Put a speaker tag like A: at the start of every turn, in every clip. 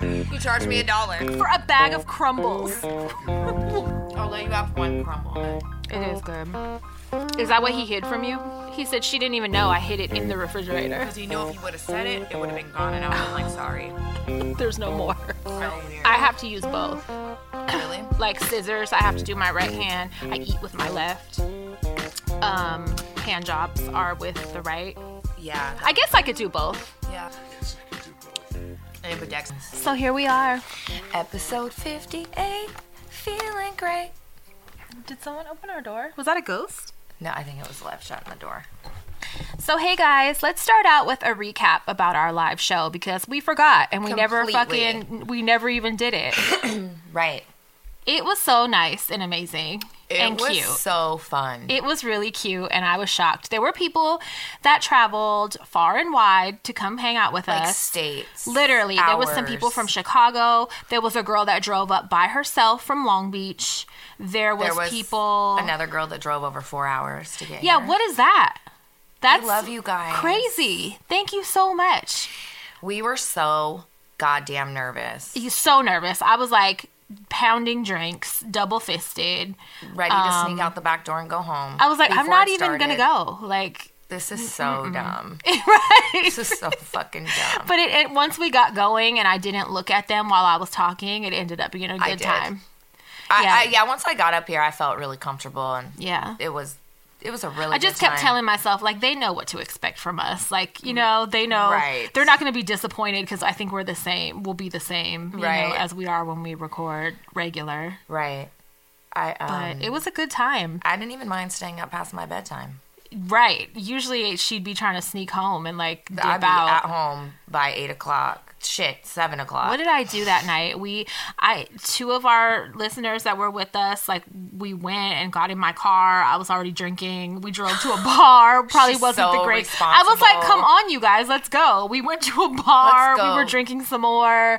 A: You charge me a dollar.
B: for a bag of crumbles.
A: Although you have one crumble.
B: It is good. Is that what he hid from you? He said she didn't even know I hid it in the refrigerator.
A: Because you know if you would have said it, it would have been gone, and I would have been like, sorry.
B: There's no more.
A: So weird.
B: I have to use both.
A: really?
B: Like scissors, I have to do my right hand. I eat with my left. Um, hand jobs are with the right.
A: Yeah.
B: I guess I could do both.
A: Yeah. And but Dex.
B: So here we are.
A: Episode 58. Feeling great.
B: Did someone open our door? Was that a ghost?
A: No, I think it was left shut in the door.
B: So, hey guys, let's start out with a recap about our live show because we forgot and we never
A: Completely.
B: fucking, we never even did it.
A: Right.
B: it was so nice and amazing
A: It
B: and
A: was
B: cute.
A: so fun.
B: it was really cute and I was shocked. There were people that traveled far and wide to come hang out with
A: like
B: us.
A: states.
B: Literally, there was some people
A: hours.
B: from Chicago. There was a girl that drove up by herself from Long Beach. There was,
A: There was
B: people.
A: Another girl that drove over four hours to get
B: yeah,
A: here.
B: what is that? That's
A: love you guys.
B: Crazy. Thank you so much.
A: We were so goddamn nervous.
B: He's so nervous. I was like pounding drinks, double fisted.
A: Ready to sneak out the back door and go home.
B: Um, I was like, I'm
A: before
B: not
A: it
B: even gonna
A: started.
B: go. Like,
A: This is so dumb.
B: right?
A: This is so fucking dumb.
B: But it, it once we got going and I didn't look at them while I was talking, it ended up being a good
A: did.
B: time.
A: I,
B: yeah.
A: I, yeah, once I got up here, I felt really comfortable, and
B: Yeah.
A: it was it was a really.
B: I just
A: good
B: kept
A: time.
B: telling myself, like, they know what to expect from us. Like, you know, they know
A: Right.
B: they're not going to be disappointed because I think we're the same. We'll be the same, you
A: Right.
B: know, as we are when we record regular.
A: Right. I
B: But
A: um,
B: it was a good time.
A: I didn't even mind staying up past my bedtime.
B: Right. Usually she'd be trying to sneak home and like dip
A: I'd be
B: out.
A: at home by eight o'clock. Shit, seven o'clock.
B: What did I do that night? We, I, two of our listeners that were with us, like we went and got in my car. I was already drinking. We drove to a bar. Probably
A: She's
B: wasn't
A: so
B: the great. I was like,
A: responsible.
B: come on, you guys, let's go. We went to a bar.
A: Let's
B: We were
A: go.
B: drinking some more,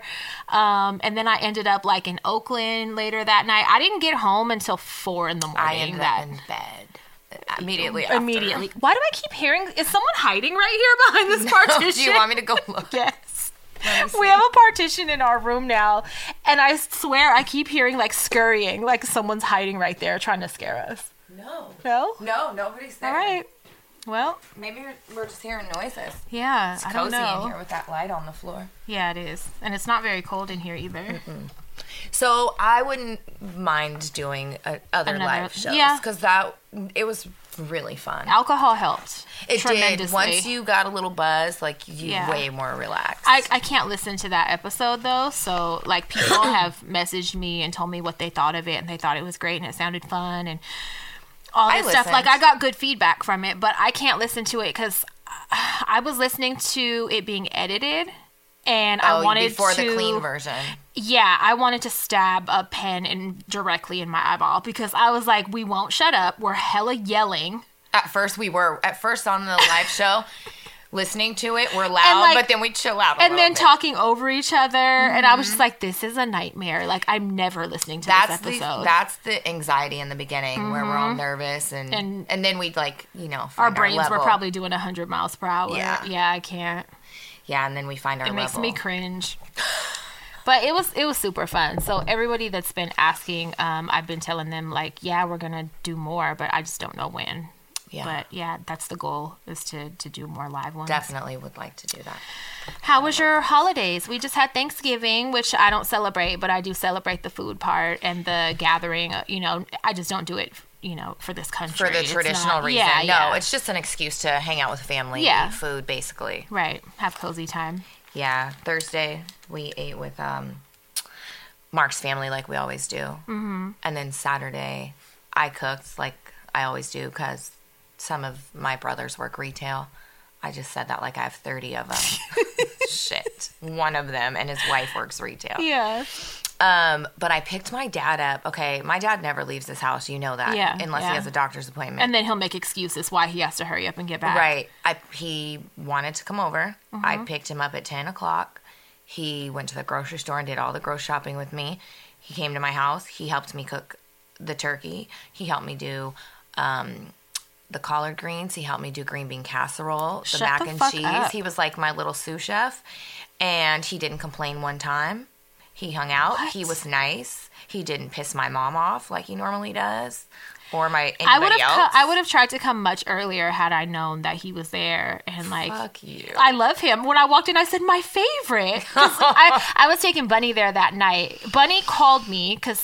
B: um, and then I ended up like in Oakland later that night. I didn't get home until four in the morning.
A: I ended
B: that
A: up in bed immediately. After.
B: immediately. Why do I keep hearing? Is someone hiding right here behind this
A: Do
B: partition?
A: you want me to go look?
B: Yes. We have a partition in our room now, and I swear I keep hearing like scurrying, like someone's hiding right there trying to scare us.
A: No.
B: No?
A: No, nobody's there.
B: All right. Well,
A: Maybe you're- we're just hearing noises.
B: yeah,
A: It's
B: I don't
A: cozy in
B: know.
A: here with that light on the floor.
B: Yeah, it is, and it's not very cold in here either.
A: So I wouldn't mind doing uh, other
B: Another-
A: live shows
B: yeah.
A: because that it was really fun.
B: Alcohol helped
A: It
B: tremendously.
A: did. Once you got a little buzz, like you
B: Yeah.
A: way more relaxed.
B: I, I can't listen to that episode though. So like people have messaged me and told me what they thought of it and they thought it was great and it sounded fun and all
A: I
B: this stuff. Like I
A: listened.
B: got good feedback from it, but I can't listen to it because I was listening to it being edited and I
A: Oh,
B: wanted
A: before
B: to
A: the clean version.
B: yeah, I wanted to stab a pen in directly in my eyeball because I was like, we won't shut up. We're hella yelling.
A: At first, we were at first on the live show, listening to it. We're loud,
B: like-
A: but then we chill out. A
B: and
A: little
B: then
A: bit.
B: talking over each other. And I was just like, this is a nightmare. Like, I'm never listening to
A: Mm-hmm. That's
B: this
A: the
B: episode. Mm-hmm.
A: that's the anxiety in the beginning where we're all nervous and
B: And-
A: and, then we'd like you know find
B: our brains were
A: level.
B: probably doing 100 miles per hour.
A: Yeah.
B: yeah I can't.
A: yeah, and then we find our
B: It makes
A: level.
B: me cringe. But it was it was super fun. So everybody that's been asking, um, I've been telling them like, yeah, we're gonna do more, but I just don't know when.
A: Yeah.
B: But yeah, that's the goal is to to do more live ones.
A: Definitely would like to do that.
B: How was your holidays? We just had Thanksgiving, which I don't celebrate, but I do celebrate the food part and the gathering. uh, You know, I just don't do it. You know, for this country
A: for the
B: It's
A: traditional
B: not-
A: reason.
B: Yeah,
A: no,
B: yeah.
A: it's just an excuse to hang out with family,
B: Yeah.
A: eat food, basically.
B: right. Have cozy time.
A: Yeah. Thursday we ate with um, Mark's family like we always do, mm-hmm. and then Saturday I cooked like I always do because some of my brothers work retail. I just said that like I have thirty of them. Shit, one of them and his wife works retail.
B: Yeah.
A: Um, but I picked my dad up. Okay, my dad never leaves his house. You know that,
B: Yeah,
A: unless
B: yeah.
A: he has a doctor's appointment.
B: And then he'll make excuses why he has to hurry up and get back. Mm-hmm.
A: Right. I he wanted to come over. I picked him up at ten o'clock. He went to the grocery store and did all the grocery shopping with me. He came to my house. He helped me cook the turkey. He helped me do um, the collard greens. He helped me do green bean casserole, the
B: Shut
A: mac
B: the
A: and
B: fuck
A: cheese.
B: up.
A: He was like my little sous chef, and he didn't complain one time. He hung out. He was nice. He didn't piss my mom off like he normally does, or my anybody
B: I would have
A: else.
B: co- I would have tried to come much earlier had I known that he was there and like
A: Fuck you.
B: I love him. When I walked in, I said my favorite. 'Cause I, I was taking Bunny there that night. Bunny called me because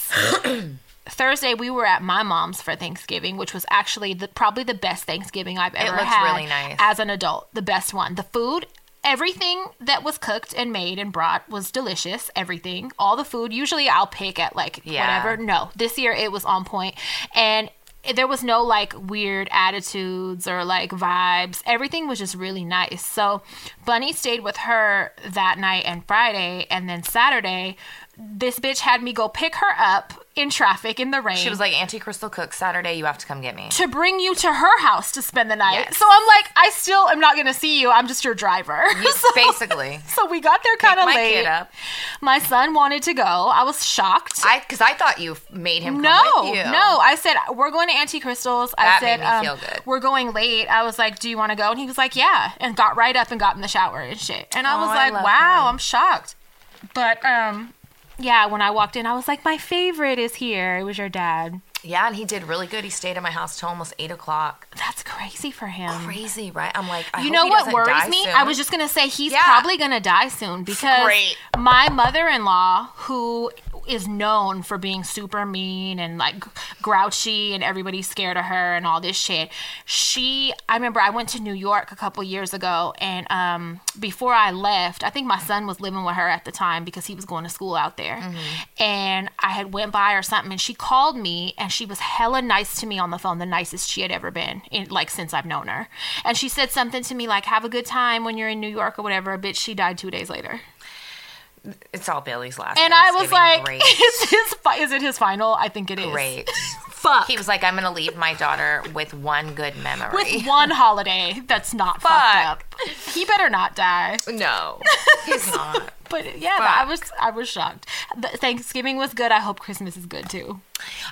B: Thursday we were at my mom's for Thanksgiving, which was actually the, probably the best Thanksgiving I've ever
A: looked
B: had.
A: really nice.
B: as an adult. The best one. The food. Everything that was cooked and made and brought was delicious. Everything, all the food. Usually, I'll pick at like
A: Yeah.
B: whatever. No, this year it was on point, and there was no like weird attitudes or like vibes. Everything was just really nice. So, Bunny stayed with her that night and Friday, and then Saturday, this bitch had me go pick her up in traffic in the rain.
A: she was like, Auntie Crystal Cook, Saturday, you have to come get me.
B: to bring you to her house to spend the night.
A: Yes.
B: So I'm like, I still am not gonna see you. I'm just your driver.
A: Basically.
B: so we got there kind of
A: my
B: late.
A: kid up.
B: My son wanted to go. I was shocked.
A: I because I thought you made him
B: no,
A: come with you.
B: no. I said we're going to Auntie Crystal's. I
A: That
B: said
A: made me
B: um,
A: feel good.
B: we're going late. I was like, "Do you want to go?" And he was like, "Yeah," and got right up and got in the shower and shit. And I
A: Oh,
B: was
A: I
B: like,
A: love
B: "Wow,
A: her.
B: I'm shocked." But um, yeah. When I walked in, I was like, "My favorite is here. It was your dad.
A: Yeah, and he did really good. He stayed at my house till almost eight o'clock.
B: That's crazy for him."
A: Crazy, right? I'm like, I
B: Mm. You
A: hope
B: know
A: he
B: what
A: doesn't
B: worries
A: die
B: me?
A: soon.
B: I was just gonna say he's
A: Yeah.
B: probably gonna die soon because
A: Great.
B: my mother-in-law, who is known for being super mean and like grouchy and everybody's scared of her and all this shit. She, I remember I went to New York a couple years ago and um, before I left, I think my son was living with her at the time because he was going to school out there. And I had went by or something and she called me and she was hella nice to me on the phone, the nicest she had ever been in like since I've known her. And she said something to me like, "Have a good time when you're in New York or whatever." Bitch, she died 2 days later.
A: it's all Billy's last.
B: And I was
A: Thanksgiving.
B: like,
A: Great.
B: is his fi- is it his final? I think it is.
A: great.
B: Fuck.
A: He was like, I'm gonna leave my daughter with one good memory.
B: With one holiday that's not fucked up. He better not die.
A: no, he's not.
B: But yeah, I was I was shocked. The- Thanksgiving was good. I hope Christmas is good too.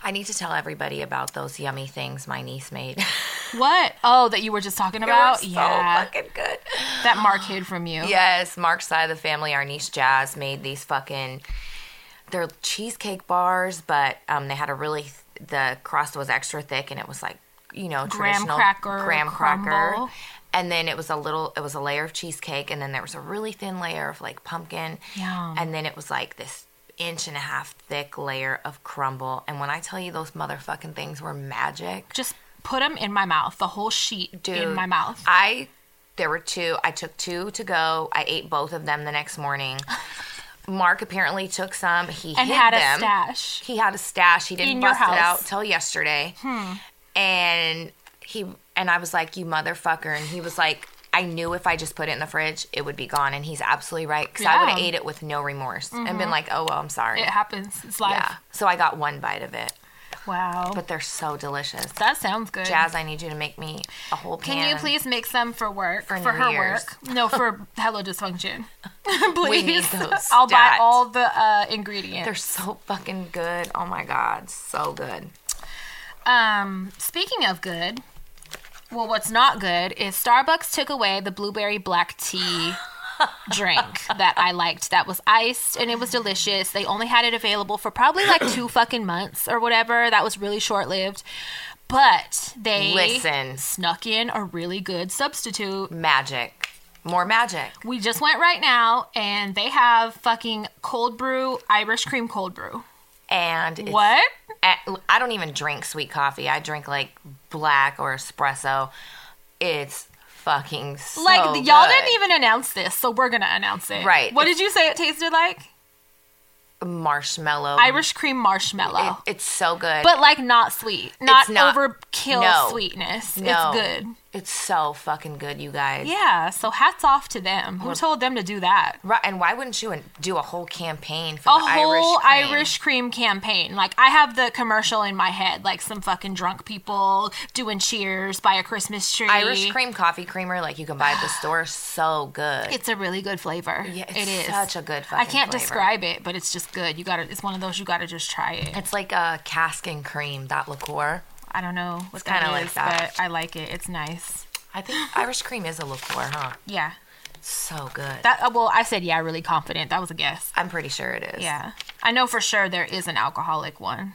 A: I need to tell everybody about those yummy things my niece made.
B: What? Oh, that you were just talking
A: They were
B: about?
A: so
B: yeah.
A: fucking good.
B: That Mark hid from you.
A: Yes, Mark's side of the family, our niece Jazz made these fucking they're cheesecake bars, but um, they had a really th- the crust was extra thick and it was like you know traditional
B: cracker
A: graham cracker.
B: crumble.
A: And then it was a little, it was a layer of cheesecake, and then there was a really thin layer of like pumpkin,
B: Yum.
A: and then it was like this inch and a half thick layer of crumble. And when I tell you those motherfucking things were magic,
B: Just put them in my mouth. The whole sheet
A: Dude,
B: in my mouth.
A: I there were two. I took two to go. I ate both of them the next morning. Mark apparently took some. He
B: And
A: hid
B: had a
A: them.
B: stash.
A: He had a stash. He didn't
B: In your
A: bust it
B: house. Hmm.
A: out till yesterday. And he and I was like, "You motherfucker!" And he was like. I knew if I just put it in the fridge, it would be gone, and he's absolutely right because I would have
B: Yeah. Mm-hmm.
A: ate it with no remorse and been like, "Oh well, I'm sorry."
B: It happens. It's life.
A: yeah. So I got one bite of it,
B: Wow.
A: but they're so delicious.
B: that sounds good.
A: Jazz, I need you to make me a whole pan.
B: Can you please make some for work for,
A: New
B: her
A: Year's.
B: work? No, for Hello Dysfunction. please.
A: need those
B: I'll buy
A: stats.
B: all the uh, ingredients.
A: They're so fucking good. Oh my god, so good.
B: Um, speaking of good, well, what's not good is Starbucks took away the blueberry black tea drink that I liked. That was iced and it was delicious. They only had it available for probably like two fucking months or whatever. That was really short lived. But they
A: Listen.
B: snuck in a really good substitute.
A: Magic. More magic.
B: We just went right now, and they have fucking cold brew Irish cream cold brew.
A: And it's,
B: What?
A: I- I don't even drink sweet coffee. I drink like black or espresso. It's fucking so
B: Like y'all
A: good.
B: didn't even announce this, so we're gonna announce it.
A: Right.
B: What did you say it tasted like?
A: marshmallow.
B: Irish cream marshmallow,
A: It- it's so good.
B: but like not sweet, not,
A: not-
B: overkill
A: no.
B: sweetness.
A: No.
B: It's good.
A: it's so fucking good, you guys.
B: Yeah. So hats off to them. Who told them to do that?
A: Right, and why wouldn't you do a whole campaign for
B: A
A: the Irish
B: whole
A: cream?
B: Irish cream campaign. Like I have the commercial in my head, like some fucking drunk people doing cheers by a Christmas tree.
A: Irish cream coffee creamer like you can buy at the store? So good.
B: It's a really good flavor.
A: Yeah, it's
B: it is
A: such a good
B: I
A: fucking
B: can't
A: flavor.
B: describe it, but it's just good. You got to It's one of those you got to just try it.
A: It's like a cask and cream, that liqueur.
B: I don't know what
A: kinda
B: that
A: like
B: is,
A: that.
B: but I like it. It's nice.
A: I think Irish cream is a liqueur, huh?
B: Yeah.
A: So good.
B: That uh, well, I said yeah, really confident. That was a guess.
A: I'm pretty sure it is.
B: Yeah, I know for sure there is an alcoholic one.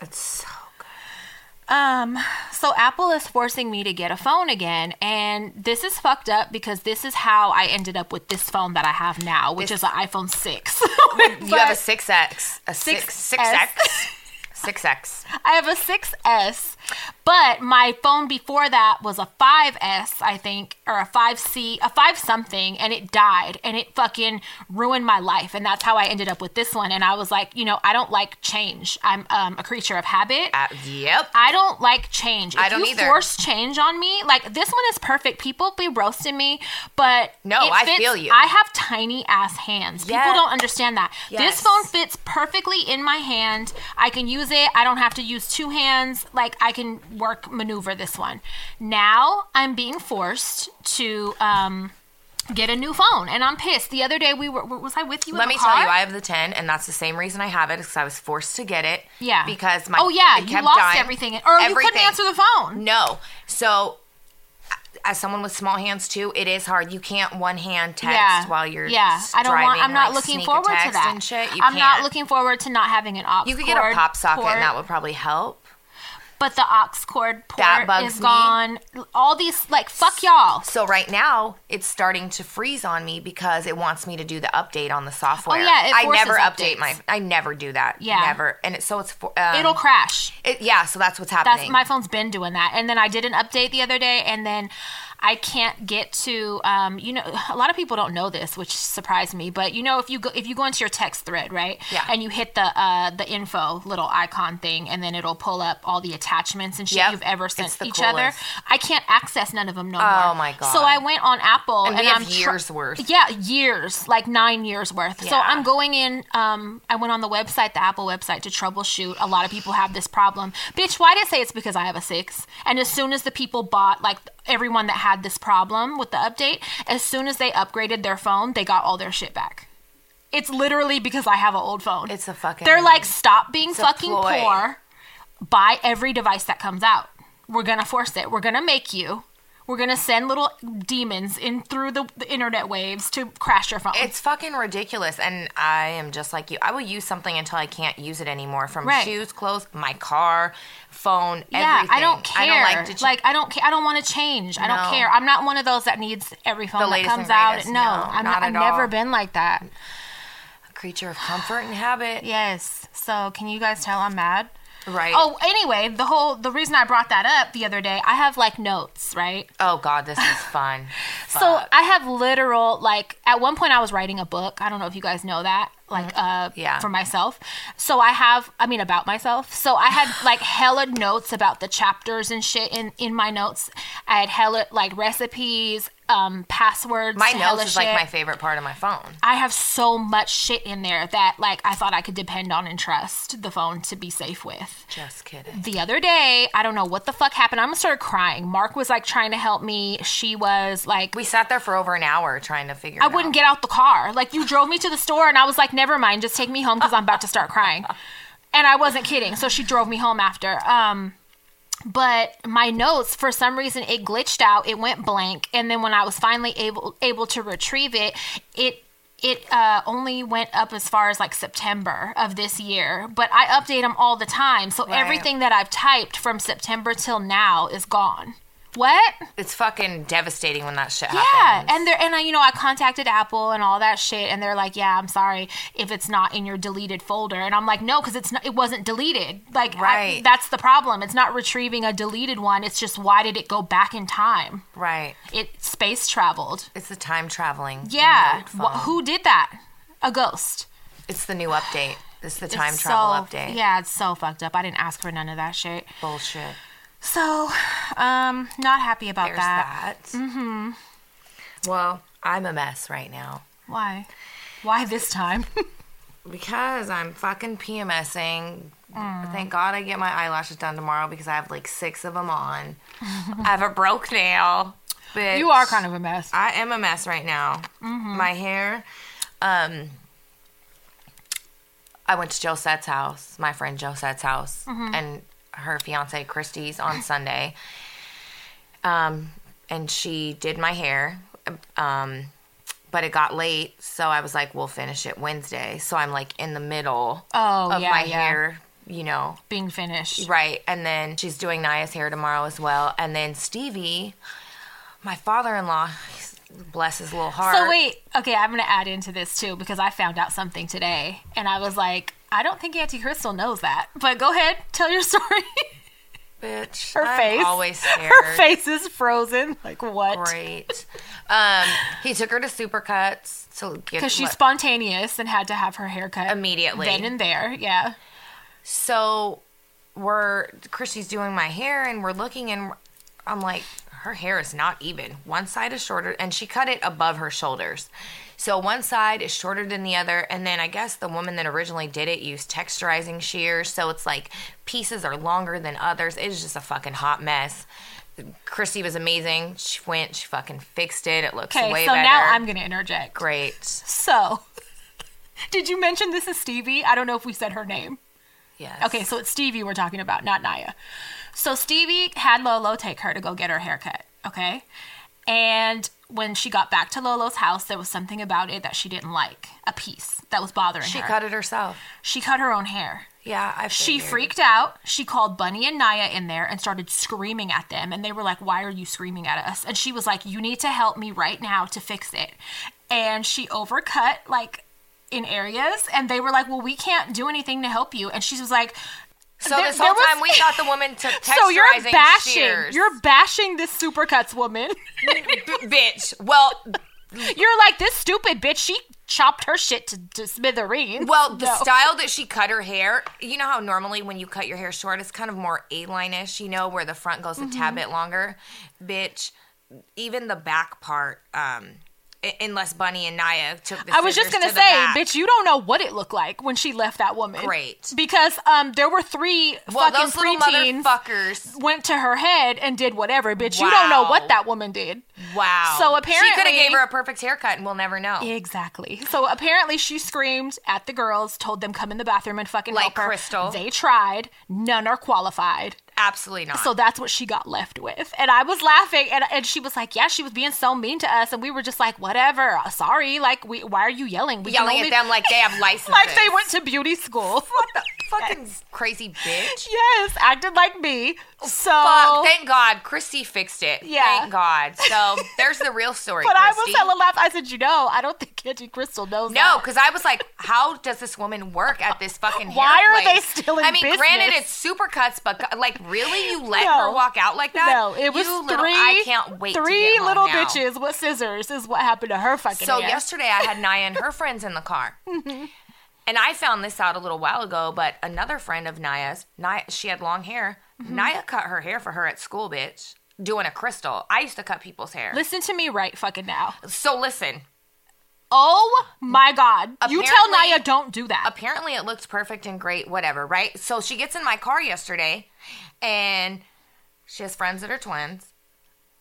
A: It's so good.
B: Um, so Apple is forcing me to get a phone again, and this is fucked up because this is how I ended up with this phone that I have now, which
A: This-
B: is an iPhone six.
A: you have a
B: But
A: 6X. A 6,
B: 6S.
A: 6X. 6X.
B: I have a 6S, but my phone before that was a 5S, I think, or a 5C, a 5 something, and it died and it fucking ruined my life. And that's how I ended up with this one. And I was like, you know, I don't like change. I'm um, a creature of habit.
A: Uh, yep.
B: I don't like change. If
A: I don't
B: you
A: either.
B: force change on me, like this one is perfect. People be roasting me, but
A: No,
B: it
A: I feel you.
B: I have tiny ass hands. People
A: Yes.
B: don't understand that.
A: Yes.
B: This phone fits perfectly in my hand. I can use it. I don't have to use two hands. Like I can work maneuver this one. Now I'm being forced to um, get a new phone, and I'm pissed. The other day we were was I with you? in
A: Let
B: the
A: me tell you,
B: car?
A: I have the 10, and that's the same reason I have it because I was forced to get it.
B: yeah
A: Because my
B: oh yeah
A: it
B: you
A: kept
B: lost
A: dying.
B: everything, or you couldn't
A: Everything.
B: answer the phone.
A: No. So, as someone with small hands too, it is hard. You can't one hand text while you're
B: yeah. I don't want.
A: driving,
B: I'm not
A: like,
B: looking
A: sneak a
B: forward to
A: text
B: that.
A: And shit. You
B: I'm not
A: can't.
B: looking forward to not having an aux.
A: You could get a
B: cord
A: pop socket,
B: port,
A: and that would probably help.
B: But the aux cord port
A: That bugs
B: is
A: me.
B: gone. All these like fuck y'all.
A: So right now, it's starting to freeze on me because it wants me to do the update on the software.
B: Oh, yeah, it
A: I
B: forces
A: never update
B: updates.
A: my. I never do that.
B: Yeah.
A: never. And it, so it's. for- Um,
B: It'll crash.
A: It, yeah, so that's what's
B: That's
A: happening.
B: my phone's been doing that. And then I did an update the other day, and then I can't get to. Um, you know, a lot of people don't know this, which surprised me. But you know, if you go if you go into your text thread, right?
A: Yeah.
B: And you hit the uh, the info little icon thing, and then it'll pull up all the attachments and shit
A: Yep.
B: you've ever
A: It's
B: sent
A: the
B: each other.
A: coolest.
B: I can't access none of them no
A: Oh
B: more.
A: my God.
B: So I went on Apple, and,
A: we have
B: I'm tr-
A: years worth.
B: yeah, years, like nine years worth. So
A: Yeah.
B: I'm going in. Um, I went on the website, the Apple website, to troubleshoot. A lot of people have this problem. Bitch, why did it say it's because I have a six? And as soon as the people bought, like everyone that had this problem with the update, as soon as they upgraded their phone, they got all their shit back. It's literally because I have an old phone.
A: It's a fucking-
B: They're like, stop being
A: a
B: fucking
A: ploy.
B: poor. Buy every device that comes out. We're gonna force it. We're gonna make you. We're gonna send little demons in through the, the internet waves to crash your phone.
A: It's fucking ridiculous, and I am just like you. I will use something until I can't use it anymore. From
B: Right.
A: shoes, clothes, my car, phone,
B: yeah,
A: everything.
B: I don't care.
A: I don't like to. Ch-
B: like I don't care. I don't want to change. I
A: No.
B: don't care. I'm not one of those that needs every phone that
A: latest and
B: comes out.
A: greatest.
B: No,
A: No, not
B: I'm not. I've
A: at all.
B: never been like that.
A: creature of comfort and habit.
B: Yes. So can you guys tell I'm mad?
A: Right.
B: Oh, anyway, the whole the reason I brought that up the other day, I have like notes, right?
A: Oh God, this is fun.
B: So I have literal like at one point I was writing a book. I don't know if you guys know that. Like uh
A: Mm-hmm. Yeah.
B: for myself. So I have I mean about myself. So I had like hella notes about the chapters and shit in in my notes. I had hella like recipes, um passwords,
A: my
B: to
A: notes
B: hella
A: is like
B: shit.
A: my favorite part of my phone.
B: I have so much shit in there that like I thought I could depend on and trust the phone to be safe with
A: Just kidding.
B: the other day, I don't know what the fuck happened. I'm gonna start crying. Mark was like trying to help me. She was like,
A: We sat there for over an hour trying to figure.
B: I
A: it
B: wouldn't
A: out.
B: get out the car. Like you drove me to the store, and I was like, never mind, just take me home because I'm about to start crying. And I wasn't kidding. So she drove me home after. Um, but my notes, for some reason, it glitched out. It went blank, and then when I was finally able able to retrieve it, it it uh, only went up as far as like September of this year. But I update them all the time, so
A: Right.
B: everything that I've typed from September till now is gone. What?
A: It's fucking devastating when that shit
B: Yeah,
A: happens.
B: and they're and I, you know, I contacted Apple and all that shit, and they're like, "Yeah, I'm sorry if it's not in your deleted folder," and I'm like, "No, because it's not. It wasn't deleted. Like, I-
A: Right.
B: that's the problem. It's not retrieving a deleted one. It's just why did it go back in time?
A: right.
B: It space traveled.
A: It's the time traveling.
B: Yeah,
A: remote
B: Wh-
A: phone.
B: who did that? A ghost.
A: It's the new update. It's the
B: It's
A: time travel
B: so-
A: update.
B: Yeah, it's so fucked up. I didn't ask for none of that shit.
A: Bullshit.
B: So, um, not happy about
A: There's
B: that.
A: that. Mm-hmm. Well, I'm a mess right now
B: Why? Why this time?
A: because I'm fucking PMSing.
B: Mm.
A: Thank God I get my eyelashes done tomorrow because I have like six of them on. I have a broke nail. Bitch.
B: you are kind of a mess.
A: I am a mess right now.
B: Mm-hmm.
A: My hair. Um, I went to Josette's house, my friend Josette's house,
B: Mm-hmm.
A: and her fiance Christy's on Sunday. Um, and she did my hair. Um, but it got late, so I was like, we'll finish it Wednesday. So I'm like in the middle
B: Oh,
A: of
B: yeah,
A: my
B: yeah.
A: hair, you know,
B: Being finished.
A: Right. And then she's doing Naya's hair tomorrow as well. And then Stevie, my father in law, bless his little heart.
B: So wait, okay, I'm gonna add into this too because I found out something today, and I was like, I don't think Auntie Crystal knows that. But go ahead, tell your story.
A: Bitch.
B: Her
A: I'm
B: face,
A: Always scared.
B: her face is frozen. Like what?
A: Great. Um, he took her to Supercuts to get
B: Because she's
A: what-
B: spontaneous and had to have her hair cut
A: Immediately.
B: then and there. Yeah,
A: so we're Christy's doing my hair and we're looking and I'm like, her hair is not even. One side is shorter and she cut it above her shoulders. So one side is shorter than the other. And then I guess the woman that originally did it used texturizing shears. So it's like pieces are longer than others. It is just a fucking hot mess. Christy was amazing. She went, she fucking fixed it. It looks
B: okay.
A: way
B: so
A: better.
B: now I'm gonna interject.
A: great.
B: So, did you mention this is Stevie? I don't know if we said her name.
A: Yes.
B: Okay, so it's Stevie we're talking about, not Naya. So Stevie had Lolo take her to go get her haircut, okay? And when she got back to Lolo's house, there was something about it that she didn't like, a piece that was bothering
A: She
B: her.
A: cut it herself.
B: she cut her own hair.
A: Yeah, I
B: She
A: figured.
B: freaked out. She called Bunny and Naya in there and started screaming at them. And they were like, Why are you screaming at us? And she was like, You need to help me right now to fix it. And she overcut, like, in areas. And they were like, Well, we can't do anything to help you. And she was like,
A: So
B: There-
A: this whole
B: there was-
A: time we thought the woman took texturizing
B: so you're bashing,
A: shears.
B: you're bashing this supercuts woman.
A: B- bitch. Well,
B: you're like this stupid bitch. She chopped her shit to, to smithereens.
A: well, the
B: No.
A: style that she cut her hair. You know how normally when you cut your hair short, it's kind of more A-line-ish. You know where the front goes a
B: Mm-hmm.
A: tad bit longer. Bitch, even the back part. Um, u- unless Bunny and Naya took the.
B: I was just
A: scissors
B: gonna
A: to the
B: say,
A: back.
B: bitch, you don't know what it looked like when she left that woman.
A: Great.
B: because um, there were three
A: Well,
B: fucking
A: those little
B: preteens
A: motherfuckers.
B: went to her head and did whatever. Bitch, you don't know
A: Wow.
B: what that woman did.
A: Wow. she
B: So
A: could have
B: apparently-
A: gave her a perfect haircut, and we'll never know.
B: Exactly. So apparently she screamed at the girls, told them come in the bathroom and fucking
A: Like
B: help her.
A: Crystal.
B: They tried. None are qualified.
A: Absolutely not.
B: So that's what she got left with. And I was laughing and, and she was like, Yeah, she was being so mean to us. And we were just like, Whatever. uh, Sorry. Like, we, why are you yelling? We can
A: yelling
B: only-
A: at them like they have licenses.
B: Like they went to beauty school.
A: What the fucking crazy bitch?
B: yes, acted like me. So.
A: Oh, Fuck, thank God. Christy fixed it.
B: Oh. Yeah.
A: Thank God. So there's the real story.
B: but I was
A: Christy.
B: hella laugh. I said, You know, I don't think Angie Crystal knows
A: No,
B: that."
A: because I was like, how does this woman work at this fucking hair
B: Why are
A: place?
B: they still in
A: I mean, granted,
B: business?
A: it's supercuts, but like, really? You let
B: No.
A: her walk out like that?
B: No, it was
A: you
B: three.
A: Little, I can't wait to
B: Three
A: get home
B: little
A: now.
B: bitches with scissors is what happened to her fucking.
A: So
B: hair.
A: yesterday I had Naya and her friends in the car. And I found this out a little while ago, but another friend of Naya's, Naya, she had long hair.
B: Mm-hmm.
A: Naya cut her hair for her at school, bitch, doing a crystal. I used to cut people's hair.
B: listen to me right fucking now.
A: So listen,
B: Oh my god! you tell
A: Apparently-
B: Naya don't do that.
A: apparently it looked perfect and great, whatever, right? So she gets in my car yesterday and she has friends that are twins.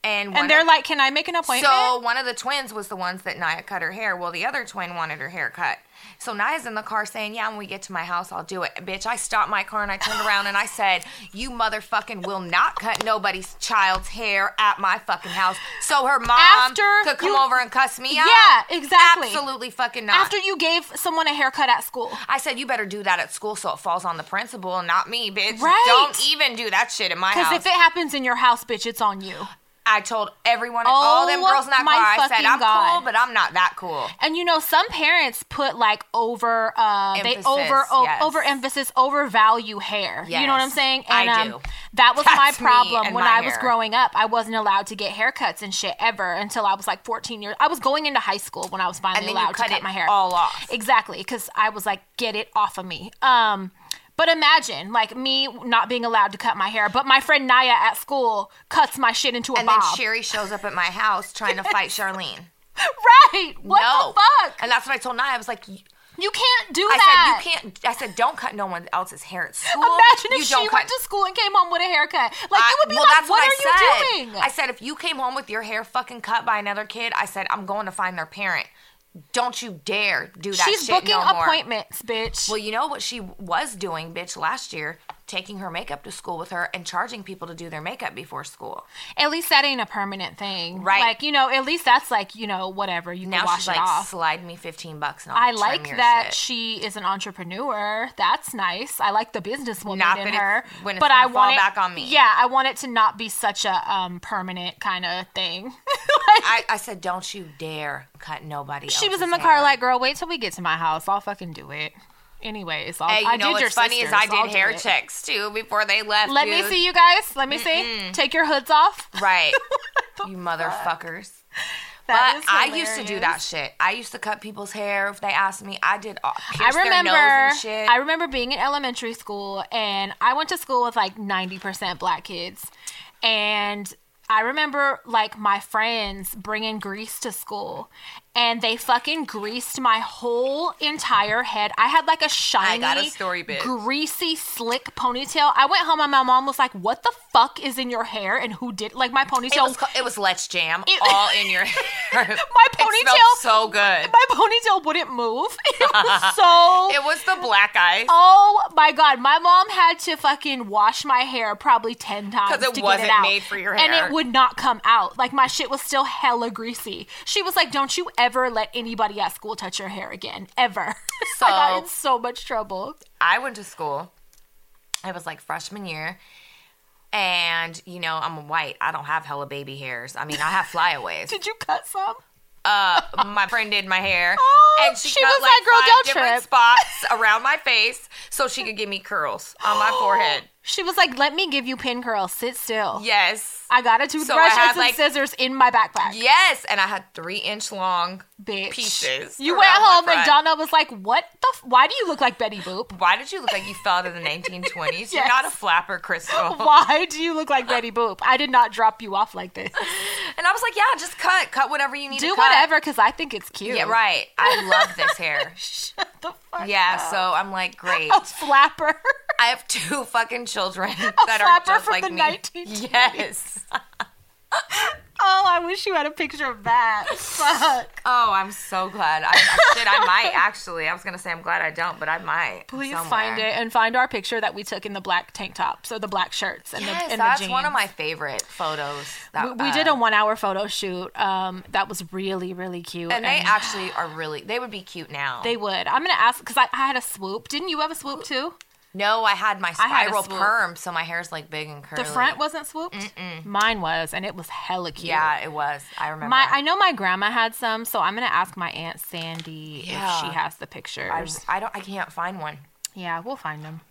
A: And, one
B: and they're
A: of-
B: like, "Can I make an appointment?"
A: So one of the twins was the ones that Naya cut her hair. Well, the other twin wanted her hair cut. So Naya's in the car saying, "Yeah, when we get to my house, I'll do it." Bitch, I stopped my car and I turned around and I said, "You motherfucking will not cut nobody's child's hair at my fucking house." So her mom
B: After
A: could come
B: you-
A: over and cuss me out.
B: Yeah, exactly.
A: Absolutely fucking not.
B: After you gave someone a haircut at school,
A: I said, "You better do that at school, so it falls on the principal, and not me, bitch.
B: Right.
A: Don't even do that shit in my
B: because
A: house."
B: if it happens in your house, bitch, it's on you.
A: I told everyone, all them
B: Oh,
A: girls in that
B: my
A: car, I said,
B: fucking
A: "I'm cool,
B: God.
A: but I'm not that cool."
B: And you know, some parents put like over, uh,
A: Emphasis,
B: they over, o-
A: yes.
B: overemphasis, overvalue hair. You know what I'm
A: Yes,
B: saying?
A: I
B: And
A: do.
B: um, that was my
A: That's me
B: problem
A: and
B: when
A: my
B: I was
A: hair.
B: growing up. I wasn't allowed to get haircuts and shit ever until I was like 14 years. I was going into high school when I was finally
A: And then you
B: allowed
A: cut
B: to cut
A: it
B: my hair
A: all off.
B: Exactly, because I was like, get it off of me. Um. But imagine, like me not being allowed to cut my hair, but my friend Naya at school cuts my shit into a
A: And
B: bob.
A: then Sherry shows up at my house trying to fight Charlene.
B: right? What
A: no.
B: the fuck?
A: And that's what I told Nia. I was like, y-
B: You can't do
A: I
B: that.
A: said, you can't. I said, don't cut no one else's hair at school.
B: Imagine
A: You
B: if she
A: don't cut-
B: went to school and came home with a haircut. Like
A: I-
B: it would be
A: well,
B: like,
A: that's
B: what,
A: what,
B: are
A: I
B: you
A: said.
B: doing?
A: I said, if you came home with your hair fucking cut by another kid, I said, I'm going to find their parent. Don't you dare do that.
B: She's
A: shit
B: booking
A: no more.
B: appointments, bitch.
A: Well, you know what she was doing, bitch, last year, taking her makeup to school with her and charging people to do their makeup before school.
B: at least that ain't a permanent thing,
A: Right.
B: Like you know, at least that's like you know whatever you
A: Now
B: can wash
A: she's
B: it
A: like,
B: off.
A: slide me fifteen bucks. And I'll
B: I
A: trim
B: like
A: your
B: that
A: shit."
B: she is an entrepreneur. That's nice. I like the businesswoman
A: Not
B: in
A: that it's-
B: her.
A: when it's
B: but
A: gonna
B: I
A: fall
B: want it,
A: back on me.
B: Yeah, I want it to not be such a um, permanent kind of thing.
A: I, I said, don't you dare cut nobody.
B: she was
A: else's
B: in the
A: hair."
B: car like, "Girl, wait till we get to my house. I'll fucking do it." Anyways, I'll,
A: Hey, you
B: I
A: know
B: did
A: what's
B: your
A: funny is
B: sister's,
A: I
B: I'll
A: did
B: do
A: hair
B: it.
A: checks too before they left.
B: Let me
A: dude.
B: see you guys. Let me see. Take your hoods off.
A: Right, you motherfuckers.
B: That
A: But
B: is
A: I used to do
B: hilarious.
A: that shit. I used to cut people's hair if they asked me. I did. All,
B: I
A: pierce
B: remember
A: Their nose and shit.
B: I remember being in elementary school and I went to school with like 90% black kids. And I remember like my friends bringing grease to school and they fucking greased my whole entire head. I had like a shiny
A: got a story, bitch.
B: greasy slick ponytail. I went home and my mom was like, "What the fuck is in your hair?" and who did like my ponytail
A: it was, ca- it was Let's Jam all in your hair.
B: My
A: It smelled
B: ponytail-
A: so good.
B: my ponytail wouldn't move. It was so
A: It was the black eye
B: Oh my god, my mom had to fucking wash my hair probably ten times
A: 'Cause it
B: to
A: wasn't
B: get it out.
A: made for your
B: and
A: hair.
B: it would not come out. Like my shit was still hella greasy. She was like, "Don't you ever let anybody at school touch your hair again, ever."
A: So-
B: I got in so much trouble.
A: I went to school. It was like freshman year. And, you know, I'm white. I don't have hella baby hairs. I mean, I have flyaways.
B: Did you cut some?
A: Uh, my friend did my hair.
B: Oh,
A: and she,
B: she
A: cut
B: was
A: like
B: like, "Girl,
A: five
B: don't
A: different
B: trip."
A: spots around my face so she could give me curls on my forehead.
B: She was like, "Let me give you pin curls. Sit still."
A: Yes.
B: I got a toothbrush
A: had,
B: and some
A: like-
B: scissors in my backpack.
A: Yes. And I had three inch long.
B: Bitch.
A: pieces
B: You went
A: around my
B: home and
A: front.
B: Donna was like, "What the? F- why do you look like Betty Boop?
A: Why did you look like you fell out of the 1920s? You're
B: Yes.
A: not a flapper, Crystal.
B: Why do you look like Betty Boop? I did not drop you off like this."
A: And I was like, yeah, just cut. Cut whatever you need
B: do
A: to cut.
B: whatever because I think it's cute.
A: Yeah, right. I love this hair.
B: Shut the fuck.
A: Yeah, so I'm like, great.
B: A flapper.
A: I have two fucking children that are
B: flapper
A: just
B: from
A: like
B: the
A: me.
B: 1920s.
A: Yes.
B: oh, I wish you had a picture of that. Fuck.
A: Oh, I'm so glad. I, shit, I might actually. I was gonna say I'm glad I don't, but I might.
B: Please
A: somewhere.
B: find it and find our picture that we took in the black tank tops or the black shirts and
A: Yes,
B: the and
A: that's
B: the jeans.
A: one of my favorite photos. That,
B: we
A: uh,
B: did a one-hour photo shoot um, that was really, really cute.
A: and they actually are really. They would be cute now.
B: they would. I'm gonna ask because I, I had a swoop. Didn't you have a swoop too?
A: no, I had my
B: had a
A: spiral
B: swoop.
A: perm, so my hair's like big and curly.
B: The front wasn't swooped. Mine was, and it was hella cute.
A: Yeah, it was. I remember.
B: My, I know my grandma had some, so I'm gonna ask my aunt Sandy
A: Yeah.
B: if she has
A: I,
B: the pictures.
A: I don't. I can't find one.
B: Yeah, we'll find them.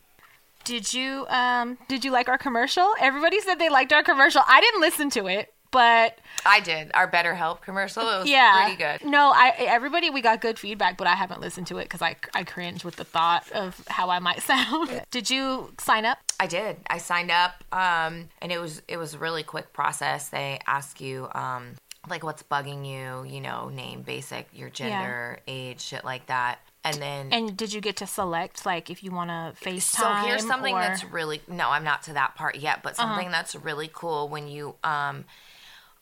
B: Did you um did you like our commercial? Everybody said they liked our commercial. I didn't listen to it, but
A: I did our BetterHelp commercial. It was Mm.
B: yeah,
A: pretty good.
B: No, I everybody we got good feedback, but I haven't listened to it because I I cringe with the thought of how I might sound. did you sign up?
A: I did. I signed up, um, and it was it was a really quick process. They ask you um, like what's bugging you, you know, name, basic, your gender, age, shit like that, and then.
B: And did you get to select like if you want to FaceTime?
A: so here's something
B: or- Uh-huh.
A: that's really no, I'm not to that part yet, but something that's really cool when you um,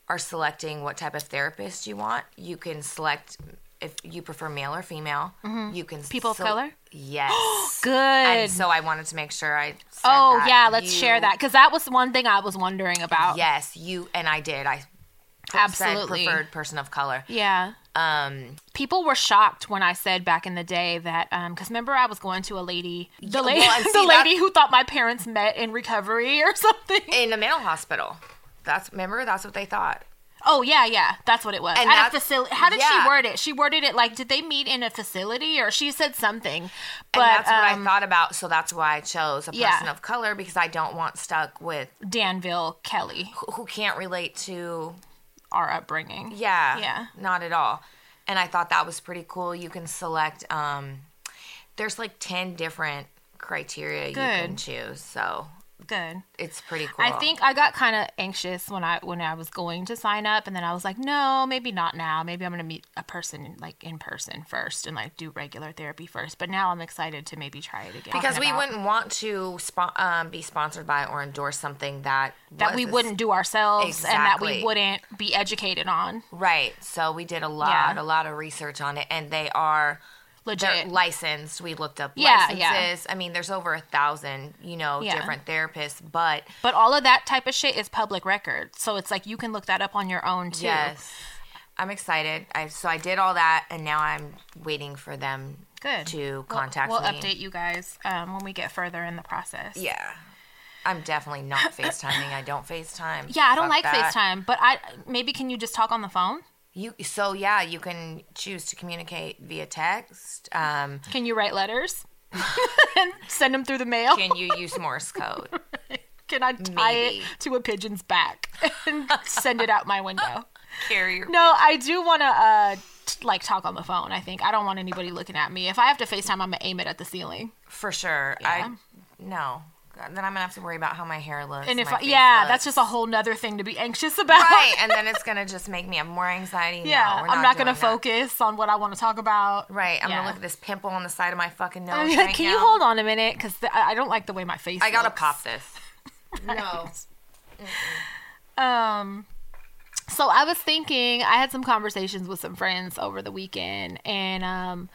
A: are selecting what type of therapist you want, you can select if you prefer male or female. You can
B: Mm-hmm. People of
A: sel-
B: color?
A: Yes.
B: good.
A: And so I wanted to make sure I. said
B: oh
A: that.
B: yeah, let's
A: You-
B: share that because that was one thing I was wondering about.
A: Yes, you and I did. I
B: Absolutely.
A: said preferred person of color.
B: Yeah.
A: Um,
B: people were shocked when I said back in the day that um because remember I was going to a lady the lady
A: well, and see,
B: the lady
A: that's-
B: who thought my parents met in recovery or something.
A: in a mental hospital. That's remember that's what they thought.
B: oh yeah, yeah, that's what it was.
A: And
B: At a
A: that's-
B: facility. How did
A: yeah.
B: she word it? She worded it like, did they meet in a facility or she said something? But
A: And that's what
B: um,
A: I thought about, so that's why I chose a person
B: Yeah.
A: of color because I don't want stuck with
B: Danville Kelly,
A: who- who can't relate to
B: our upbringing.
A: yeah,
B: yeah.
A: not at all. And I thought that was pretty cool. You can select um there's like 10 different criteria you can
B: Good.
A: choose. So
B: good.
A: It's pretty cool.
B: I think I got kind of anxious when I when I was going to sign up, and then I was like, no, maybe not now. Maybe I'm gonna meet a person like in person first, and like do regular therapy first. But now I'm excited to maybe try it again
A: because we
B: About-
A: wouldn't want to spo- um, be sponsored by or endorse something that
B: that
A: was
B: we
A: a-
B: wouldn't do ourselves, and that we
A: Exactly.
B: wouldn't be educated on
A: right. So we did a lot,
B: Yeah.
A: a lot of research on it, and they are they're
B: legit.
A: licensed. We looked up
B: Yeah,
A: licenses.
B: yeah.
A: I mean, there's over a thousand, you know,
B: Yeah.
A: different therapists, but
B: but all of that type of shit is public record, so it's like you can look that up on your own too.
A: yes. I'm excited. I so I did all that, and now I'm waiting for them
B: Good.
A: to
B: We'll-
A: contact
B: We'll,
A: me.
B: update you guys um, when we get further in the process.
A: Yeah. I'm definitely not FaceTiming. I don't FaceTime.
B: Yeah, I don't
A: Fuck
B: like
A: that.
B: FaceTime, but I maybe can you just talk on the phone?
A: You so yeah, you can choose to communicate via text. Um,
B: Can you write letters and send them through the mail? Can,
A: can you use Morse code?
B: I tie
A: Maybe.
B: it to a pigeon's back and send it out my window?
A: Carrier.
B: No, I do want to uh, t- like talk on the phone. I think I don't want anybody looking at me. If I have to FaceTime, I'm gonna aim it at the ceiling.
A: for sure. I no. God, Then I'm gonna have to worry about how my hair looks.
B: And if
A: my
B: I,
A: face
B: yeah,
A: looks.
B: that's just a whole nother thing to be anxious about.
A: right. And then it's gonna just make me have more anxiety. No,
B: Yeah,
A: we're
B: I'm not
A: doing
B: gonna
A: that.
B: focus on what I want to talk about.
A: Right. I'm
B: Yeah.
A: gonna look at this pimple on the side of my fucking nose.
B: I'm like,
A: right
B: can
A: now.
B: you hold on a minute? Because I I don't like the way my face.
A: I gotta
B: looks."
A: pop this. No.
B: Um, so I was thinking, I had some conversations with some friends over the weekend, and um,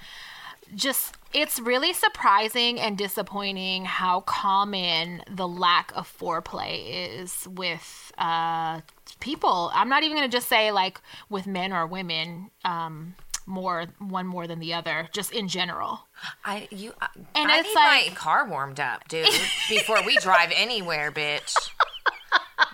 B: just it's really surprising and disappointing how common the lack of foreplay is with uh, people. I'm not even gonna just say like with men or women. Um, more one more than the other, just in general.
A: I you I,
B: And
A: I
B: it's
A: need
B: like-
A: my car warmed up, dude, before we drive anywhere, bitch.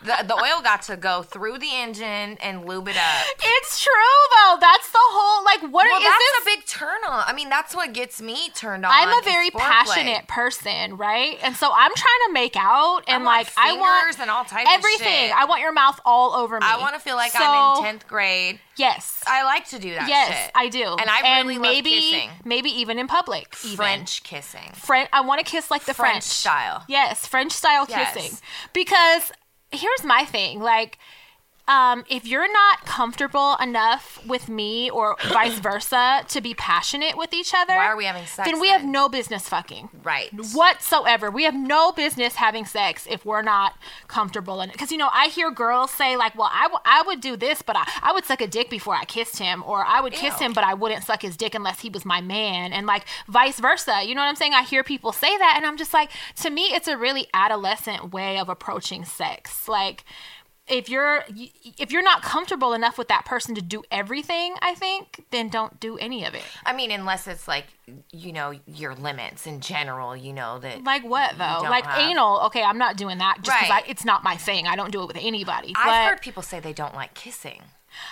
A: The, the oil got to go through the engine and lube it up.
B: It's true though. That's the whole like what
A: Well,
B: is
A: that's
B: this
A: a big turn on. I mean, that's what gets me turned on.
B: I'm a
A: is
B: very
A: foreplay.
B: passionate person, right? And so I'm trying to make out and
A: I want
B: like I want
A: fingers and all types of
B: everything.
A: shit.
B: I want your mouth all over me.
A: I want to feel like
B: so,
A: I'm in tenth grade.
B: Yes.
A: I like to do that.
B: Yes,
A: shit.
B: I do.
A: And I really
B: maybe,
A: love kissing.
B: Maybe even in public. Even.
A: French kissing.
B: French. I want to kiss like the French,
A: French style.
B: Yes, French style
A: Yes.
B: kissing. Because here's my thing, like. Um, if you're not comfortable enough with me or vice versa to be passionate with each other,
A: Why are we having sex
B: Then we have
A: then?
B: no business fucking.
A: Right.
B: Whatsoever. We have no business having sex if we're not comfortable. And because, you know, I hear girls say, like, well, I, w- I would do this, but I, I would suck a dick before I kissed him, or I would kiss
A: Ew.
B: him, but I wouldn't suck his dick unless he was my man, and like vice versa. You know what I'm saying? I hear people say that, and I'm just like, to me, it's a really adolescent way of approaching sex. Like, if you're y- if you're not comfortable enough with that person to do everything, I think, then don't do any of it.
A: I mean, unless it's like you know your limits in general. You know that.
B: Like what though?
A: don't
B: Like
A: have-
B: anal? Okay, I'm not doing that just because
A: Right.
B: it's not my thing. I don't do it with anybody. But
A: I've heard people say they don't like kissing.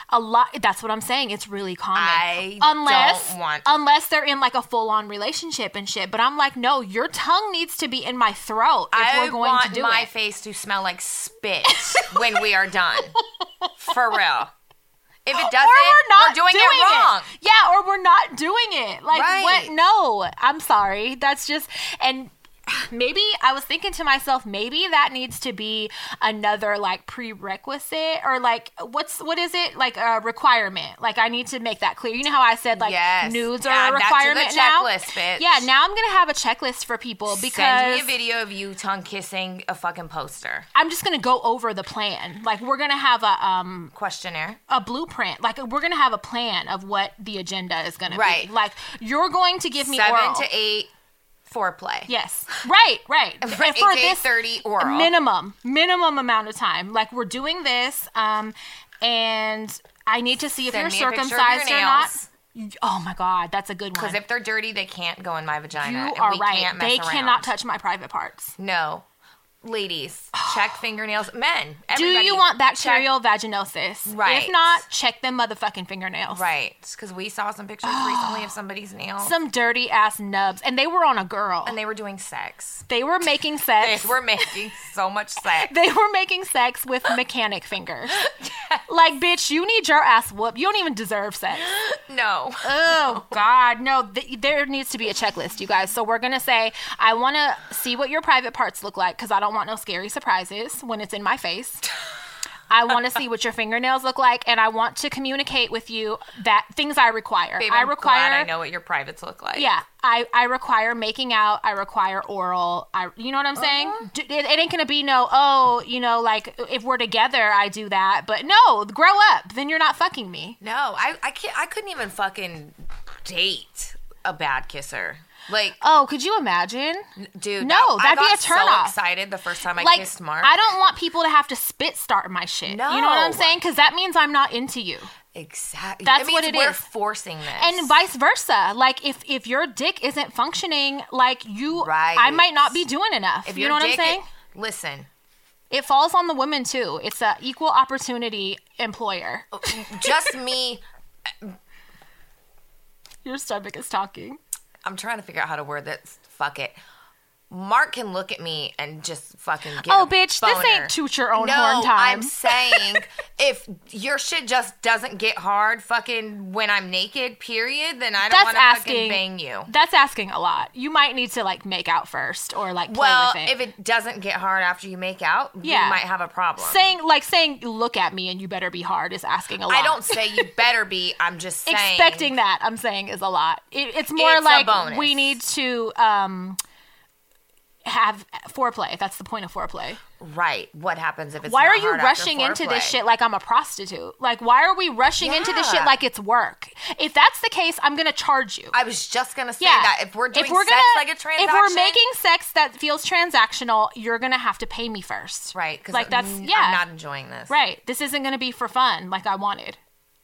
B: a lot. That's what I'm saying. It's really common.
A: I
B: unless
A: don't want-
B: unless they're in like a full on relationship and shit. But I'm like, no, your tongue needs to be in my throat if
A: I
B: we're going
A: want
B: to do
A: my
B: it.
A: face to smell like spit when we are done. For real. If it doesn't,
B: or we're not
A: doing, it wrong.
B: Yeah, or we're not doing it. Like
A: Right.
B: what? No, I'm sorry. That's just and maybe I was thinking to myself, maybe that needs to be another like prerequisite or like what's what is it like a requirement? Like I need to make that clear. You know how I said like
A: Yes.
B: nudes
A: Add
B: are a
A: that to the
B: requirement now.
A: checklist, bitch.
B: Yeah, now I'm gonna have a checklist for people
A: Send
B: because
A: me a video of you tongue kissing a fucking poster.
B: I'm just gonna go over the plan. Like we're gonna have a um
A: Questionnaire.
B: a blueprint. Like we're gonna have a plan of what the agenda is gonna
A: Right.
B: be. Like you're going to give me
A: Seven
B: oral.
A: to eight foreplay.
B: Yes. Right. Right. And
A: For,
B: for
A: eight
B: this
A: to 30 oral.
B: minimum minimum amount of time. Like we're doing this. Um, and I need to see if
A: Send me a
B: you're
A: picture of your
B: circumcised or not.
A: nails.
B: Oh my God, that's a good one.
A: Because if they're dirty, they can't go in my vagina.
B: you
A: and
B: are
A: we
B: right.
A: Can't mess
B: They
A: around.
B: cannot touch my private parts.
A: No. Ladies, check fingernails. Men.
B: Do
A: everybody,
B: you want
A: check-
B: bacterial vaginosis?
A: Right.
B: If not, check them motherfucking fingernails.
A: Right. Because we saw some pictures recently of somebody's nail.
B: Some dirty ass nubs, and they were on a girl.
A: and they were doing sex.
B: they were making sex.
A: They were making so much sex.
B: they were making sex with mechanic fingers. Like, bitch, you need your ass whooped. You don't even deserve sex.
A: No.
B: Oh, God. No, th- there needs to be a checklist, you guys. So, we're going to say, I want to see what your private parts look like because I don't want no scary surprises when it's in my face. I want to see what your fingernails look like, and I want to communicate with you that things I require.
A: Babe,
B: I
A: I'm
B: require.
A: glad I know what your privates look like.
B: Yeah, I, I require making out. I require oral. I you know what I'm saying?
A: Uh-huh.
B: D It, it ain't gonna be no. Oh, you know, like if we're together, I do that. But no, grow up. Then you're not fucking me.
A: No, I I can't. I couldn't even fucking date a bad kisser. Like,
B: Oh, could you imagine?
A: dude,
B: no,
A: I-
B: that'd
A: I
B: be
A: got
B: a turnoff.
A: So excited the first time I
B: like
A: kissed Mark.
B: I don't want people to have to spit start my shit. You know what I'm
A: No.
B: saying? Because that means I'm not into you.
A: exactly.
B: That's
A: it means
B: what it
A: we're
B: is.
A: forcing this.
B: and vice versa like if if your dick isn't functioning like you
A: Right.
B: i might not be doing enough
A: If
B: you
A: your
B: know what
A: dick-
B: i'm saying
A: Listen,
B: it falls on the women too it's a equal opportunity employer
A: just me.
B: your stomach is talking
A: I'm trying to figure out how to word this. Fuck it. Mark can look at me and just fucking get
B: Oh,
A: a
B: bitch, this
A: boner.
B: ain't toot your own
A: no,
B: horn time.
A: I'm saying if your shit just doesn't get hard fucking when I'm naked, period, then I don't
B: that's
A: want to fucking
B: asking
A: bang you.
B: that's asking a lot you might need to like make out first or like play
A: Well,
B: with it.
A: if it doesn't get hard after you make out,
B: Yeah.
A: you might have a problem.
B: saying like saying look at me and you better be hard is asking a lot
A: I don't say you better be. I'm just saying.
B: expecting that i'm saying is a lot it, it's more
A: It's a
B: like
A: bonus.
B: we need to um have foreplay that's the point of foreplay
A: Right. What happens if it's
B: why
A: not
B: are you
A: hard after
B: rushing into this
A: foreplay?
B: shit like I'm a prostitute? Like, why are we rushing into this shit
A: Yeah.
B: like it's work? If that's the case, I'm gonna charge you.
A: I was just gonna say that if we're doing sex like a transaction,
B: if we're making sex that feels transactional, you're gonna have to pay me first.
A: right, because
B: Like that's yeah.
A: I'm not enjoying this.
B: right. This isn't gonna be for fun like I wanted.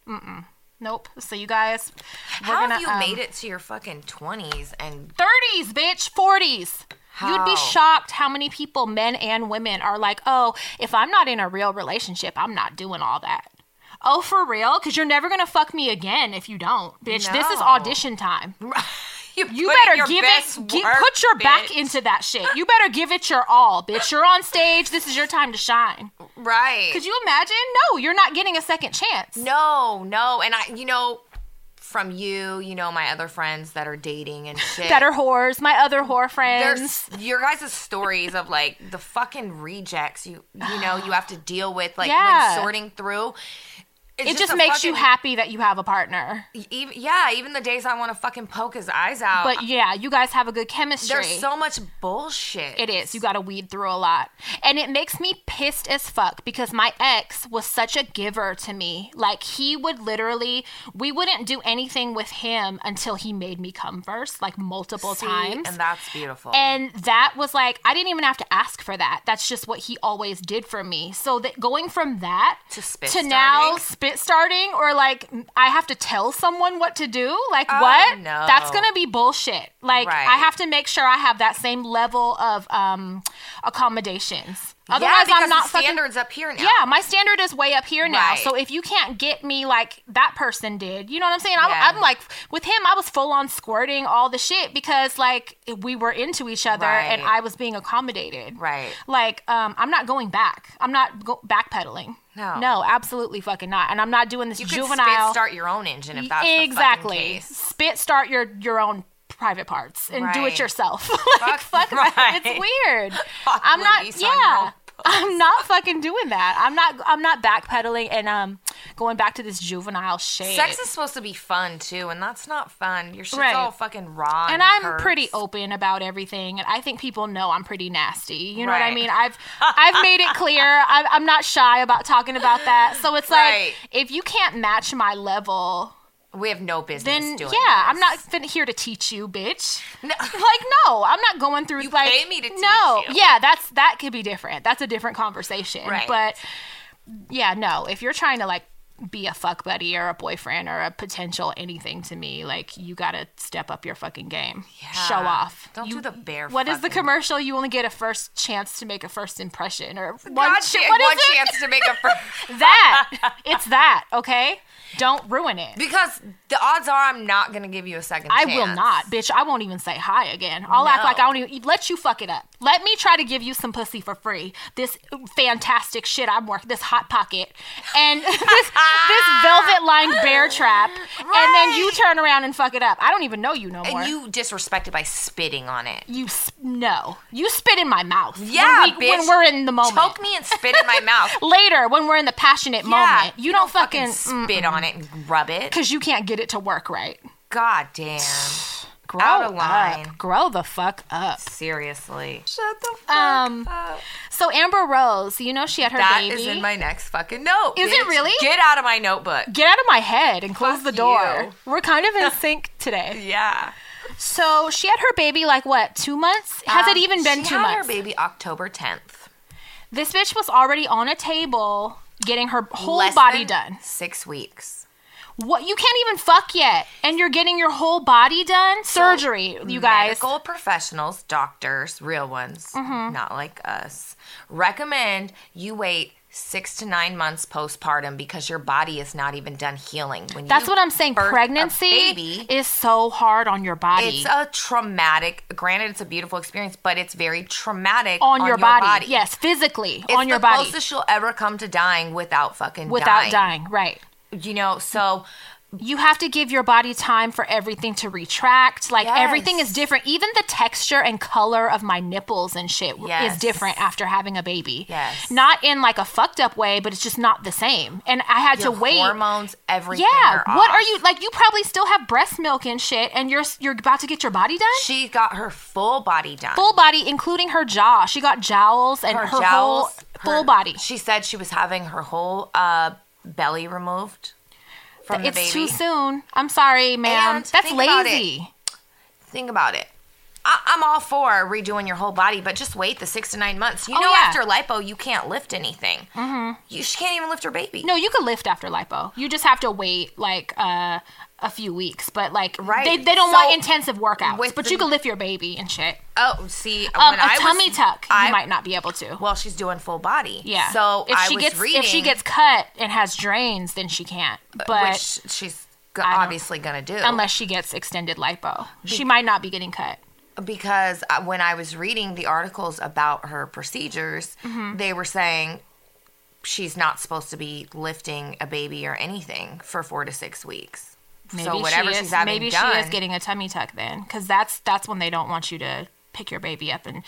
B: Mm-mm. Nope. So you guys, we're
A: How
B: gonna,
A: have you
B: um,
A: made it to your fucking twenties and
B: 30s, bitch, 40s. You'd
A: How?
B: be shocked how many people, men and women, are like, oh, if I'm not in a real relationship, I'm not doing all that. Oh, for real? Because you're never going to fuck me again if you don't, bitch. This is
A: No.
B: audition time.
A: you,
B: You
A: put in
B: better
A: your
B: give
A: best
B: it, gi-
A: work,
B: put your back
A: bitch.
B: into that shit. You better give it your all, bitch. You're on stage. This is your time to shine.
A: right?
B: Could you imagine? No, you're not getting a second chance.
A: no, no, and I, you know, from you, you know, my other friends that are dating and shit.
B: Better whores, my other whore friends.
A: there's your guys' stories of like the fucking rejects you you know you have to deal with like
B: Yeah.
A: when sorting through. It's
B: it just
A: a
B: makes you
A: fucking-
B: happy that you have a partner.
A: Even, yeah, even the days I want to fucking poke his eyes out.
B: But yeah, you guys have a good chemistry.
A: there's so much bullshit.
B: It is. You got to weed through a lot. And it makes me pissed as fuck because my ex was such a giver to me. Like, he would literally, we wouldn't do anything with him until he made me come first, like multiple
A: See,
B: times.
A: and that's beautiful.
B: And that was like, I didn't even have to ask for that. That's just what he always did for me. So that going from that
A: To spit
B: now
A: starting?
B: spit starting, or like I have to tell someone what to do, like what?
A: Oh, no.
B: That's gonna be bullshit. Like
A: Right.
B: I have to make sure I have that same level of um accommodations.
A: Yeah,
B: Otherwise,
A: because
B: I'm not
A: the
B: fucking.
A: standards up here now.
B: Yeah, my standard is way up here now.
A: Right.
B: So if you can't get me like that person did, you know what I'm saying? I'm,
A: Yeah.
B: I'm like, with him, I was full on squirting all the shit because like we were into each other and
A: Right.
B: I was being accommodated.
A: Right.
B: Like, um, I'm not going back. I'm not go- backpedaling.
A: No.
B: No, absolutely fucking not. And I'm not doing this
A: you could spit
B: juvenile.
A: start your own engine if that's
B: exactly.
A: The fucking case.
B: Spit start your your own private parts and do it
A: Right.
B: yourself.
A: Fuck
B: like, fuck that.
A: right.
B: It's weird.
A: Fuck
B: I'm not.
A: release on your
B: Yeah.
A: own
B: I'm not fucking doing that. I'm not. I'm not backpedaling and um going back to this juvenile shit.
A: Sex is supposed to be fun too, and that's not fun. Your shit's
B: Right.
A: all fucking raw.
B: and I'm
A: hurts.
B: pretty open about everything, and I think people know I'm pretty nasty. You know what I
A: Right.
B: mean? I've I've made it clear. I'm, I'm not shy about talking about that. So it's like
A: Right.
B: if you can't match my level,
A: We have no business
B: then yeah,
A: doing.
B: I'm
A: this.
B: not fin- here to teach you, bitch.
A: No.
B: like no, I'm not going through.
A: You
B: like,
A: pay me to teach
B: no,
A: you.
B: yeah, that's that could be different. That's a different conversation.
A: Right.
B: But yeah, no, if you're trying to like be a fuck buddy or a boyfriend or a potential anything to me, like you gotta step up your fucking game. Show
A: Yeah.
B: off.
A: Don't
B: You-
A: do the bare.
B: What is the
A: fucking-
B: commercial? You only get a first chance to make a first impression, or one,
A: God,
B: ch-
A: she had
B: what is
A: one
B: it?
A: chance to make a fir-
B: That it's that okay? Don't ruin it.
A: because the odds are I'm not gonna give you a second.
B: I
A: chance.
B: will not, bitch. I won't even say hi again. I'll act
A: No.
B: like I don't even let you fuck it up. Let me try to give you some pussy for free. This fantastic shit I'm working, this hot pocket, and this this velvet lined bear trap, and then you turn around and fuck it up. I don't even know you no more.
A: And you disrespect it by spitting on it.
B: You sp- no. You spit in my mouth.
A: Yeah,
B: when, we,
A: bitch.
B: when we're in the moment.
A: Choke me and spit in my mouth.
B: Later, when we're in the passionate
A: Yeah,
B: moment, you, don't, fucking
A: spit on it and rub it.
B: because you can't get it to work right.
A: God damn.
B: Grow
A: Out of
B: up.
A: line.
B: Grow the fuck up.
A: Seriously. Shut the fuck
B: Um,
A: up.
B: So Amber Rose, you know she had her
A: That is
B: baby.
A: in my next fucking note.
B: Is it
A: bitch.
B: really?
A: Get out of my notebook.
B: Get out of my head and close
A: Fuck
B: the door.
A: you.
B: We're kind of in sync today.
A: Yeah.
B: So she had her baby like what, two months? Has it
A: Um,
B: even been
A: she
B: two
A: had
B: months?
A: her baby October 10th.
B: This bitch was already on a table getting her whole
A: Less
B: body
A: than
B: done.
A: Six weeks.
B: What you can't even fuck yet, and you're getting your whole body done? Surgery, you guys.
A: Medical professionals, doctors, real ones,
B: Mm-hmm.
A: not like us, recommend you wait six to nine months postpartum because your body is not even done healing. When
B: That's
A: you
B: what I'm saying.
A: birth a
B: Pregnancy
A: baby,
B: is so hard on your body.
A: it's a traumatic. Granted, it's a beautiful experience, but it's very traumatic
B: on, your, body. Yes, physically
A: It's
B: on your
A: the
B: body
A: closest you'll ever come to dying without fucking
B: without
A: dying.
B: dying. Right.
A: You know, so
B: You have to give your body time for everything to retract. Like
A: Yes.
B: everything is different. Even the texture and color of my nipples and shit w-
A: Yes.
B: is different after having a baby.
A: Yes.
B: Not in like a fucked up way, but it's just not the same. And I had
A: your
B: to wait.
A: hormones, everything.
B: yeah.
A: are
B: What
A: off.
B: are you like? You probably still have breast milk and shit, and you're s- you're about to get your body done.
A: She got her full body done.
B: full body, including her jaw. She got jowls and her, whole
A: jowls,
B: full
A: her-
B: body.
A: She said she was having her whole uh, belly removed from
B: It's
A: the baby.
B: too soon. I'm sorry, ma'am.
A: And
B: That's
A: think about it.
B: lazy.
A: Think about it. I- I'm all for redoing your whole body, but just wait the six to nine months. You
B: Oh,
A: know,
B: yeah.
A: after lipo, you can't lift anything. Mm-hmm. You she can't even lift her baby.
B: No, you could lift after lipo. You just have to wait like uh, a few weeks. But like,
A: Right.
B: they, they don't
A: So,
B: want intensive workouts.
A: with
B: But
A: the-
B: you could lift your baby and shit.
A: Oh, see,
B: Um,
A: when
B: a
A: I was-
B: tummy tuck,
A: I-
B: you might not be able to.
A: Well, she's doing full body.
B: Yeah.
A: So
B: if
A: I
B: she
A: was
B: gets
A: reading, Uh,
B: if she gets cut and has drains, then she can't. But
A: which she's go-
B: don't-
A: obviously gonna do
B: unless she gets extended lipo, she might not be getting cut.
A: because uh, when I was reading the articles about her procedures,
B: Mm-hmm.
A: they were saying she's not supposed to be lifting a baby or anything for four to six weeks.
B: Maybe
A: so whatever
B: she is,
A: she's having
B: maybe
A: done,
B: she is getting a tummy tuck then, because that's that's when they don't want you to pick your baby up and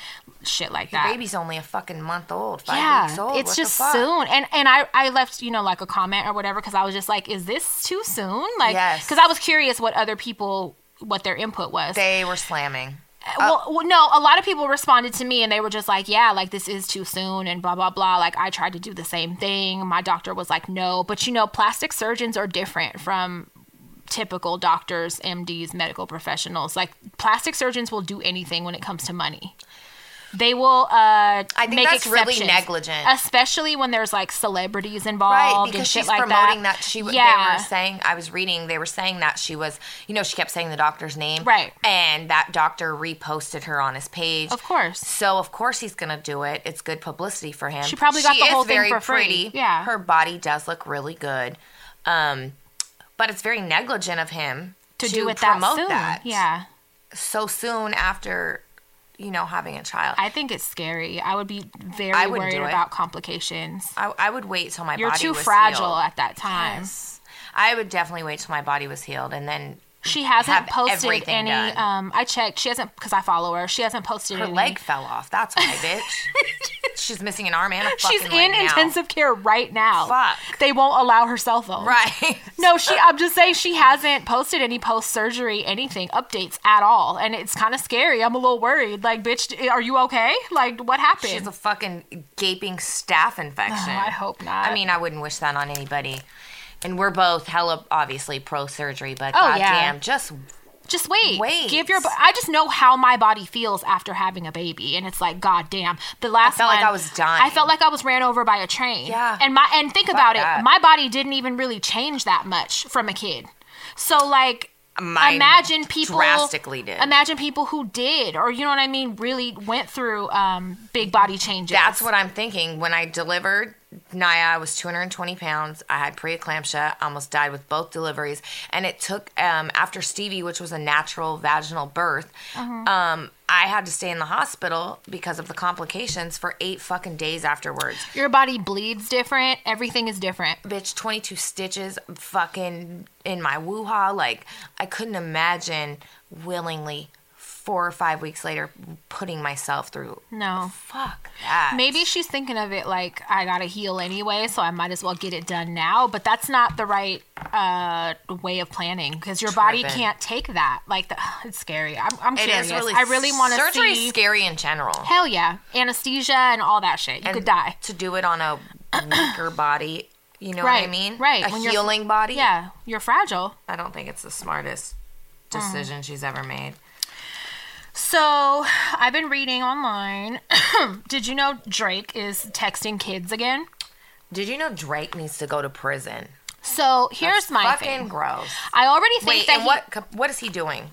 B: shit like that.
A: baby's only a fucking month old, five
B: yeah,
A: weeks old.
B: it's
A: what the
B: just
A: fuck?
B: soon, and and I I left you know like a comment or whatever because I was just like, is this too soon? Like,
A: Yes.
B: because I was curious what other people what their input was.
A: They were slamming.
B: well, well, no, a lot of people responded to me and they were just like, yeah, like this is too soon and blah blah blah. Like I tried to do the same thing. My doctor was like, no, but you know, plastic surgeons are different from typical doctors, MDs, medical professionals. Like plastic surgeons will do anything when it comes to money. They will uh
A: I think
B: make
A: that's really
B: exceptions,
A: negligent.
B: Especially when there's like celebrities involved
A: Right,
B: and
A: because
B: shit
A: she's
B: like
A: promoting
B: that.
A: that, she w-
B: Yeah.
A: they were saying I was reading they were saying that she was you know she kept saying the doctor's name
B: Right.
A: and that doctor reposted her on his page
B: Of course.
A: So of course he's gonna do it. It's good publicity for him.
B: She probably got the
A: is
B: whole thing
A: very
B: for free.
A: pretty.
B: Yeah.
A: her body does look really good, um, but it's very negligent of him
B: To, do it that
A: promote
B: soon.
A: that,
B: Yeah.
A: so soon after you know having a child. I,
B: I think it's scary. I would be very
A: I wouldn't
B: worried
A: do it.
B: about complications.
A: I, would wait till my
B: You're
A: body
B: too
A: was
B: fragile
A: healed.
B: at that time.
A: I would definitely wait till my body was healed and then
B: She hasn't
A: Have
B: posted
A: everything
B: any.
A: done.
B: Um, I checked. She hasn't because I follow her. She hasn't posted
A: her
B: any.
A: leg fell off. That's why, bitch. She's missing an arm and a fucking
B: She's in
A: leg now.
B: intensive care right now.
A: Fuck.
B: They won't allow her cell phone.
A: Right.
B: No, she. I'm just saying she hasn't posted any post surgery anything updates at all, and it's kind of scary. I'm a little worried. Like, bitch, are you okay? Like, what happened?
A: She's a fucking gaping staph infection.
B: Oh, I hope not.
A: I mean, I wouldn't wish that on anybody. And we're both hella obviously pro surgery, but
B: Oh,
A: goddamn,
B: yeah.
A: just
B: just wait.
A: Wait.
B: Give your. bo- I just know how my body feels after having a baby, and it's like, god damn. The last
A: felt like
B: one,
A: I was dying.
B: I felt like I was ran over by a train.
A: Yeah.
B: And my and think about
A: that.
B: it, my body didn't even really change that much from a kid. So like.
A: Mine
B: imagine people
A: drastically did.
B: Imagine people who did, or you know what I mean, really went through um, big body changes.
A: that's what I'm thinking. When I delivered Naya, I was 220 pounds. I had preeclampsia, almost died with both
B: Uh-huh.
A: deliveries, and it took um, after Stevie, which was a natural vaginal birth. Um, I had to stay in the hospital because of the complications for eight fucking days afterwards.
B: Your body bleeds different. Everything is different.
A: Bitch, 22 stitches fucking in my woo-ha. Like, I couldn't imagine willingly four or five weeks later putting myself through.
B: No.
A: Fuck that.
B: Maybe she's thinking of it like I gotta heal anyway, so I might as well get it done now. But that's not the right uh, way of planning because your body
A: Tripping.
B: can't take that. Like the, it's scary. I'm, I'm
A: It
B: curious.
A: is really.
B: I really want to
A: Surgery's
B: see.
A: scary in general.
B: Hell yeah, anesthesia and all that shit. You
A: And
B: could die.
A: To do it on a weaker body, you know
B: Right.
A: what I mean?
B: Right.
A: A
B: When you're-
A: healing body.
B: Yeah, you're fragile.
A: I don't think it's the smartest decision she's ever made.
B: So I've been reading online. Did you know Drake is texting kids again?
A: Did you know Drake needs to go to prison?
B: So here's my
A: Fucking
B: thing.
A: gross.
B: I already think
A: Wait,
B: that
A: and
B: he-
A: what co- what is he doing?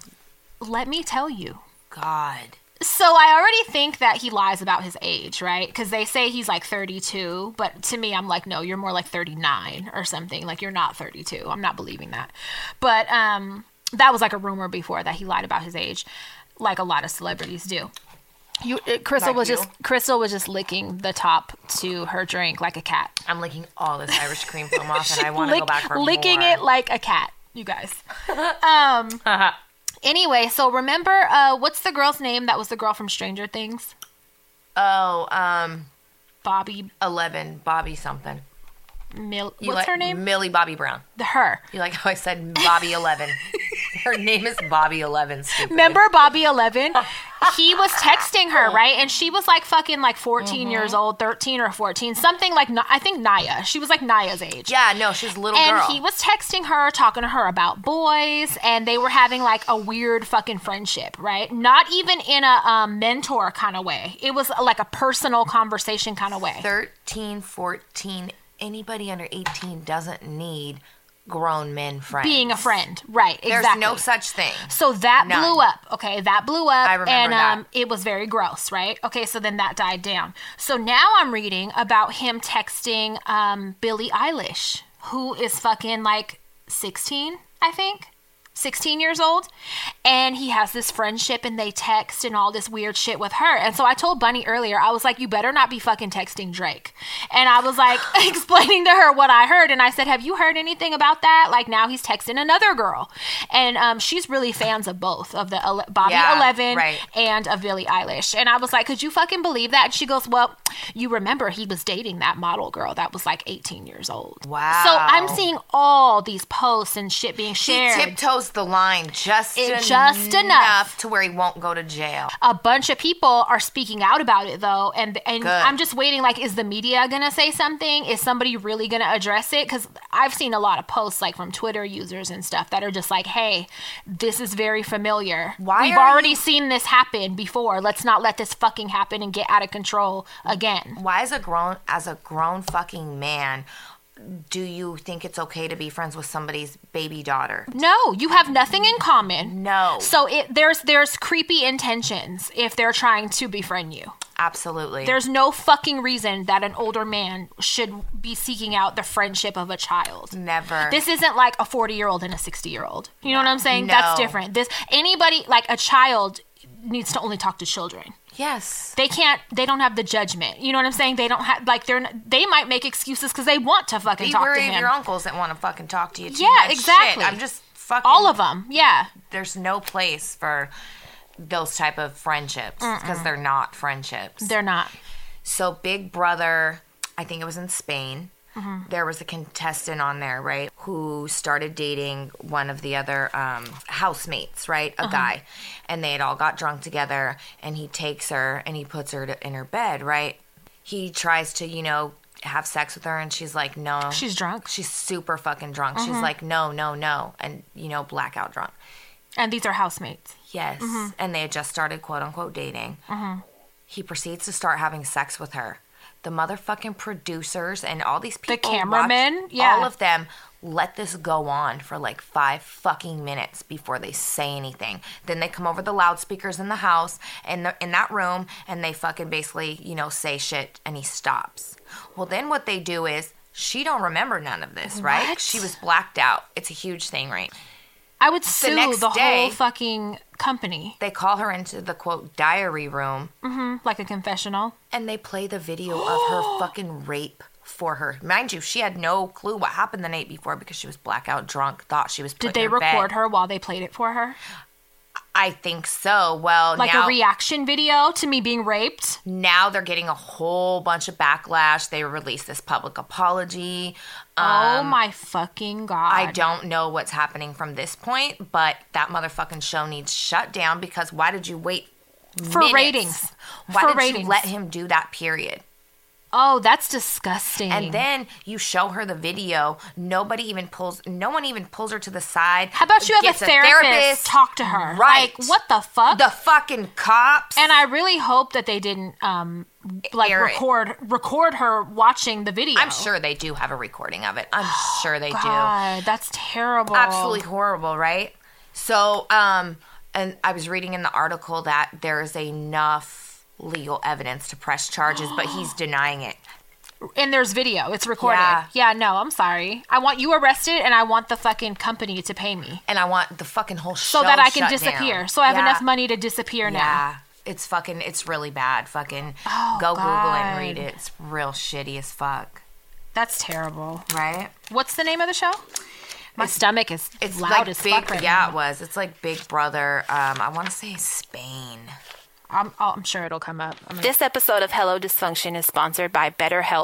B: Let me tell you.
A: God.
B: So I already think that he lies about his age, right? Because they say he's like 32, but to me, I'm like, no, you're more like 39 or something. Like you're not 32. I'm not believing that. But um, that was like a rumor before that he lied about his age, like a lot of celebrities do. You, uh, Crystal
A: Like
B: was
A: you.
B: just Crystal was just licking the top to her drink like a cat.
A: I'm licking all this Irish cream foam off and Oh, I want to go
B: Lick-
A: back for
B: licking
A: more.
B: it like a cat, you guys. um.
A: Uh-huh.
B: anyway, so remember, uh, what's the girl's name that was the girl from Stranger Things?
A: Oh, um
B: Bobby
A: 11 Bobby something.
B: Mill.
A: You
B: what's
A: like-
B: her name?
A: Millie Bobby Brown.
B: The her.
A: You like how I said Bobby 11? her name is Bobby 11. Stupid.
B: Remember Bobby Eleven? he was texting her, right? And she was like fucking like 14
A: Mm-hmm.
B: years old, 13 or 14, something like Ni- I think Naya. She was like Naya's age.
A: Yeah, no, she's a little
B: And
A: girl.
B: he was texting her, talking to her about boys, and they were having like a weird fucking friendship, right? Not even in a um, mentor kind of way. It was like a personal conversation kind of way.
A: 13, 14, anybody under 18 doesn't need grown men friends.
B: Being a friend, right?
A: There's
B: exactly.
A: no such thing.
B: So that
A: None.
B: blew up. Okay, that blew up.
A: I remember
B: and
A: that.
B: um it was very gross, right? Okay, so then that died down. So now I'm reading about him texting um Billie Eilish, who is fucking like 16, I think. 16 years old and he has this friendship and they text and all this weird shit with her and so i told bunny earlier i was like you better not be fucking texting drake and i was like explaining to her what i heard and i said have you heard anything about that like now he's texting another girl and um, she's really fans of both of the ele- bobby
A: Yeah,
B: 11
A: right.
B: and of billie eilish and i was like could you fucking believe that and she goes well you remember he was dating that model girl that was like 18 years old
A: Wow.
B: so i'm seeing all these posts and shit being
A: He
B: shared
A: tiptoes the line just,
B: It-
A: enough,
B: just enough.
A: to where he won't go to jail.
B: a bunch of people are speaking out about it though and and
A: Good.
B: I'm just waiting like is the media going to say something is somebody really going to address it cuz I've seen a lot of posts like from Twitter users and stuff that are just like hey this is very familiar
A: Why
B: we've
A: are
B: already seen this happen before let's not let this fucking happen and get out of control again
A: Why is a grown as a grown fucking man do you think it's okay to be friends with somebody's baby daughter?
B: no you have nothing in common
A: No.
B: so it there's there's creepy intentions if they're trying to befriend you
A: Absolutely.
B: There's no fucking reason that an older man should be seeking out the friendship of a child.
A: never.
B: This isn't like a 40 year old and a 60 year old. You know what I'm saying? That's
A: No.
B: different. This anybody like a child needs to only talk to children.
A: yes.
B: They can't. They don't have the judgment. You know what I'm saying? They don't have like they're. n- They might make excuses because they want to fucking
A: Be
B: talk to
A: wary of
B: him.
A: your uncles that want to fucking talk to you. Too
B: Yeah,
A: much. Shit,
B: exactly.
A: I'm just fucking
B: All of them. Yeah.
A: there's no place for those type of friendships because they're not friendships.
B: They're not.
A: so Big Brother, I think it was in Spain.
B: Mm-hmm.
A: There was a contestant on there, right, who started dating one of the other um, housemates, right,
B: Mm-hmm.
A: a guy, and they had all got drunk together. And he takes her and he puts her to, in her bed, right. He tries to, you know, have sex with her, and she's like, no,
B: She's drunk.
A: she's super fucking drunk. She's like, no, no, no, and you know, blackout drunk.
B: And these are housemates.
A: Yes.
B: Mm-hmm.
A: And they had just started quote unquote dating. He proceeds to start having sex with her. The motherfucking producers and all these people, watched-
B: cameramen? Yeah.
A: all of them let this go on for like five fucking minutes before they say anything. Then they come over the loudspeakers in the house and the, in that room, and they fucking basically, you know, say shit, and he stops. Well, then what they do is she don't remember none of this, right?
B: What?
A: She was blacked out. It's a huge thing, right?
B: I would sue
A: next
B: the
A: day-
B: whole fucking company,
A: They call her into the quote diary room Mm-hmm.
B: like a confessional.
A: and they play the video of her fucking rape for her. Mind you, she had no clue what happened the night before because she was blackout drunk, thought she was.
B: Did they record her while they played it for her?
A: I think so. Well,
B: Like
A: now,
B: a reaction video to me being raped?
A: now they're getting a whole bunch of backlash. They released this public apology.
B: oh my fucking god.
A: Um, I don't know what's happening from this point, but that motherfucking show needs shut down because why did you wait
B: For
A: minutes?
B: ratings.
A: Why
B: For
A: did
B: ratings.
A: you let him do that? Period.
B: Oh, that's disgusting.
A: And then you show her the video. Nobody even pulls. No one even pulls her to the side.
B: How about you have a
A: Gets
B: therapist, talk to her?
A: Right.
B: Like, what the fuck?
A: The fucking cops.
B: and I really hope that they didn't um like
A: Air it.
B: record record her watching the video.
A: I'm sure they do have a recording of it. I'm sure they do.
B: God, that's terrible.
A: absolutely horrible, right? So, um, and I was reading in the article that there is enough legal evidence to press charges, but he's denying it.
B: And there's video. It's recorded.
A: Yeah.
B: Yeah. no, I'm sorry. I want you arrested and I want the fucking company to pay me
A: And I want the fucking whole show
B: so that I can
A: shut
B: disappear.
A: down.
B: So I have
A: Yeah.
B: enough money to disappear now.
A: Yeah, it's fucking, it's really bad. Fucking go Google and read
B: Oh, God.
A: it. It's real shitty as fuck,
B: That's terrible.
A: right?
B: What's the name of the show? My stomach is
A: It's
B: loud
A: like
B: as
A: big,
B: fuck right
A: yeah,
B: now.
A: it was. It's like Big Brother. Um, I want to say Spain.
B: I'm, oh, I'm sure it'll come up. I'm gonna-
C: This episode of Hello Dysfunction is sponsored by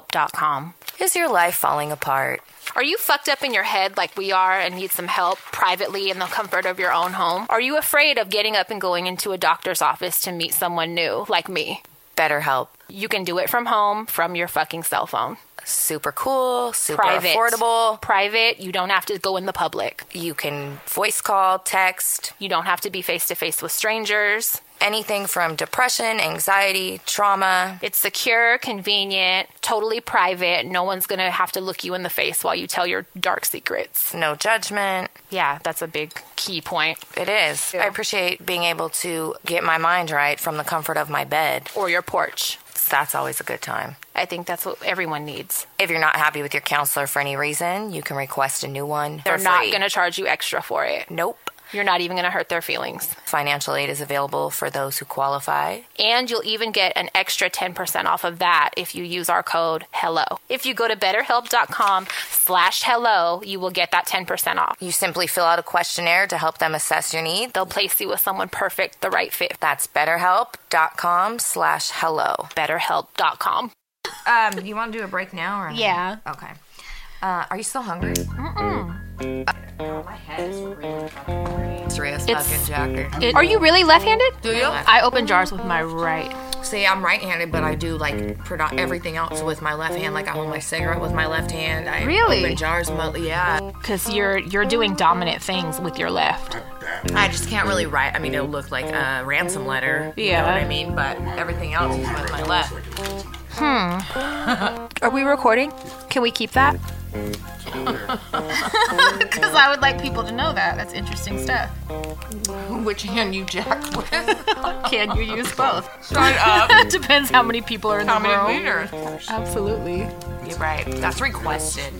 C: BetterHelp.com.
A: Is your life falling apart?
C: Are you fucked up in your head like we are and need some help privately in the comfort of your own home? Are you afraid of getting up and going into a doctor's office to meet someone new like me?
A: BetterHelp.
C: You can do it from home from your fucking cell phone.
A: Super cool, super
C: Private.
A: affordable.
C: Private. You don't have to go in the public.
A: You can voice call, text,
C: You don't have to be face to face with strangers.
A: anything from depression, anxiety, trauma.
C: It's secure, convenient, totally private. No one's going to have to look you in the face while you tell your dark secrets.
A: No judgment.
C: Yeah, that's a big key point.
A: It is. I appreciate being able to get my mind right from the comfort of my bed.
C: Or your porch.
A: That's always a good time.
C: I think that's what everyone needs.
A: If you're not happy with your counselor for any reason, you can request a new one.
C: They're
A: for
C: not
A: free.
C: going to charge you extra for it.
A: Nope.
C: You're not even going to hurt their feelings.
A: Financial aid is available for those who qualify.
C: And you'll even get an extra 10% off of that if you use our code HELLO. If you go to betterhelp.com slash hello, you will get that 10% off.
A: You simply fill out a questionnaire to help them assess your need.
C: They'll place you with someone perfect, the right fit.
A: That's betterhelp.com slash hello.
C: BetterHelp.com.
A: Um, you want to do a break now? Or
B: Yeah.
A: Okay. Uh, are you still hungry? Mm-mm. my head is really fucking hungry. Serious fucking jacker.
B: It- are you really left handed?
A: Do you?
B: I open jars with my right.
A: See, I'm right-handed, but I do like produ- everything else with my left hand. Like I hold my cigarette with my left hand. I
B: Really?
A: Open jars, mo- yeah.
B: Cause you're you're doing dominant things with your left.
A: I just can't really write. I mean, it'll look like a ransom letter. You
B: Yeah.
A: know what I mean? But everything else is with my left.
B: Are we recording? Can we keep that? Because I would like people to know that. That's interesting stuff.
A: Which hand you jack with?
B: Can you use both?
A: Shut up.
B: Depends how many people are in
A: How
B: the
A: many
B: room.
A: meters?
B: Absolutely.
A: You're right. That's requested.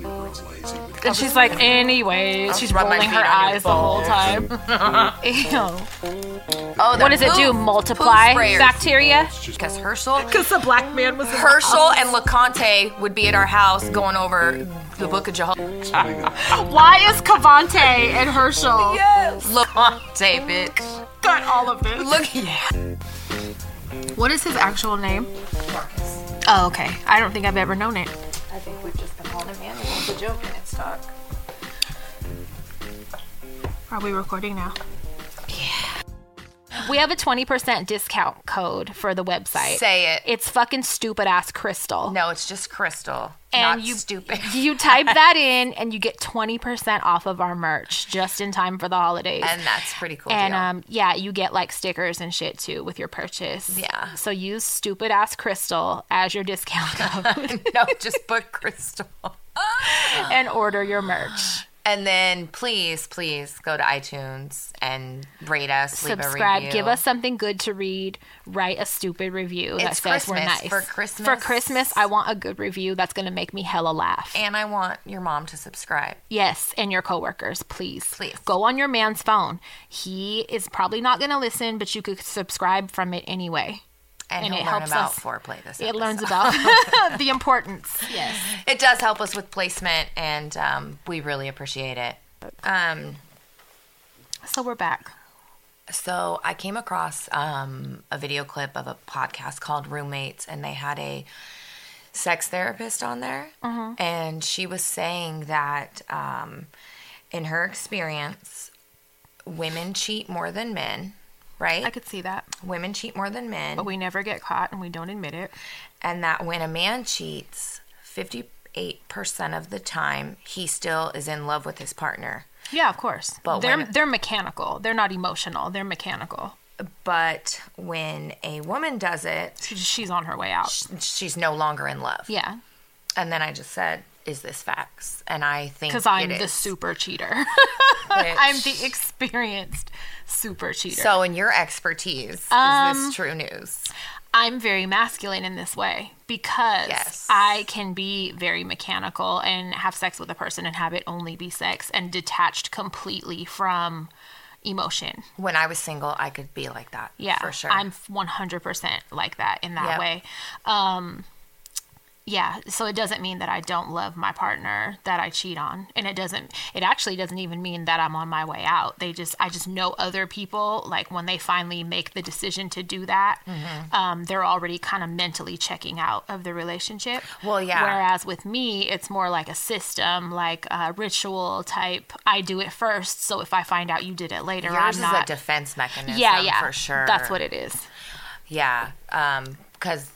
B: And she's like, anyways, she's
A: rub my
B: rolling
A: feet
B: her
A: on your
B: eyes the whole time. Ew.
A: Oh,
B: What does it do? Multiply bacteria?
A: Because Herschel,
B: Because the black man was in
A: Herschel and LeConte would be at our house going over the Book of Jehovah.
B: Why is Cavante and Herschel
A: Yes. LeConte, bitch.
B: got all of this?
A: Look, yeah.
B: What is his actual name? Marcus. Oh, okay. I don't think I've ever known it.
A: I think we've just been calling him animal. It's a joke and it's stuck.
B: Are we recording now?
C: We have a 20% discount code for the website.
A: Say it.
C: It's fucking stupid ass crystal.
A: No, it's just Crystal.
C: And
A: Not
C: you-
A: stupid.
C: You type that in and you get 20% off of our merch just in time for the holidays.
A: and that's pretty cool.
C: And
A: deal.
C: um, yeah, you get like stickers and shit too with your purchase.
A: Yeah.
C: So use stupid ass crystal as your discount code
A: no, just put Crystal.
C: and order your merch.
A: And then please, please go to iTunes and rate us, leave a
B: subscribe,
A: review.
B: give us something good to read, write a stupid review that
A: It's
B: says we're
A: Christmas.
B: nice.
A: For Christmas.
B: For Christmas, I want a good review that's going to make me hella laugh.
A: and I want your mom to subscribe.
B: yes, and your coworkers, please.
A: Please.
B: Go on your man's phone. He is probably not going to listen, but you could subscribe from it anyway.
A: And,
B: And
A: he'll
B: it
A: learn
B: helps
A: about
B: us.
A: foreplay this
B: It
A: episode.
B: learns about the importance. Yes.
A: It does help us with placement, and um, we really appreciate it. Um,
B: So we're back.
A: So I came across um, a video clip of a podcast called Roommates, and they had a sex therapist on there, and she was saying that um, in her experience, women cheat more than men. Right?
B: I could see that.
A: women cheat more than men,
B: But we never get caught and we don't admit it.
A: and that when a man cheats, fifty-eight percent of the time, he still is in love with his partner.
B: Yeah, of course.
A: But
B: they're
A: when-
B: they're mechanical. They're not emotional. They're mechanical.
A: But when a woman does it,
B: She's on her way out.
A: she's no longer in love.
B: Yeah.
A: And then I just said, "Is this facts?" And I think
B: Because I'm
A: it
B: the
A: is,
B: super cheater.
A: bitch.
B: I'm the experienced super cheater.
A: so in your expertise is
B: Um,
A: this true news?
B: I'm very masculine in this way because
A: Yes.
B: I can be very mechanical and have sex with a person and have it only be sex and detached completely from emotion.
A: When I was single, I could be like that.
B: Yeah,
A: for sure.
B: I'm 100% like that in that
A: Yep.
B: way. Um, yeah, so it doesn't mean that I don't love my partner that I cheat on, and it doesn't. It actually doesn't even mean that I'm on my way out. They just, I just know other people. Like when they finally make the decision to do that,
A: Mm-hmm.
B: um, they're already kind of mentally checking out of the relationship.
A: Well, yeah.
B: Whereas with me, it's more like a system, like a ritual type. I do it first, so if I find out you did it later,
A: Yours
B: I'm
A: is
B: not.
A: a defense mechanism.
B: yeah, yeah,
A: for sure.
B: That's what it is.
A: Yeah, because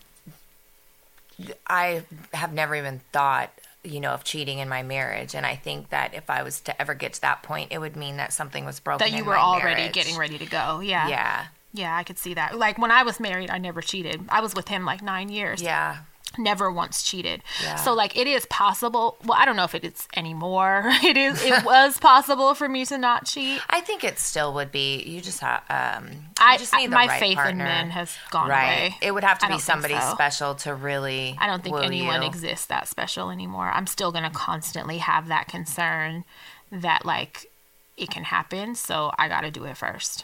A: I have never even thought, you know, of cheating in my marriage, and I think that if I was to ever get to that point, it would mean that something was broken.
B: that you
A: in
B: were
A: my
B: already
A: marriage.
B: getting ready to go. Yeah.
A: Yeah,
B: Yeah, I could see that. Like when I was married, I never cheated. I was with him like 9 years.
A: yeah.
B: Never once cheated.
A: Yeah.
B: So like it is possible. Well, I don't know if it is anymore. It is it was possible for me to not cheat.
A: I think it still would be. You just have. Um,
B: I-
A: you just need
B: I-
A: the
B: my
A: right
B: faith in
A: partner.
B: men has gone away.
A: It would have to
B: I
A: be
B: don't think
A: somebody
B: so.
A: special to really.
B: I don't think
A: woo
B: anyone
A: you.
B: exists that special anymore. I'm still going to constantly have that concern that like it can happen, so I got to do it first.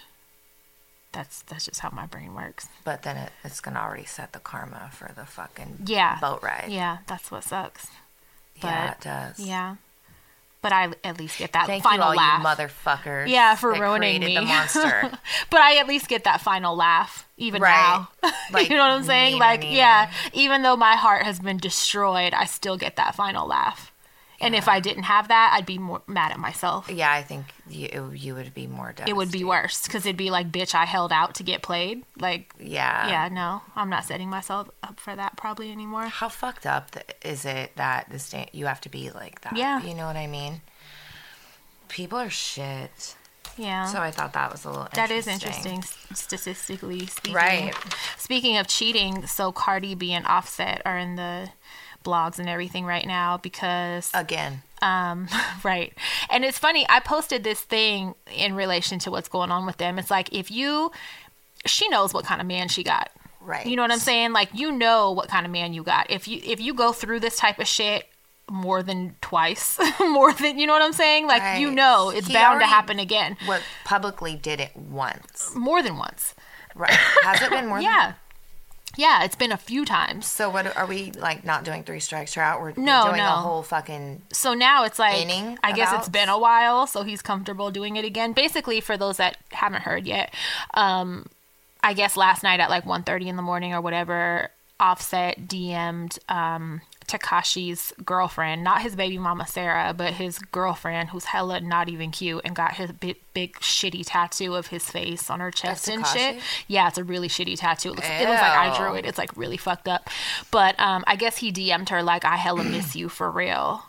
B: That's that's just how my brain works.
A: But then it, it's gonna already set the karma for the fucking
B: Yeah.
A: boat ride.
B: Yeah, that's what sucks.
A: yeah,
B: but-
A: it does.
B: Yeah. But I at least get that
A: Thank you
B: final
A: all
B: laugh.
A: you motherfuckers.
B: Yeah, for
A: that
B: ruining
A: created the
B: me.
A: monster.
B: but I at least get that final laugh even
A: Right.
B: now.
A: Like,
B: you know what I'm saying?
A: neener,
B: like
A: neener.
B: yeah, even though my heart has been destroyed, I still get that final laugh. And if I didn't have that, I'd be more mad at myself.
A: yeah, I think you you would be more. Devastated.
B: It would be worse because it'd be like, bitch, I held out to get played. Like,
A: Yeah.
B: yeah, no, I'm not setting myself up for that probably anymore.
A: How fucked up th- is it that this day you have to be like that?
B: Yeah.
A: You know what I mean? People are shit.
B: Yeah.
A: So I thought that was a little.
B: That is interesting, s- statistically speaking.
A: Right.
B: Speaking of cheating, so Cardi B and Offset are in the blogs and everything right now because
A: Again.
B: um right and it's funny i posted this thing in relation to what's going on with them it's like if you she knows what kind of man she got
A: Right.
B: you know what i'm saying like you know what kind of man you got if you if you go through this type of shit more than twice more than you know what i'm saying like you
A: Right.
B: know it's
A: He
B: bound to
A: already-
B: happen again
A: What publicly did it once.
B: more than once
A: Right. Has it been more than-
B: Yeah. Yeah, it's been a few times.
A: So what are we like not doing three strikes you're out? We're, we're
B: No,
A: doing
B: no.
A: a whole fucking
B: So now it's like
A: Inning
B: I guess it's
A: about?
B: been a while, so he's comfortable doing it again. Basically, for those that haven't heard yet, um, I guess last night at like 1.30 in the morning or whatever, Offset DM'd um, Takashi's girlfriend, not his baby mama Sarah, but his girlfriend who's hella not even cute and got his big, big shitty tattoo of his face on her chest and shit.
A: Tekashi?
B: Yeah, it's a really shitty tattoo. It looks, it looks like I drew
A: Ew.
B: it. It's like really fucked up. But um, I guess he DM'd her like, "I hella miss you for real."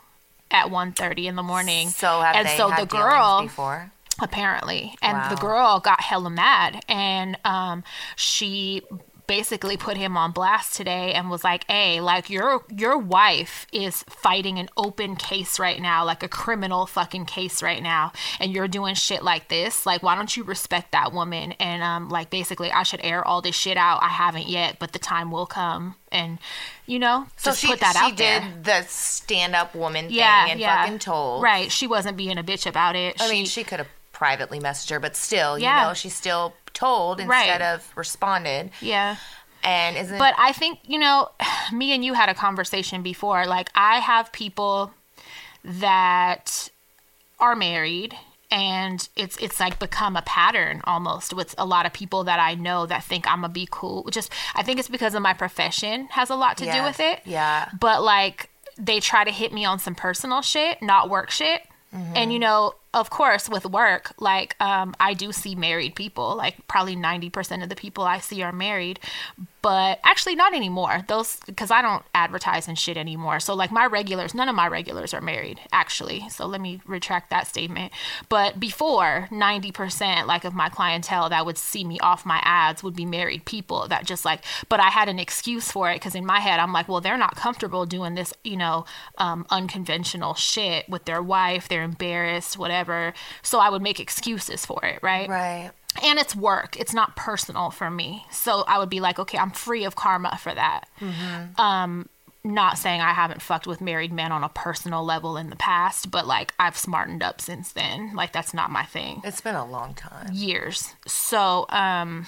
B: At 1.30 in the morning.
A: so have
B: and
A: they
B: so
A: had
B: the
A: dealings
B: girl
A: before?
B: apparently and the
A: Wow.
B: girl got hella mad and um she basically put him on blast today and was like, "Hey, like your your wife is fighting an open case right now, like a criminal fucking case right now, and you're doing shit like this. Like, why don't you respect that woman?" And um, like basically, I should air all this shit out. I haven't yet, but the time will come. And you know,
A: So
B: just
A: she,
B: put that
A: she
B: out there.
A: did the stand up woman
B: yeah,
A: thing and
B: yeah.
A: fucking told.
B: Right, she wasn't being a bitch about it.
A: I mean, she could have privately messaged her, but still, you
B: Yeah.
A: know, she still told instead
B: Right.
A: of responded.
B: yeah.
A: And isn't
B: But I think, you know, me and you had a conversation before. Like, I have people that are married and it's it's like become a pattern almost with a lot of people that I know that think I'm gonna be cool. Just I think it's because of my profession has a lot to do
A: Yes,
B: with it.
A: yeah.
B: But like they try to hit me on some personal shit, not work shit.
A: Mm-hmm.
B: And you know, of course, with work, like um, I do see married people. Like probably ninety percent of the people I see are married, but actually not anymore. Those because I don't advertise and shit anymore. So like my regulars, none of my regulars are married actually. So let me retract that statement. But before, ninety percent like of my clientele that would see me off my ads would be married people that just like. But I had an excuse for it because in my head I'm like, well, they're not comfortable doing this, you know, um, unconventional shit with their wife. They're embarrassed, whatever. So I would make excuses for it, right?
A: right.
B: and it's work it's not personal for me so i would be like okay i'm free of karma for that um not saying i haven't fucked with married men on a personal level in the past but like i've smartened up since then like that's not my thing
A: It's been a long time.
B: years so um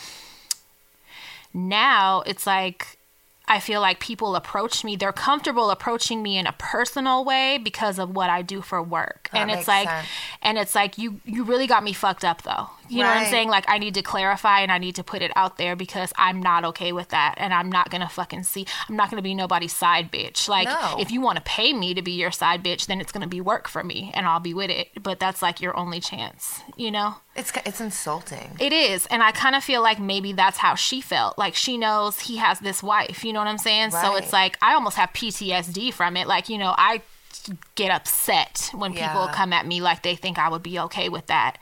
B: now it's like I feel like people approach me, they're comfortable approaching me in a personal way because of what I do for work. and
A: makes
B: it's like
A: sense.
B: and it's like you you really got me fucked up though. You know what
A: Right.
B: I'm saying? Like I need to clarify and I need to put it out there because I'm not okay with that and I'm not going to fucking see I'm not going to be nobody's side bitch. Like
A: No.
B: if you want to pay me to be your side bitch, then it's going to be work for me and I'll be with it. But that's like your only chance, you know?
A: It's it's insulting.
B: It is. And I kind of feel like maybe that's how she felt. Like she knows he has this wife. You know what I'm saying? So
A: Right.
B: it's like I almost have PTSD from it. Like, you know, I get upset when people
A: Yeah.
B: come at me like they think I would be okay with that.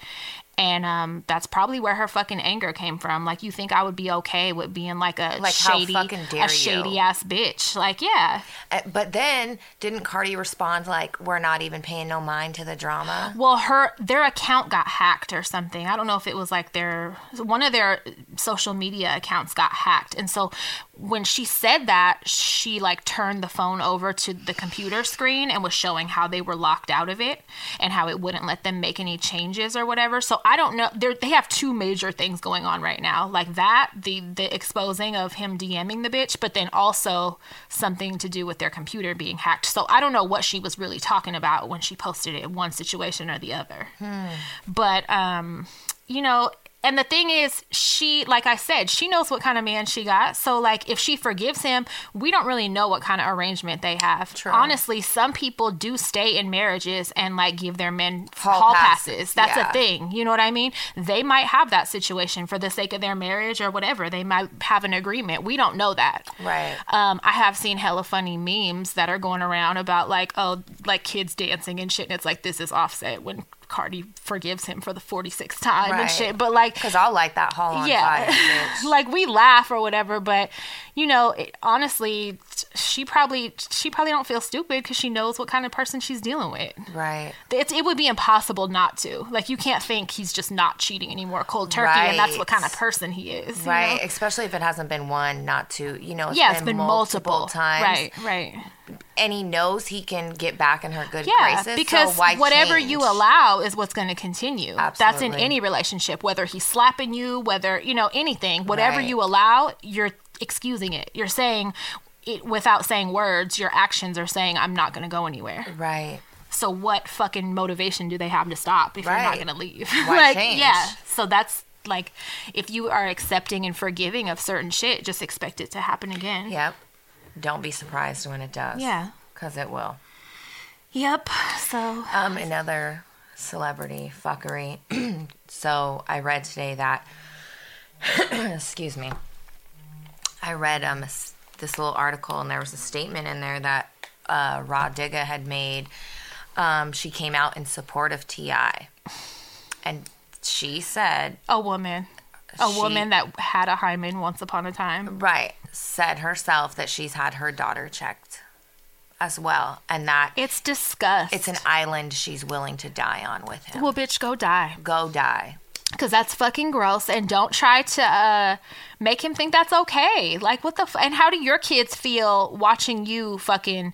B: And um, that's probably where her fucking anger came from. Like, you think I would be okay with being like a
A: Like, how
B: shady,
A: fucking dare
B: a shady
A: you.
B: ass bitch? Like, yeah.
A: Uh, But then didn't Cardi respond like we're not even paying no mind to the drama?
B: Well, her their account got hacked or something. I don't know if it was like their one of their social media accounts got hacked. And so when she said that, she like turned the phone over to the computer screen and was showing how they were locked out of it and how it wouldn't let them make any changes or whatever. So I don't know. They're, they have two major things going on right now, like that the the exposing of him DMing the bitch, but then also something to do with their computer being hacked. So I don't know what she was really talking about when she posted it in one situation or the other. But um, you know. And the thing is, she, like I said, she knows what kind of man she got. So, like, if she forgives him, we don't really know what kind of arrangement they have.
A: True.
B: Honestly, some people do stay in marriages and, like, give their men
A: Hall
B: hall,
A: passes.
B: passes. That's
A: Yeah.
B: a thing. You know what I mean? They might have that situation for the sake of their marriage or whatever. They might have an agreement. We don't know that.
A: Right.
B: Um, I have seen hella funny memes that are going around about like, oh, like kids dancing and shit. And it's like, this is offset when Cardi forgives him for the 46th time
A: Right.
B: and shit. But like,
A: Because I'll like that hall on
B: Yeah.
A: fire, bitch.
B: like we laugh or whatever but you know it, honestly t- she probably she probably don't feel stupid because she knows what kind of person she's dealing with
A: Right.
B: it's, it would be impossible not to. Like, you can't think he's just not cheating anymore cold turkey, and that's what kind of
A: Right.
B: person he is. you
A: Right.
B: know?
A: Especially if it hasn't been one, not two. You know,
B: Yeah, it's been multiple,
A: times.
B: Right, right.
A: And he knows he can get back in her good
B: Yeah,
A: graces. so
B: because
A: why
B: whatever
A: change?
B: you allow is what's going to continue. That's in
A: Absolutely.
B: any relationship, whether he's slapping you, whether, you know, anything, whatever
A: Right.
B: you allow, you're excusing it. You're saying, it, without saying words, your actions are saying, I'm not going to go anywhere.
A: Right.
B: So what fucking motivation do they have to stop if you're
A: Right.
B: not gonna leave?
A: Why
B: like
A: change?
B: yeah. So that's like if you are accepting and forgiving of certain shit, just expect it to happen again.
A: Yep. Don't be surprised when it does.
B: Yeah.
A: Because it will.
B: Yep. So
A: Um, another celebrity fuckery. so I read today that, excuse me, I read um this, this little article and there was a statement in there that uh, Ra Digga had made. Um, she came out in support of Ti, and she said
B: a woman. A
A: she-
B: woman that had a hymen once upon a time.
A: right said herself that she's had her daughter checked as well, and that
B: It's disgust.
A: it's an island she's willing to die on with him.
B: well, bitch, go die.
A: Go die.
B: Because that's fucking gross. And don't try to uh, make him think that's okay. Like, what the f- And how do your kids feel watching you fucking.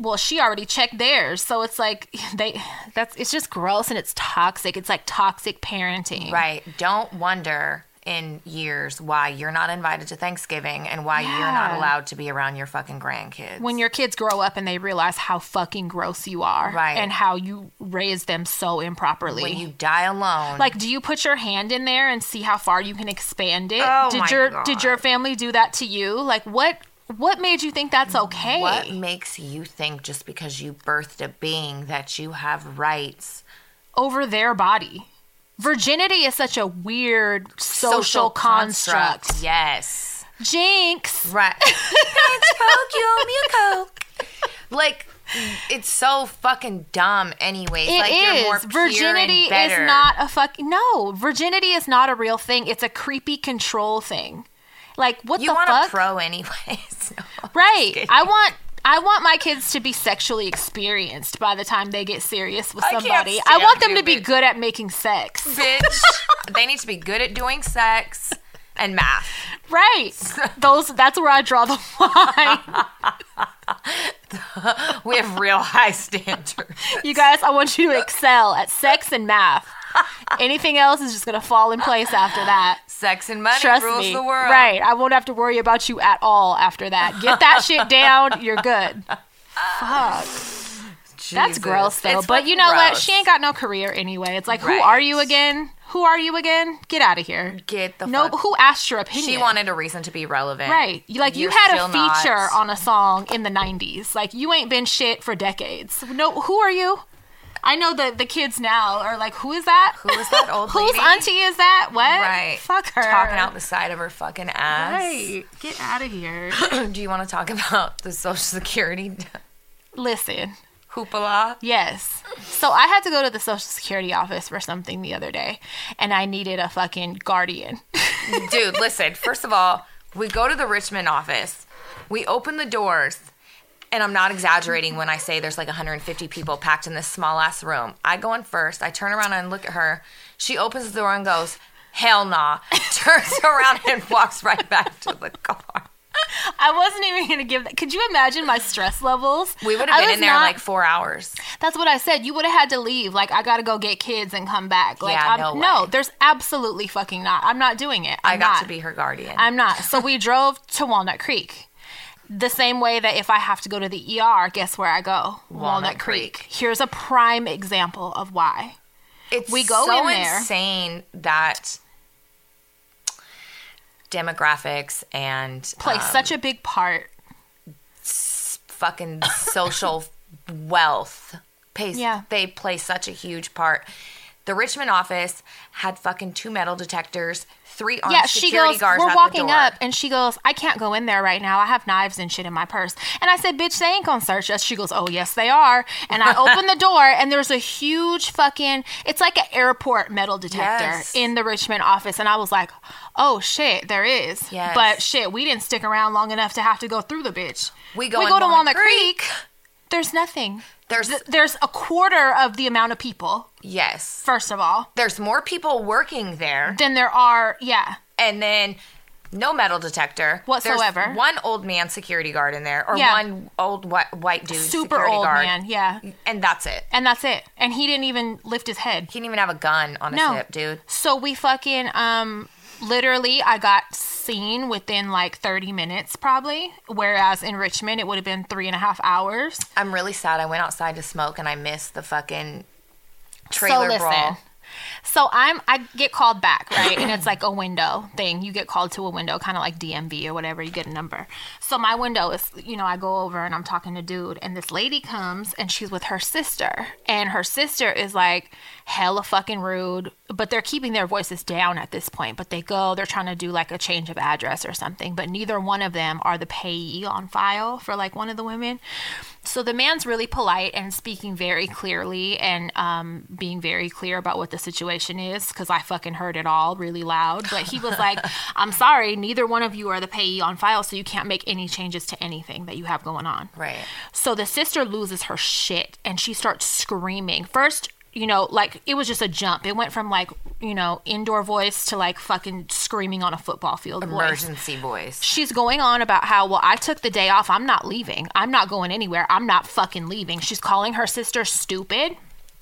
B: Well, she already checked theirs. So it's like, they. That's. It's just gross and it's toxic. It's like toxic parenting.
A: Right. Don't wonder in years why you're not invited to Thanksgiving and why you're not
B: Yeah.
A: allowed to be around your fucking grandkids.
B: When your kids grow up and they realize how fucking gross you are.
A: Right.
B: And how you raised them so improperly.
A: when you die alone,
B: Like, do you put your hand in there and see how far you can expand it?
A: Oh
B: did
A: my
B: your
A: God.
B: did your family do that to you? Like, what what made you think that's okay?
A: what makes you think just because you birthed a being that you have rights?
B: over their body? Virginity is such a weird social, construct.
A: Yes.
B: Jinx.
A: Right. Pinch poke, you owe me a coke. Like it's so fucking dumb. Anyways,
B: It is
A: like you're more pure and
B: Virginity is
A: better.
B: not a fucking no. Virginity is not a real thing. It's a creepy control thing. Like what
A: You
B: the
A: want
B: fuck?
A: a pro, anyways. No.
B: Right. I want I want my kids to be sexually experienced by the time they get serious with
A: I can't
B: somebody. I
A: stand
B: want them
A: you,
B: to be
A: bitch.
B: good at making sex.
A: bitch. they need to be good at doing sex and math.
B: Right. Those that's where I draw the line.
A: We have real high standards.
B: you guys, I want you to excel at sex and math. Anything else is just going to fall in place after that.
A: Sex and money
B: Trust
A: rules
B: me.
A: the world.
B: Right. I won't have to worry about you at all after that. Get that shit down, you're good. Fuck. That's
A: Jesus.
B: gross though.
A: It's
B: but you know what?
A: gross.
B: She ain't got no career anyway. It's like, who
A: Right.
B: are you again? Who are you again? Get out of here.
A: Get the
B: no,
A: fuck-
B: who asked your opinion?
A: She wanted a reason to be relevant.
B: right. You- Like you
A: You're
B: had a
A: still not-
B: feature on a song in the '90s. Like you ain't been shit for decades. No, who are you? I know the the kids now are like, who is that?
A: Who is that old
B: Whose
A: lady?
B: auntie is that? What?
A: Right.
B: Eh, Fuck her.
A: Talking out the side of her fucking ass.
B: Right. Get out of here.
A: Do you want to talk about the Social Security
B: Listen.
A: hoopla?
B: Yes. So I had to go to the Social Security office for something the other day, and I needed a fucking guardian.
A: Dude, listen. First of all, we go to the Richmond office. We open the doors, and I'm not exaggerating when I say there's like 150 people packed in this small ass room. I go in first. I turn around and look at her. She opens the door and goes, "Hell nah!" Turns around and walks right back to the car.
B: I wasn't even gonna give that. Could you imagine my stress levels?
A: We would
B: I
A: have been
B: was
A: in there
B: not-
A: like four hours.
B: That's what I said. You would have had to leave. Like I gotta go get kids and come back. Like
A: Yeah,
B: I'm,
A: no way.
B: no, there's absolutely fucking not. I'm not doing it.
A: i
B: I'm
A: got
B: not.
A: to be her guardian.
B: I'm not. So we drove to Walnut Creek. The same way that if I have to go to the ER, guess where I go? Walnut,
A: Creek.
B: Here's a prime example of why.
A: It's
B: We go
A: so
B: in there.
A: insane that demographics and
B: Play
A: um,
B: such a big part.
A: fucking social wealth pays
B: Yeah.
A: they play such a huge part. The Richmond office had fucking two metal detectors, three armed
B: Yeah, she
A: security
B: goes,
A: guards
B: We're
A: at the
B: walking
A: door.
B: up and she goes, I can't go in there right now. I have knives and shit in my purse. And I said, Bitch, they ain't gonna search us. She goes, Oh yes, they are. And I open the door and there's a huge fucking it's like an airport metal detector
A: Yes.
B: in the Richmond office. And I was like, Oh shit, there is.
A: Yes.
B: But shit, we didn't stick around long enough to have to go through the bitch.
A: We go
B: we
A: in
B: go to
A: Walnut
B: Walnut Creek. There's nothing.
A: There's
B: Th- There's a quarter of the amount of people,
A: yes.
B: first of all,
A: There's more people working there
B: than there are, yeah.
A: and then no metal detector There's
B: Whatsoever.
A: one old man security guard in there, or
B: Yeah.
A: one old white, white dude
B: Super
A: security
B: old
A: guard,
B: man, yeah.
A: and that's it.
B: And that's it. And he didn't even lift his head.
A: He didn't even have a gun on his
B: No.
A: hip, dude.
B: So we fucking um literally I got seen within like 30 minutes probably, whereas in Richmond it would have been three and a half hours.
A: I'm really sad. I went outside to smoke and I missed the fucking trailer brawl.
B: So I'm I get called back, right? And it's like a window thing. You get called to a window, kind of like DMV or whatever. You get a number. So my window is, you know, I go over and I'm talking to dude, and this lady comes and she's with her sister, and her sister is like hella fucking rude, but they're keeping their voices down at this point. But they go, they're trying to do like a change of address or something, but neither one of them are the payee on file for like one of the women. So the man's really polite and speaking very clearly and um, being very clear about what the the situation is because I fucking heard it all really loud. But he was like, I'm sorry, neither one of you are the payee on file, so you can't make any changes to anything that you have going on.
A: Right.
B: So the sister loses her shit and she starts screaming. First, you know, like it was just a jump. It went from like, you know, indoor voice to like fucking screaming on a football field. voice
A: Emergency voice.
B: she's going on about how well I took the day off. I'm not leaving. I'm not going anywhere. I'm not fucking leaving. She's calling her sister stupid.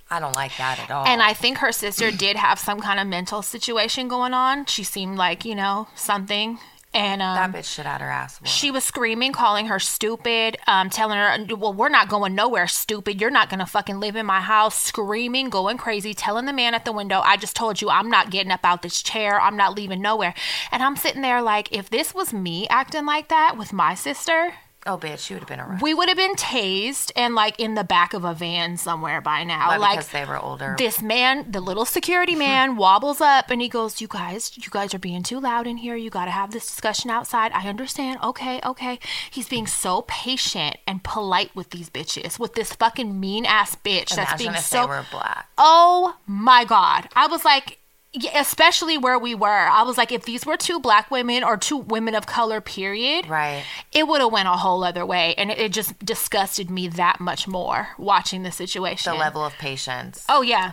A: I don't like that at all.
B: And I think her sister did have some kind of mental situation going on. She seemed like, you know, something. And
A: that
B: um,
A: bitch shit out her ass. Will.
B: she was screaming, calling her stupid, um, telling her, Well, we're not going nowhere, stupid. You're not going to fucking live in my house. Screaming, going crazy, telling the man at the window, I just told you I'm not getting up out this chair. I'm not leaving nowhere. And I'm sitting there like, If this was me acting like that with my sister,
A: oh, bitch, she would have been arrested.
B: we would have been tased and like in the back of a van somewhere by now.
A: But
B: like,
A: because they were older.
B: this man, the little security man, wobbles up and he goes, You guys, you guys are being too loud in here. You got to have this discussion outside. I understand. Okay, okay. He's being so patient and polite with these bitches, with this fucking mean ass bitch that's
A: Imagine
B: being
A: if
B: so.
A: they were black.
B: oh my God. I was like, yeah, especially where we were. I was like, if these were two black women or two women of color, period,
A: Right.
B: it would have went a whole other way. And it, it just disgusted me that much more watching the
A: The
B: situation.
A: level of patience.
B: Oh yeah.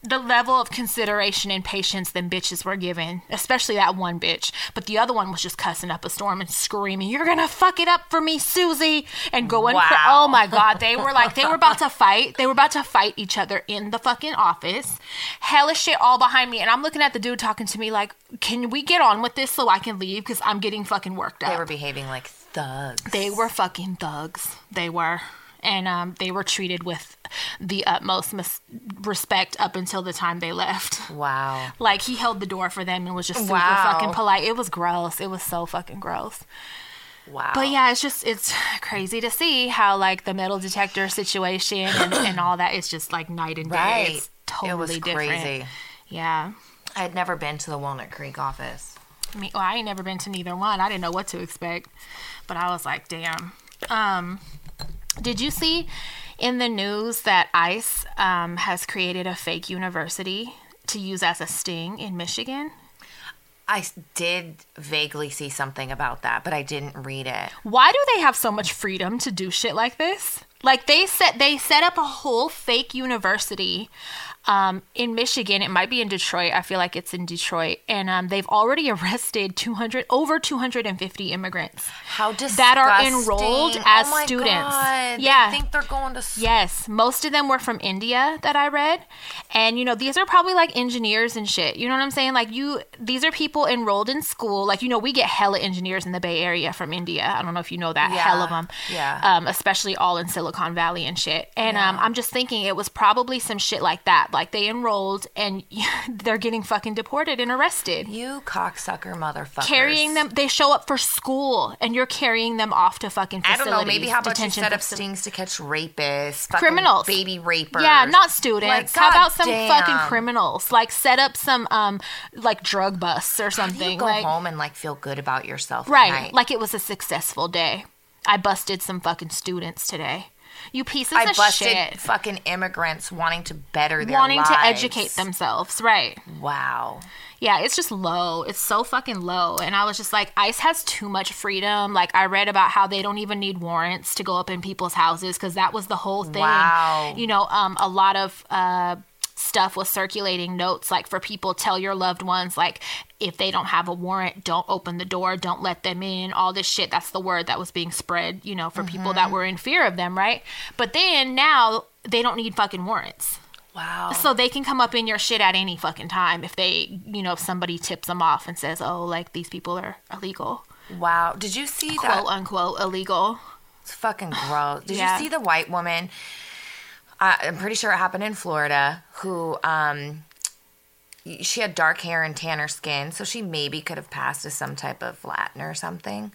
B: The level of consideration and patience them bitches were given, especially that one bitch. But the other one was just cussing up a storm and screaming, "You're gonna fuck it up for me, Susie!" and going, cra-
A: Wow.
B: "Oh my god!" They were like, they were about to fight. They were about to fight each other in the fucking office. Hella shit all behind me, and I'm looking at the dude talking to me like, "Can we get on with this so I can leave? Because I'm getting fucking worked up."
A: They were behaving like thugs.
B: Oh, uh, They were fucking thugs. They were. And um, they were treated with the utmost mis- respect up until the time they left.
A: Wow.
B: Like he held the door for them and was just super
A: Wow.
B: fucking polite. It was gross. It was so fucking gross.
A: Wow.
B: But yeah, it's just it's crazy to see how like the metal detector situation and, and all that is just like night and day.
A: Right.
B: It's totally
A: it was
B: different.
A: crazy.
B: Yeah.
A: I had never been to the Walnut Creek office.
B: I mean, well, I ain't never been to neither one. I didn't know what to expect, but I was like, damn. Um, did you see in the news that ICE um, has created a fake university to use as a sting in Michigan?
A: I s- did vaguely see something about that, but I didn't read it.
B: Why do they have so much freedom to do shit like this? Like they set they set up a whole fake university um, in Michigan. It might be in Detroit. I feel like it's in Detroit, and um, they've already arrested two hundred over two hundred and fifty immigrants.
A: How disgusting.
B: That are enrolled as
A: Oh my
B: students.
A: God.
B: Yeah.
A: They think they're going to school.
B: Yes, most of them were from India that I read. And you know, these are probably like engineers and shit. You know what I'm saying? Like you these are people enrolled in school. Like you know, we get hella engineers in the Bay Area from India. I don't know if you know that
A: Yeah,
B: hell of them.
A: yeah.
B: Um especially all in Silicon Valley and shit. And um I'm just thinking it was probably some shit like that. Like they enrolled and they're getting fucking deported and arrested.
A: You cocksucker motherfuckers.
B: Carrying them, they show up for school, and you're carrying them off to fucking.
A: I
B: Facilities,
A: don't know. Maybe how about you
B: detention
A: set up
B: facilities.
A: stings to catch rapists, fucking
B: criminals,
A: baby rapers?
B: Yeah, not students.
A: Like,
B: how about some
A: goddamn.
B: fucking criminals? Like set up some um like drug busts or something.
A: You go
B: like
A: home and like feel good about yourself. at
B: right,
A: night.
B: like it was a successful day. I busted some fucking students today. You pieces
A: I
B: of
A: busted
B: shit.
A: fucking immigrants wanting to better their
B: Wanting to
A: lives.
B: educate themselves, right?
A: Wow.
B: Yeah, it's just low. It's so fucking low. And I was just like, ICE has too much freedom. Like, I read about how they don't even need warrants to go up in people's houses because that was the whole thing.
A: Wow.
B: You know, um, a lot of uh, stuff was circulating notes like for people, tell your loved ones, like, if they don't have a warrant, don't open the door, don't let them in, all this shit. That's the word that was being spread, you know, for people that were in fear of them, right? But then now they don't need fucking warrants.
A: Wow.
B: So they can come up in your shit at any fucking time if they, you know, if somebody tips them off and says, "Oh, like these people are illegal,"
A: Wow. Did you see that?
B: quote unquote illegal.
A: It's fucking gross. Did
B: Yeah.
A: you see the white woman? I I'm pretty sure it happened in Florida. Who, um, she had dark hair and tanner skin, so she maybe could have passed as some type of Latin or something.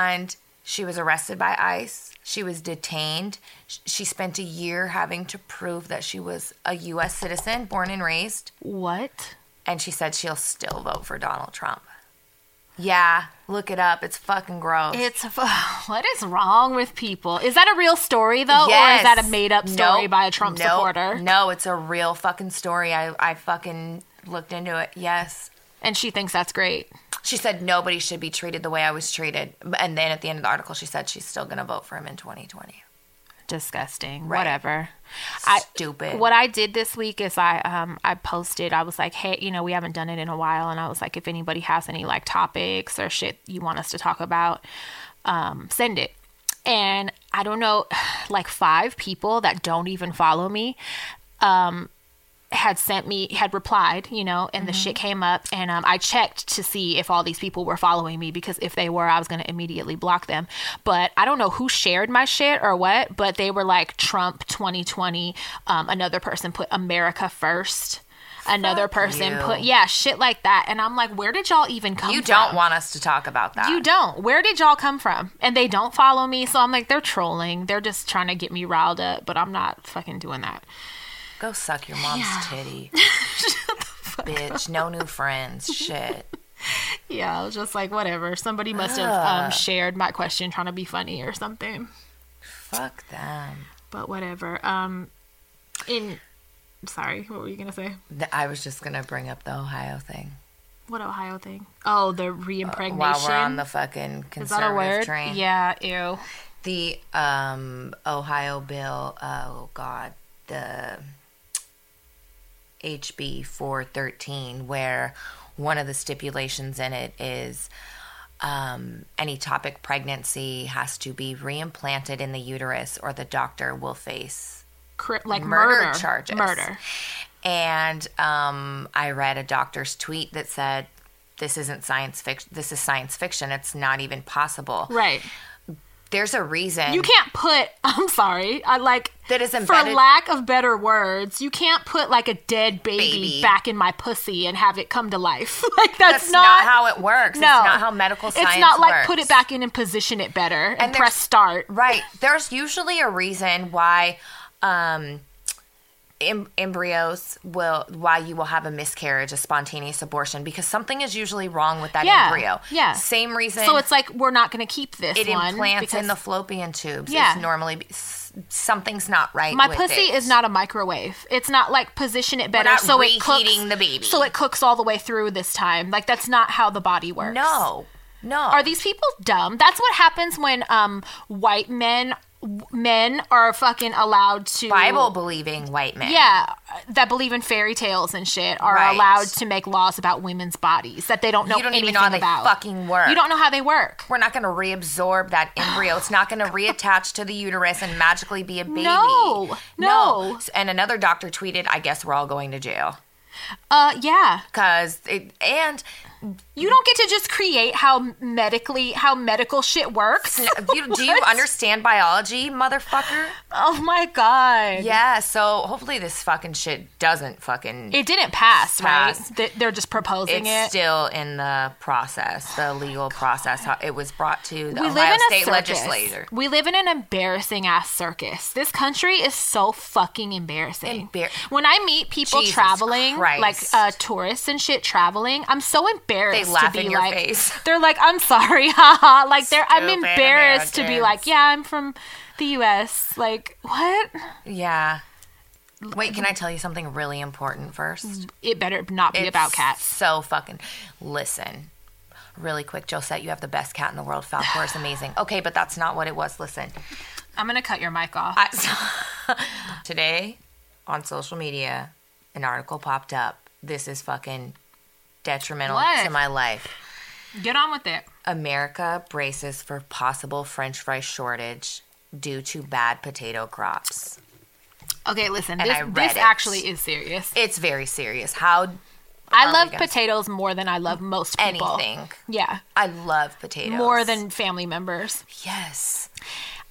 A: And she was arrested by ICE. She was detained. Sh- She spent a year having to prove that she was a U.S. citizen, born and raised.
B: What?
A: And she said she'll still vote for Donald Trump. Yeah, look it up. It's uh, fucking gross.
B: It's what is wrong with people? Is that a real story though, or is that a made up story
A: Nope.
B: by a Trump
A: Nope.
B: supporter?
A: No, it's a real fucking story. I, I fucking looked into it. Yes.
B: And she thinks that's great.
A: She said nobody should be treated the way I was treated. And then at the end of the article, she said she's still going to vote for him in 2020.
B: disgusting
A: Right.
B: whatever I,
A: Stupid.
B: what i did this week is i um i posted i was like hey you know we haven't done it in a while and i was like if anybody has any like topics or shit you want us to talk about um send it and i don't know like five people that don't even follow me um, had sent me had replied you know and
A: Mm-hmm.
B: the shit came up and um, i checked to see if all these people were following me because if they were i was going to immediately block them but i don't know who shared my shit or what but they were like trump 2020 um, another person put america first another person
A: you.
B: put yeah shit like that and i'm like where did y'all even come
A: You
B: from?
A: don't want us to talk about that.
B: You don't. Where did y'all come from? And they don't follow me. So I'm like, they're trolling. They're just trying to get me riled up, but I'm not fucking doing that.
A: Go suck your mom's titty. Bitch, no new friends. Shit.
B: Yeah, I was just like, whatever. Somebody must have
A: Ah.
B: um, shared my question trying to be funny or something.
A: Fuck them.
B: But whatever. Um, in sorry, what were you gonna say?
A: Th- I was just going to bring up the Ohio thing.
B: What Ohio thing? Oh, the reimpregnation.
A: Uh, While we're on the fucking
B: Is that a
A: conservative
B: word?
A: train.
B: Yeah. Ew.
A: The um, Ohio bill, oh God, the HB 413, where one of the stipulations in it is um, any topic pregnancy has to be reimplanted in the uterus or the doctor will face
B: Cri- like
A: murder,
B: murder,
A: charges.
B: Murder.
A: And um, I read a doctor's tweet that said, this isn't science fiction. This is science fiction. It's not even possible.
B: Right.
A: There's a reason.
B: You can't put. I'm sorry. I like
A: That is
B: for
A: embedded-
B: lack of better words. You can't put like a dead baby,
A: Baby.
B: back in my pussy and have it come to life. Like that's,
A: That's not, how it works.
B: No,
A: It's not how medical science works.
B: It's not like put it back in and position it better and,
A: And there's-
B: press start.
A: Right. There's usually a reason why um, em- embryos will, why you will have a miscarriage, a spontaneous abortion, because something is usually wrong with that
B: Yeah,
A: embryo.
B: yeah.
A: Same reason.
B: So it's like we're not going to keep this
A: it
B: one
A: implants
B: because
A: in the fallopian tubes.
B: Yeah.
A: It's normally be- s- something's not right.
B: my
A: with
B: pussy
A: it.
B: is not a microwave. It's not like position it better
A: not
B: so it cooks
A: reheating the baby.
B: So it cooks all the way through this time. Like that's not how the body works.
A: No. No.
B: Are these people dumb? That's what happens when um white men w- men are fucking allowed to
A: Bible believing white men?
B: yeah, that believe in fairy tales and shit are
A: Right.
B: allowed to make laws about women's bodies that they don't know
A: You don't
B: anything
A: even know how they
B: about.
A: fucking work.
B: You don't know how they work.
A: We're not going to reabsorb that embryo. It's not going to reattach to the uterus and magically be a baby.
B: No, no.
A: S- And another doctor tweeted, "I guess we're all going to jail
B: Uh, yeah.
A: because it." And
B: You don't get to just create how medically how medical shit works.
A: you, do you
B: What?
A: understand biology, motherfucker?
B: Oh my god.
A: Yeah. So hopefully this fucking shit doesn't fucking.
B: It didn't pass, right?
A: Pass.
B: Th- They're just proposing
A: it's
B: it. Oh
A: still in the process, the legal process. How it was brought to the
B: we
A: Ohio
B: live in a
A: State
B: circus.
A: legislature.
B: We live in an embarrassing ass circus. This country is so fucking embarrassing.
A: Embar-
B: when I meet people
A: Jesus
B: traveling,
A: Christ.
B: like uh, tourists and shit traveling, I'm so embarrassed.
A: They laugh
B: to be
A: in your
B: like,
A: face.
B: They're like, I'm sorry, haha. Like they're, I'm
A: Stupid
B: embarrassed to be
A: Americans.
B: like, yeah, I'm from the U.S. Like what?
A: Yeah. Wait, can I tell you something really important first?
B: It better not be about cats.
A: So fucking listen. Really quick, Josette, you have the best cat in the world. Falcor is amazing. Okay, but that's not what it was. Listen,
B: I'm gonna cut your mic off.
A: I, so- today on social media, an article popped up. This is fucking detrimental
B: What?
A: to my life.
B: Get on with it.
A: America braces for possible French fry shortage due to bad potato crops.
B: Okay, listen.
A: And
B: This,
A: I read
B: this
A: it.
B: actually is serious.
A: It's very serious. How
B: I love
A: we gonna-
B: potatoes more than I love most people.
A: Oh anything?
B: Yeah.
A: I love potatoes
B: More than family members.
A: yes.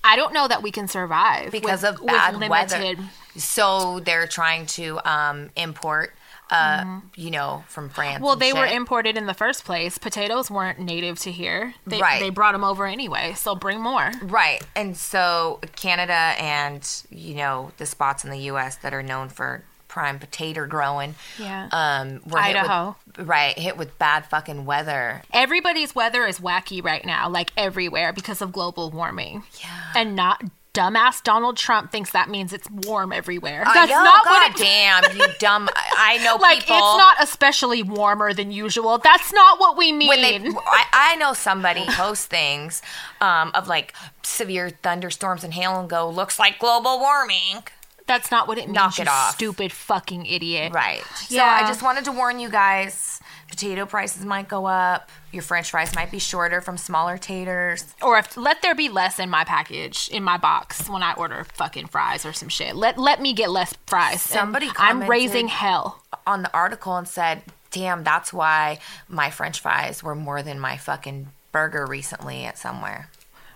B: I don't know that we can survive
A: because
B: with-
A: of bad
B: with
A: weather.
B: limited-
A: So they're trying to um, import, uh, you know, from France.
B: Mm-hmm. Well,
A: and
B: they were
A: shit.
B: imported in the first place. Potatoes weren't native to here. They,
A: Right.
B: they brought them over anyway, so bring more.
A: right, and so Canada and you know the spots in the U.S. that are known for pr- crime, potato growing.
B: Yeah.
A: Um, we're
B: Idaho.
A: Hit with, right. Hit with bad fucking weather.
B: Everybody's weather is wacky right now, like everywhere because of global warming.
A: Yeah.
B: And not dumbass Donald Trump thinks that means it's warm everywhere.
A: I
B: That's
A: know,
B: not
A: Oh, God
B: what it
A: damn, you dumb. I I know
B: like
A: people.
B: it's not especially warmer than usual. That's not what we mean.
A: when they, I, I know somebody posts things um, of like severe thunderstorms and hail and go looks like global warming.
B: That's not what it means.
A: Knock it
B: you
A: off.
B: Stupid fucking idiot.
A: Right. So
B: Yeah.
A: I just wanted to warn you guys potato prices might go up. Your french fries might be shorter from smaller taters.
B: Or if let there be less in my package, in my box when I order fucking fries or some shit. Let let me get less fries. And
A: Somebody
B: I'm raising
A: commented-
B: hell.
A: On the article and said, damn, that's why my french fries were more than my fucking burger recently at somewhere.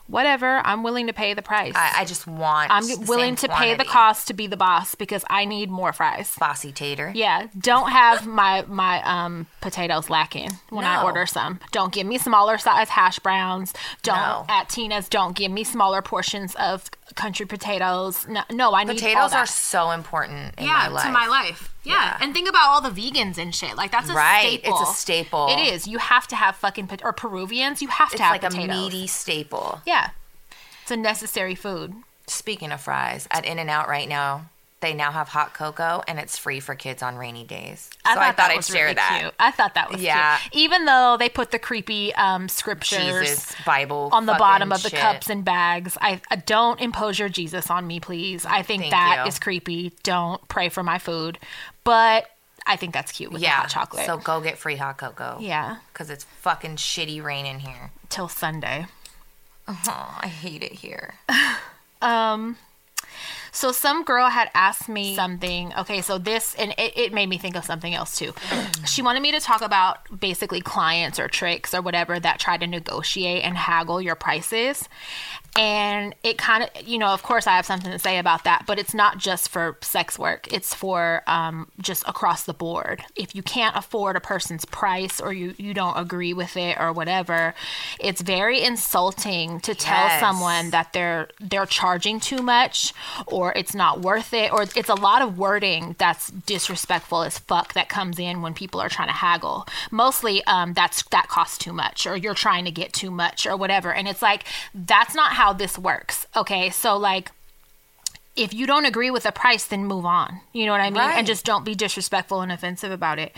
B: Whatever. I'm willing to pay the price.
A: I, I just want.
B: I'm
A: the same
B: willing to pay the
A: quantity.
B: cost to be the boss because I need more fries.
A: Bossy tater.
B: Yeah, don't have my my um potatoes lacking when I
A: No.
B: order some. Don't give me smaller size hash browns. Don't
A: No.
B: at Tina's. Don't give me smaller portions of country potatoes. No, no I need all
A: Potatoes
B: that.
A: are so important in
B: yeah
A: my life.
B: to my life. Yeah. and think about all the vegans and shit. Like that's a
A: Right, it's a
B: staple.
A: staple.
B: It is. You have to have fucking pot- or Peruvians. You have to
A: It's
B: have
A: like
B: potatoes.
A: a meaty staple.
B: Yeah, it's a necessary food.
A: Speaking of fries, at In and Out right now, they now have hot cocoa and it's free for kids on rainy days. So I thought,
B: that
A: I'd
B: was
A: share
B: really
A: that.
B: Cute. I thought that was
A: Yeah.
B: cute. Even though they put the creepy um, scriptures
A: Jesus, Bible
B: on the
A: fucking
B: bottom of the
A: shit.
B: cups and bags, I uh, don't impose your Jesus on me, please. I think that
A: Thank
B: is
A: you.
B: creepy. Don't pray for my food, but I think that's cute with the
A: Yeah,
B: hot chocolate.
A: So go get free hot cocoa.
B: yeah,
A: because it's fucking shitty rain in here.
B: till Sunday.
A: Oh, I hate it here.
B: So some girl had asked me something. Okay, so this and it, it made me think of something else too. she wanted me to talk about basically clients or tricks or whatever that try to negotiate and haggle your prices. And it kind of, you know, of course, I have something to say about that, but it's not just for sex work. It's for um, just across the board. If you can't afford a person's price or you, you don't agree with it or whatever, it's very insulting to tell
A: Yes.
B: someone that they're they're charging too much or it's not worth it or it's a lot of wording that's disrespectful as fuck that comes in when people are trying to haggle mostly um, that's that costs too much or you're trying to get too much or whatever and it's like that's not how this works okay so like if you don't agree with the price, then move on. You know what I mean?
A: Right.
B: And just don't be disrespectful and offensive about it.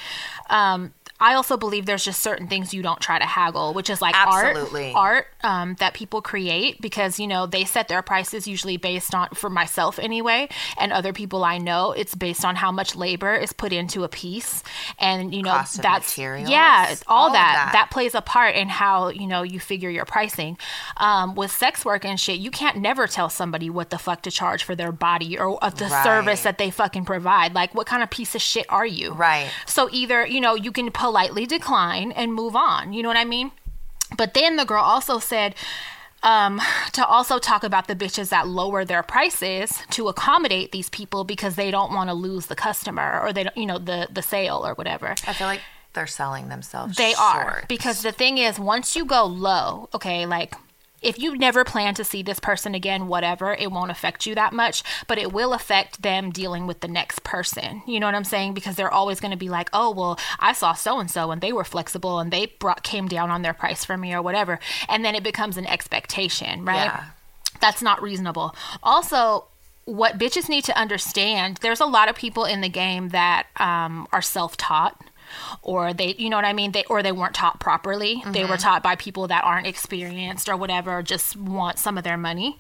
B: Um, I also believe there's just certain things you don't try to haggle, which is like
A: Absolutely.
B: art, art um, that people create because you know they set their prices usually based on, for myself anyway, and other people I know, it's based on how much labor is put into a piece, and you know
A: Cost of
B: that's
A: materials,
B: yeah, it's all,
A: all of
B: that
A: that.
B: that plays a part in how you know you figure your pricing um, with sex work and shit you can't never tell somebody what the fuck to charge for their body or uh, the
A: Right.
B: service that they fucking provide like what kind of piece of shit are you
A: Right.
B: so either you know you can politely decline and move on you know what i mean but then the girl also said um, to also talk about the bitches that lower their prices to accommodate these people because they don't want to lose the customer or they don't, you know, the the sale or whatever.
A: I feel like they're selling themselves.
B: They are
A: short.
B: because the thing is, once you go low, okay, like if you never plan to see this person again, whatever, it won't affect you that much, but it will affect them dealing with the next person. You know what I'm saying? Because they're always going to be like, "Oh, well, I saw so and so and they were flexible and they brought came down on their price for me or whatever." And then it becomes an expectation, right?
A: Yeah.
B: That's not reasonable. Also, what bitches need to understand, there's a lot of people in the game that um, are self-taught or they you know what i mean they or they weren't taught properly they were taught by people that aren't experienced or whatever just want some of their money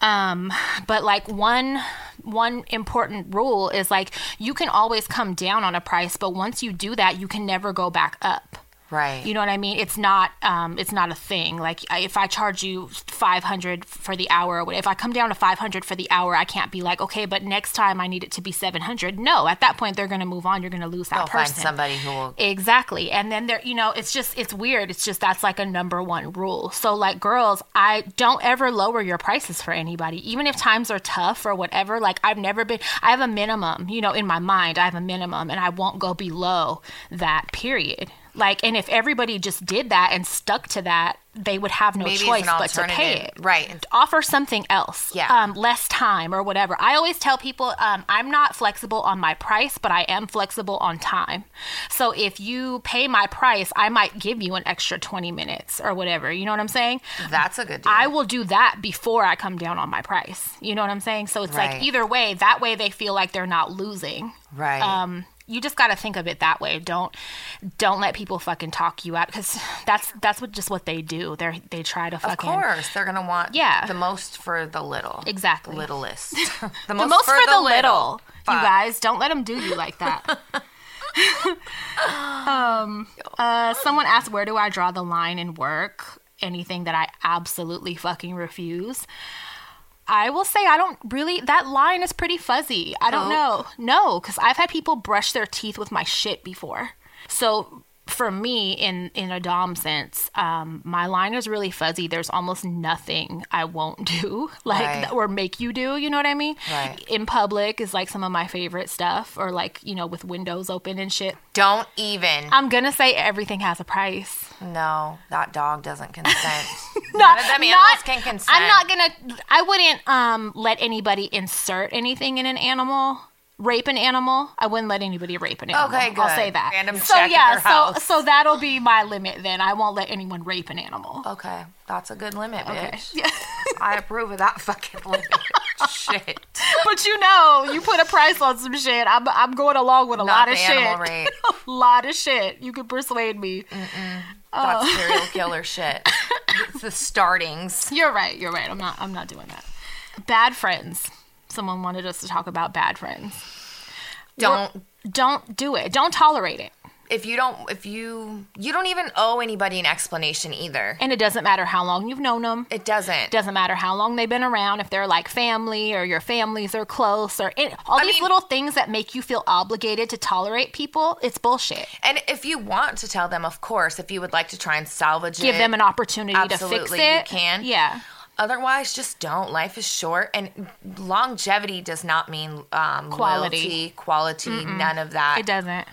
B: um but like one one important rule is like you can always come down on a price but once you do that you can never go back up
A: right.
B: you know what I mean? It's not um, it's not a thing. Like I- if I charge you five hundred for the hour, if I come down to five hundred for the hour, I can't be like, okay, but next time I need it to be seven hundred. No, at that point they're going to move on. You're going to lose that
A: They'll find
B: person.
A: somebody who will.
B: Exactly. And then there, you know, it's just, it's weird. It's just, that's like a number one rule. So, like, girls, I don't ever lower your prices for anybody, even if times are tough or whatever. Like, I've never been, I have a minimum, you know, in my mind, I have a minimum and I won't go below that period. Like, and if everybody just did that and stuck to that, they would have no
A: Maybe it's
B: choice
A: an
B: but to pay
A: alternative.
B: it.
A: Right.
B: Offer something else.
A: Yeah.
B: Um, less time or whatever. I always tell people um, I'm not flexible on my price, but I am flexible on time. So if you pay my price, I might give you an extra 20 minutes or whatever. You know what I'm saying?
A: That's a good deal.
B: I will do that before I come down on my price. You know what I'm saying? So it's
A: Right.
B: like either way, that way they feel like they're not losing.
A: right.
B: Um, you just got to think of it that way. Don't don't let people fucking talk you out because that's that's what just what they do. They are they try to
A: of
B: fucking
A: course, they're gonna want
B: Yeah.
A: the most for the little.
B: Exactly.
A: Littlest. the
B: the most for, the, little. You
A: Fuck.
B: guys, don't let them do you like that. um, uh, someone asked, "Where do I draw the line in work?" Anything that I absolutely fucking refuse. I will say I don't really. That line is pretty fuzzy. I don't know. No, because I've had people brush their teeth with my shit before. So for me, in in a dom sense, um, my line is really fuzzy. There's almost nothing I won't do, like
A: Right.
B: or make you do. You know what I mean?
A: Right.
B: In public is like some of my favorite stuff, or like you know with windows open and shit.
A: Don't even.
B: I'm gonna say everything has a price.
A: no, that dog doesn't consent.
B: not,
A: None of them
B: not-
A: animals can consent.
B: I'm not gonna. I wouldn't um let anybody insert anything in an animal. Rape an animal. I wouldn't let anybody rape an animal.
A: Okay,
B: I'll
A: good.
B: say that.
A: Random
B: so
A: check at
B: yeah,
A: their
B: so
A: house.
B: so that'll be my limit then. I won't let anyone rape an animal.
A: Okay, that's a good limit, bitch. I approve of that fucking limit. Shit.
B: but you know, you put a price on some shit. I'm I'm going along with a
A: Not
B: lot of
A: the
B: shit.
A: animal rape.
B: a lot of shit. You can persuade me.
A: That's
B: Oh.
A: serial killer shit. It's the startings.
B: You're right. You're right. I'm not. I'm not doing that. Bad friends. Someone wanted us to talk about bad friends.
A: Don't
B: Don't do it. Don't tolerate it.
A: if you don't if you you don't even owe anybody an explanation either.
B: And it doesn't matter how long you've known them.
A: It doesn't.
B: doesn't matter how long they've been around. If they're like family or your families are close or it, all these
A: mean-
B: little things that make you feel obligated to tolerate people, it's bullshit.
A: And if you want to tell them, of course, if you would like to try and salvage it,
B: Give them an opportunity to fix
A: absolutely,
B: it.
A: you can.
B: Yeah.
A: Otherwise, just don't. Life is short, and longevity does not mean um,
B: Quality.
A: loyalty, quality, none of that.
B: It doesn't.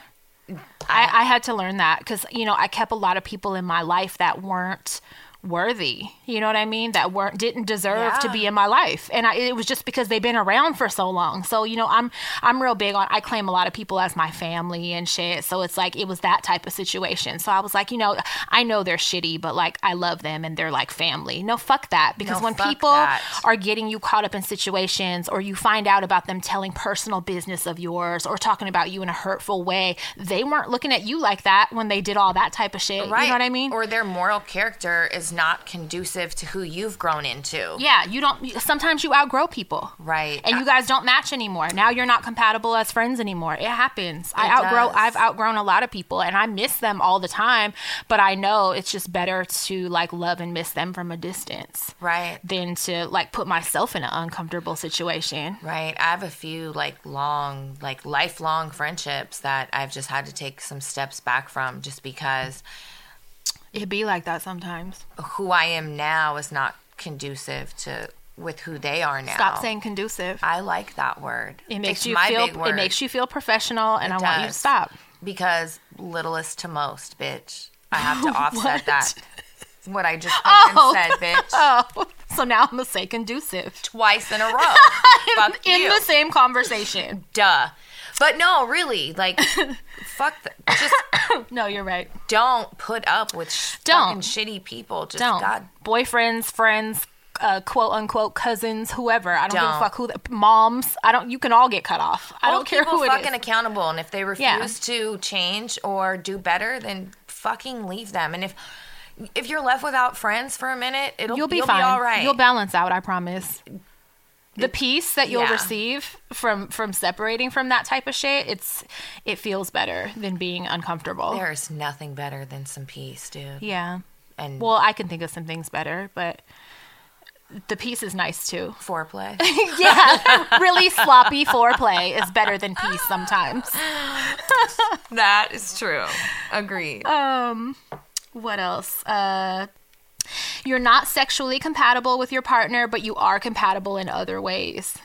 B: I, I had to learn that because, you know, I kept a lot of people in my life that weren't worthy. You know what I mean? That weren't didn't deserve to
A: Yeah.
B: be in my life. And I, it was just because they've been around for so long. So, you know, I'm I'm real big on I claim a lot of people as my family and shit. So it's like it was that type of situation. So I was like, you know, I know they're shitty, but like I love them and they're like family. No, fuck that. Because
A: No,
B: when
A: fuck
B: people
A: that.
B: are getting you caught up in situations or you find out about them telling personal business of yours or talking about you in a hurtful way, they weren't looking at you like that when they did all that type of shit.
A: Right.
B: You know what I mean?
A: Or their moral character is not conducive to who you've grown into.
B: yeah, you don't sometimes you outgrow people.
A: Right.
B: And you guys don't match anymore. Now you're not compatible as friends anymore. It happens. I
A: It
B: outgrow
A: does.
B: I've outgrown a lot of people and I miss them all the time, but I know it's just better to like love and miss them from a distance
A: Right.
B: than to like put myself in an uncomfortable situation.
A: Right. I have a few like long, like lifelong friendships that I've just had to take some steps back from just because
B: It'd be like that sometimes.
A: who I am now is not conducive to with who they are now.
B: Stop saying conducive.
A: I like that word.
B: It makes
A: It's
B: you
A: my
B: feel
A: big word
B: it makes you feel professional and I want you to
A: does.
B: stop.
A: because littlest to most, bitch. I have to offset
B: What?
A: that. What I just fucking
B: Oh.
A: said, bitch.
B: Oh, so now I'm gonna say conducive.
A: Twice in a row. Fuck
B: In
A: you.
B: the same conversation.
A: duh. But no, really, like, fuck. The, just
B: No, you're right.
A: don't put up with sh- fucking
B: Don't.
A: shitty people. Just
B: Don't.
A: God,
B: Boyfriends, friends, uh, quote unquote cousins, whoever. I don't, give
A: Don't.
B: a fuck who. The, moms. I don't. You can all get cut off. I
A: hold
B: don't care
A: people
B: who it
A: fucking
B: is.
A: accountable. And if they refuse
B: Yeah.
A: to change or do better, then fucking leave them. And if if you're left without friends for a minute, it'll
B: You'll be
A: you'll
B: fine.
A: Be all right.
B: You'll balance out. I promise. The peace that you'll
A: yeah.
B: receive from from separating from that type of shit, it's it feels better than being uncomfortable.
A: There's nothing better than some peace, dude.
B: Yeah.
A: And
B: Well, I can think of some things better, but the piece is nice too.
A: foreplay.
B: yeah, really sloppy foreplay is better than peace sometimes.
A: that is true. Agreed.
B: Uh, Um, What else? Uh you're not sexually compatible with your partner, but you are compatible in other ways.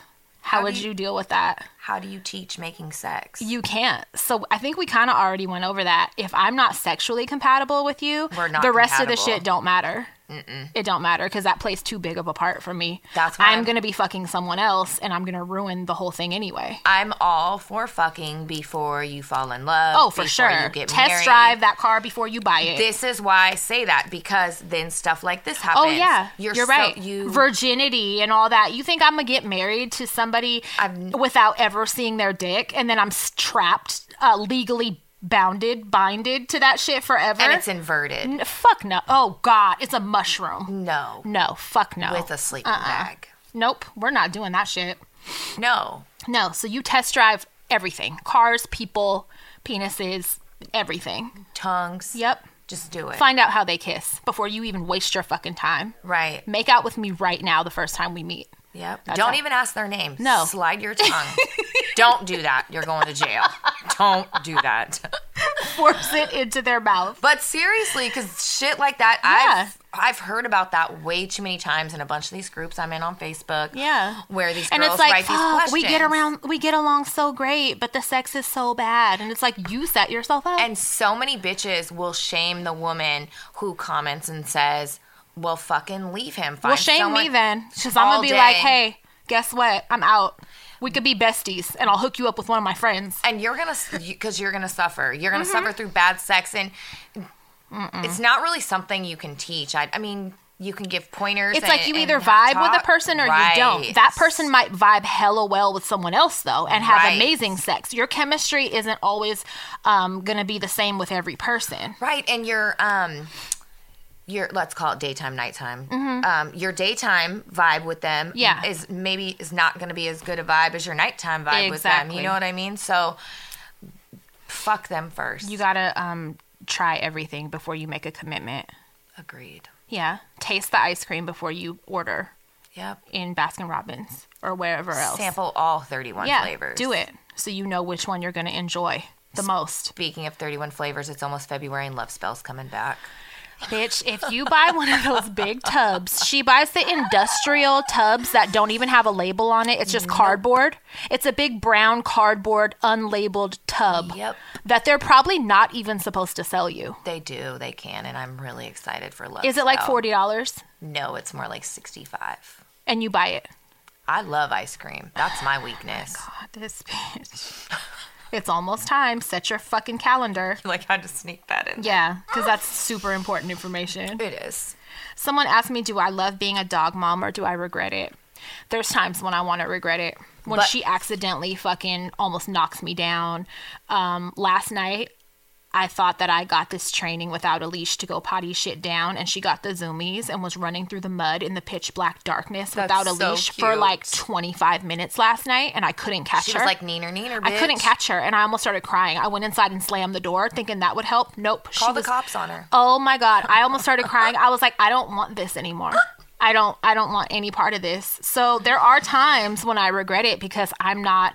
B: How,
A: do
B: would
A: you-
B: you deal with that?
A: How do you teach making sex?
B: You can't. So I think we kind of already went over that. If I'm not sexually compatible with you,
A: We're not
B: the rest of the
A: compatible.
B: shit don't matter. It don't matter because that plays too big of a part for me.
A: That's why
B: I'm,
A: I'm-
B: gonna be fucking someone else, and I'm gonna ruin the whole thing anyway.
A: I'm all for fucking before you fall in love.
B: Oh, for
A: before
B: sure.
A: You get
B: Test
A: married.
B: drive that car before you buy it.
A: This is why I say that because then stuff like this happens.
B: Oh yeah,
A: you're,
B: you're,
A: so-
B: right.
A: You
B: Virginity and all that. You think I'm gonna get married to somebody
A: I've-
B: without ever seeing their dick, and then I'm s- trapped, uh, legally bounded, binded to that shit forever?
A: and it's inverted.
B: N- fuck no. Oh god, it's a mushroom.
A: No,
B: No, fuck no.
A: with a sleeping
B: Uh-uh.
A: bag.
B: nope, we're not doing that shit.
A: No,
B: No, so you test drive everything: cars, people, penises, everything.
A: tongues.
B: Yep.
A: Just do it.
B: Find out how they kiss before you even waste your fucking time.
A: Right.
B: Make out with me right now the first time we meet.
A: Yep. Don't
B: how-
A: even ask their name.
B: No.
A: Slide your tongue. Don't do that. You're going to jail. Don't do that.
B: force it into their mouth.
A: But seriously, because shit like that,
B: Yeah.
A: I've I've heard about that way too many times in a bunch of these groups I'm in on Facebook.
B: Yeah.
A: Where these
B: And
A: girls
B: it's like,
A: write these
B: fuck,
A: questions.
B: we get around, we get along so great, but the sex is so bad. And it's like, you set yourself up.
A: And so many bitches will shame the woman who comments and says, "Well, fucking leave him." Find
B: well, shame me
A: someone-
B: then, because I'm
A: all
B: gonna be like,
A: day.
B: hey, guess what? I'm out. We could be besties, and I'll hook you up with one of my friends.
A: and you're gonna because you're gonna suffer you're gonna
B: Mm-hmm.
A: suffer through bad sex and it's not really something you can teach i, I mean you can give pointers
B: It's
A: and-
B: like you
A: and
B: either vibe
A: have
B: with
A: talk-
B: a person or you
A: Right.
B: don't. That person might vibe hella well with someone else though, and have
A: Right.
B: amazing sex. Your chemistry isn't always um, gonna be the same with every person.
A: right and your um your let's call it daytime nighttime um your daytime vibe with them
B: Mm-hmm. Yeah.
A: is maybe is not gonna be as good a vibe as your nighttime vibe with them you
B: Exactly.
A: know what i mean so fuck them first
B: You gotta um, try everything before you make a commitment.
A: agreed
B: Yeah. Taste the ice cream before you order
A: yep
B: in Baskin Robbins or wherever else.
A: sample all 31
B: yeah,
A: flavors
B: do it so you know which one you're going to enjoy the most.
A: Speaking of 31 flavors, it's almost February and love spells coming back.
B: Bitch, if you buy one of those big tubs, she buys the industrial tubs that don't even have a label on it. It's just cardboard. It's a big brown cardboard unlabeled tub
A: Yep.
B: that they're probably not even supposed to sell you.
A: They do, they can, and I'm really excited for love.
B: Is it like
A: Spell.
B: $40
A: No, it's more like 65.
B: and you buy it?
A: I love ice cream. That's my weakness.
B: God, this bitch. It's almost time. Set your fucking calendar.
A: like how to sneak that in.
B: Yeah, because that's super important information.
A: It is.
B: Someone asked me, Do I love being a dog mom or do I regret it? There's times when I want to regret it. When
A: But-
B: she accidentally fucking almost knocks me down. Um, last night, I thought that I got this training without a leash to go potty shit down, and she got the zoomies and was running through the mud in the pitch black darkness without a
A: so
B: leash for like
A: cute.
B: 25 minutes last night, and I couldn't catch
A: She
B: her.
A: was like neener neener.
B: I couldn't
A: bitch."
B: catch her, and I almost started crying. I went inside and slammed the door, thinking that would help. Nope.
A: Call
B: she
A: the
B: was,
A: cops on her.
B: Oh my god! I almost started crying. I was like, I don't want this anymore. I don't. I don't want any part of this. So there are times when I regret it because I'm not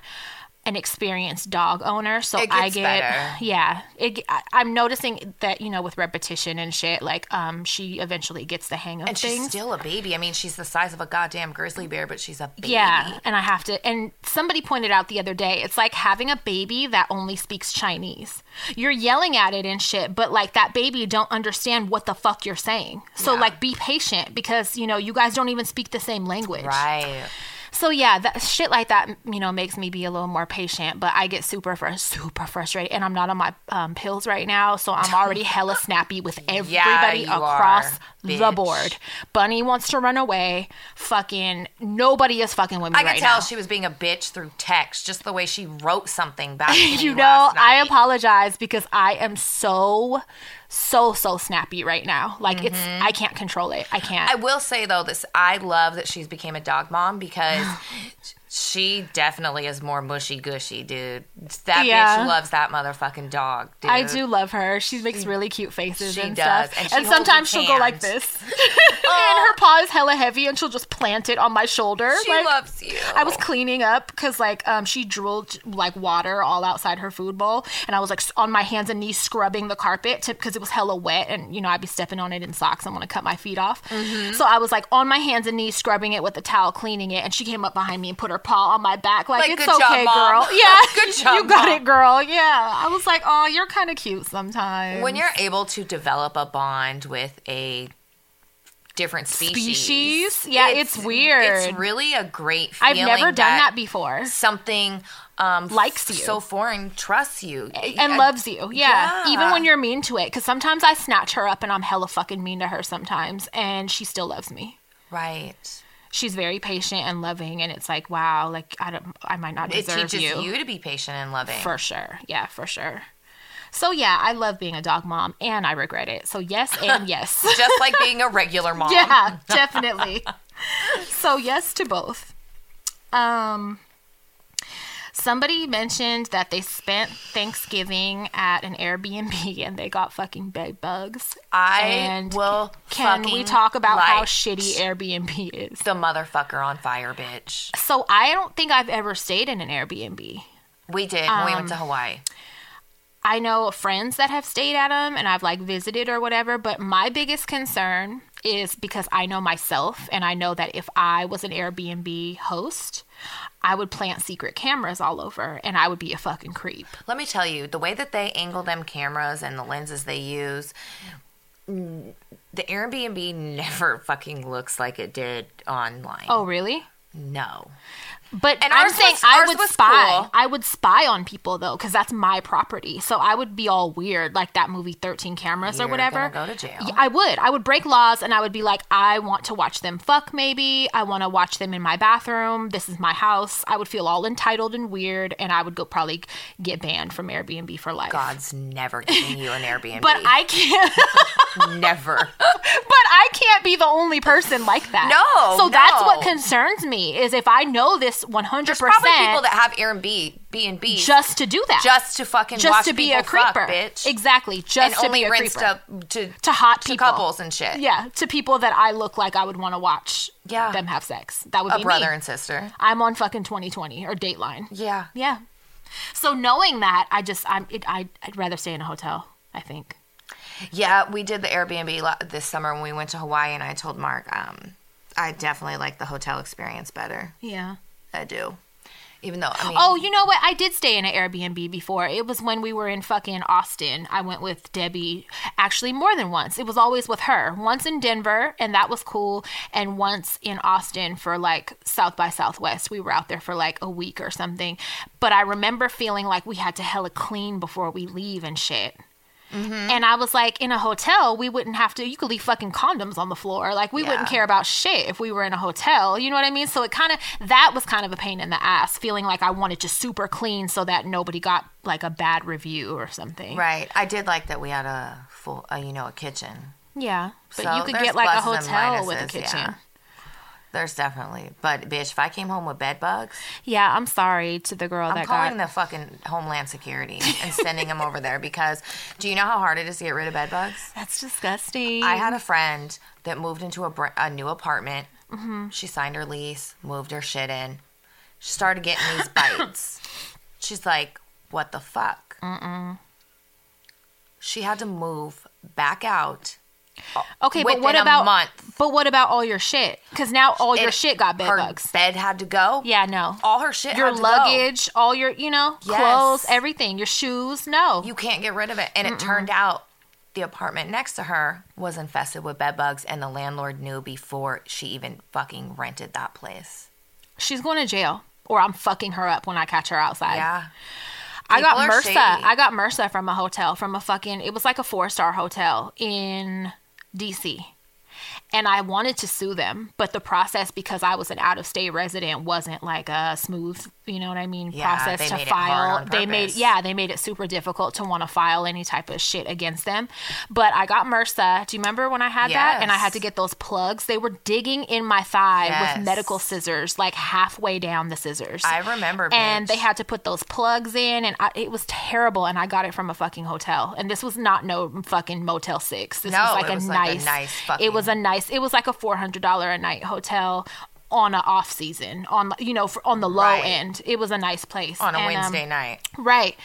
B: an experienced dog owner. So
A: It
B: I
A: gets
B: get
A: better.
B: yeah. It, ge- I, I'm noticing that you know with repetition and shit, like um, she eventually gets the hang of
A: And she's
B: things.
A: still a baby. I mean, she's the size of a goddamn grizzly bear, but she's a baby.
B: Yeah, and I have to. And somebody pointed out the other day, it's like having a baby that only speaks Chinese. You're yelling at it and shit, but like that baby don't understand what the fuck you're saying. So
A: Yeah.
B: like, be patient because you know you guys don't even speak the same language.
A: Right.
B: So yeah, that shit like that, you know, makes me be a little more patient. But I get super fr- super frustrated, and I'm not on my um, pills right now, so I'm already hella snappy with everybody
A: you
B: across
A: are,
B: the
A: bitch.
B: board. Bunny wants to run away. Fucking nobody is fucking with me
A: I could
B: right
A: tell
B: now.
A: she was being a bitch through text, just the way she wrote something back. to
B: you
A: me
B: know,
A: last
B: I
A: night.
B: apologize because I am so, so, so snappy right now. Like it's,
A: Mm-hmm.
B: I can't control it. I can't.
A: I will say though, this I love that she's became a dog mom because she definitely is more mushy gushy, dude. That
B: Yeah.
A: bitch loves that motherfucking dog, dude.
B: I do love her. She makes really cute faces
A: she
B: and
A: does,
B: stuff.
A: and
B: And,
A: she holds
B: sometimes
A: your
B: she'll go
A: hand.
B: like this. and her paw is hella heavy and she'll just plant it on my shoulder.
A: She
B: like,
A: loves you.
B: I was cleaning up because like um she drooled like water all outside her food bowl and I was like s- on my hands and knees scrubbing the carpet because it was hella wet and you know I'd be stepping on it in socks I want to cut
A: Mm-hmm.
B: my feet off so I was like on my hands and knees scrubbing it with a towel cleaning it and she came up behind me and put her paw on my back, like,
A: Like,
B: it's
A: good job,
B: okay,
A: Mom.
B: girl. Yeah,
A: Good job,
B: you got
A: Mom.
B: it, girl. Yeah, I was like, oh, you're kind of cute sometimes.
A: when you're able to develop a bond with a different species,
B: Species? Yeah, it's weird.
A: It's really a great.
B: I've
A: Feeling
B: never done that, before
A: Something um,
B: Likes
A: f-
B: you.
A: so foreign trusts you
B: and
A: I-
B: loves you. Yeah.
A: Yeah.
B: even when you're mean to it, because sometimes I snatch her up and I'm hella fucking mean to her sometimes, and she still loves me.
A: Right.
B: She's very patient and loving, and it's like, wow, like I don't, I might not
A: It
B: deserve
A: teaches you. to be patient and loving.
B: For sure. Yeah, for sure. So yeah, I love being a dog mom and I regret it. So yes and yes.
A: Just like being a regular mom.
B: yeah, definitely. so yes to both. Um somebody mentioned that they spent Thanksgiving at an Airbnb and they got fucking bed bugs.
A: I
B: and
A: will
B: can we
A: fucking
B: talk about how
A: light
B: shitty Airbnb is?
A: The motherfucker on fire, bitch.
B: So I don't think I've ever stayed in an Airbnb.
A: We did when we went
B: Um,
A: to Hawaii.
B: I know friends that have stayed at them and I've like visited or whatever, but my biggest concern is because I know myself and I know that if I was an Airbnb host, I would plant secret cameras all over and I would be a fucking creep.
A: Let me tell you, the way that they angle them cameras and the lenses they use, n- the Airbnb never fucking looks like it did online.
B: Oh, really?
A: no.
B: But
A: And
B: I'm
A: ours
B: saying
A: was-
B: I
A: ours
B: would
A: was
B: spy.
A: cool.
B: I would spy on people though, because that's my property. So I would be all weird, like that movie Thirteen Cameras
A: You're
B: or whatever.
A: gonna go to jail.
B: Yeah, I would. I would break laws, and I would be like, I want to watch them fuck. Maybe I want to watch them in my bathroom. This is my house. I would feel all entitled and weird, and I would go probably get banned from Airbnb for life.
A: God's never giving you an Airbnb.
B: But I can't.
A: never.
B: But I can't be the only person like that.
A: No,
B: So that's
A: no.
B: what concerns me is if I know this 100%.
A: There's probably people that have Airbnb B and B
B: just to do that.
A: just to fucking
B: just
A: watch
B: to be
A: people
B: a creeper,
A: fuck, bitch.
B: Exactly, just
A: And
B: to
A: only
B: be a
A: rents
B: creeper.
A: to, to
B: to hot
A: to
B: people.
A: couples and shit.
B: Yeah, to people that I look like I would want to watch
A: Yeah.
B: them have sex. That would
A: a
B: be
A: brother
B: me.
A: and sister.
B: I'm on fucking 2020 or Dateline.
A: Yeah.
B: Yeah. So knowing that, I just I'm it, I I'd rather stay in a hotel. I think.
A: Yeah, we did the Airbnb lo- this summer when we went to Hawaii, and I told Mark, um, I definitely like the hotel experience better.
B: Yeah.
A: I do. Even though, I mean,
B: Oh, you know what? I did stay in an Airbnb before. It was when we were in fucking Austin. I went with Debbie actually more than once. It was always with her. Once in Denver, and that was cool. And once in Austin for like South by Southwest. We were out there for like a week or something. But I remember feeling like we had to hella clean before we leave and shit. And I was like, in a hotel, we wouldn't have to. You could leave fucking condoms on the floor. Like we wouldn't
A: Yeah.
B: care about shit if we were in a hotel. You know what I mean? So it kind of that was kind of a pain in the ass, feeling like I wanted to super clean so that nobody got like a bad review or something.
A: right. I did like that we had a full, uh, you know, a kitchen.
B: Yeah, but
A: So
B: you could
A: there's
B: get like a
A: pluses and
B: hotel with a
A: minuses,
B: kitchen.
A: yeah. There's definitely, but bitch, if I came home with bed bugs,
B: Yeah, I'm sorry to the girl
A: I'm
B: that
A: calling
B: got.
A: the fucking Homeland Security and sending them over there because do you know how hard it is to get rid of bed bugs?
B: That's disgusting.
A: I had a friend that moved into a, br- a new apartment.
B: Mm-hmm.
A: She signed her lease, moved her shit in. She started getting these bites. She's like, what the fuck? Mm-mm. She had to move back out.
B: okay, but
A: within
B: what
A: a
B: about
A: month.
B: but what about all your shit? Because now all Oh, your
A: It-
B: shit got bed
A: her
B: bugs.
A: bed had to go.
B: Yeah, no.
A: All her shit
B: your
A: had to go.
B: luggage, all your, you know, clothes,
A: Yes.
B: everything, your shoes. No.
A: You can't get rid of it. And it turned out the apartment next to her was infested with bed bugs and the landlord knew before she even fucking rented that place.
B: She's going to jail. Or I'm fucking her up when I catch her outside.
A: Yeah.
B: I got
A: people are
B: MRSA.
A: shady.
B: I got MRSA from a hotel, from a fucking, it was like a four star hotel in DC. And I wanted to sue them, but the process, because I was an out of state resident, wasn't like a smooth, you know what I mean,
A: Yeah,
B: process
A: they
B: to
A: made it hard
B: file.
A: on
B: they made,
A: purpose.
B: yeah, they made it super difficult to want to file any type of shit against them. But I got MRSA. Do you remember when I had that? And I had
A: Yes.
B: to get those plugs. They were digging in my thigh
A: Yes.
B: with medical scissors, like halfway down the scissors.
A: I remember,
B: And they
A: bitch.
B: had to put those plugs in, and I, it was terrible. And I got it from a fucking hotel, and this was not no fucking Motel Six. This
A: No,
B: was like
A: it
B: a
A: was like a
B: nice,
A: nice
B: it was
A: fucking-
B: a nice, it was like a four hundred dollar a night hotel on a off season on you know for, on the low
A: Right.
B: end. It was a nice place
A: on a
B: And, um,
A: Wednesday night.
B: right?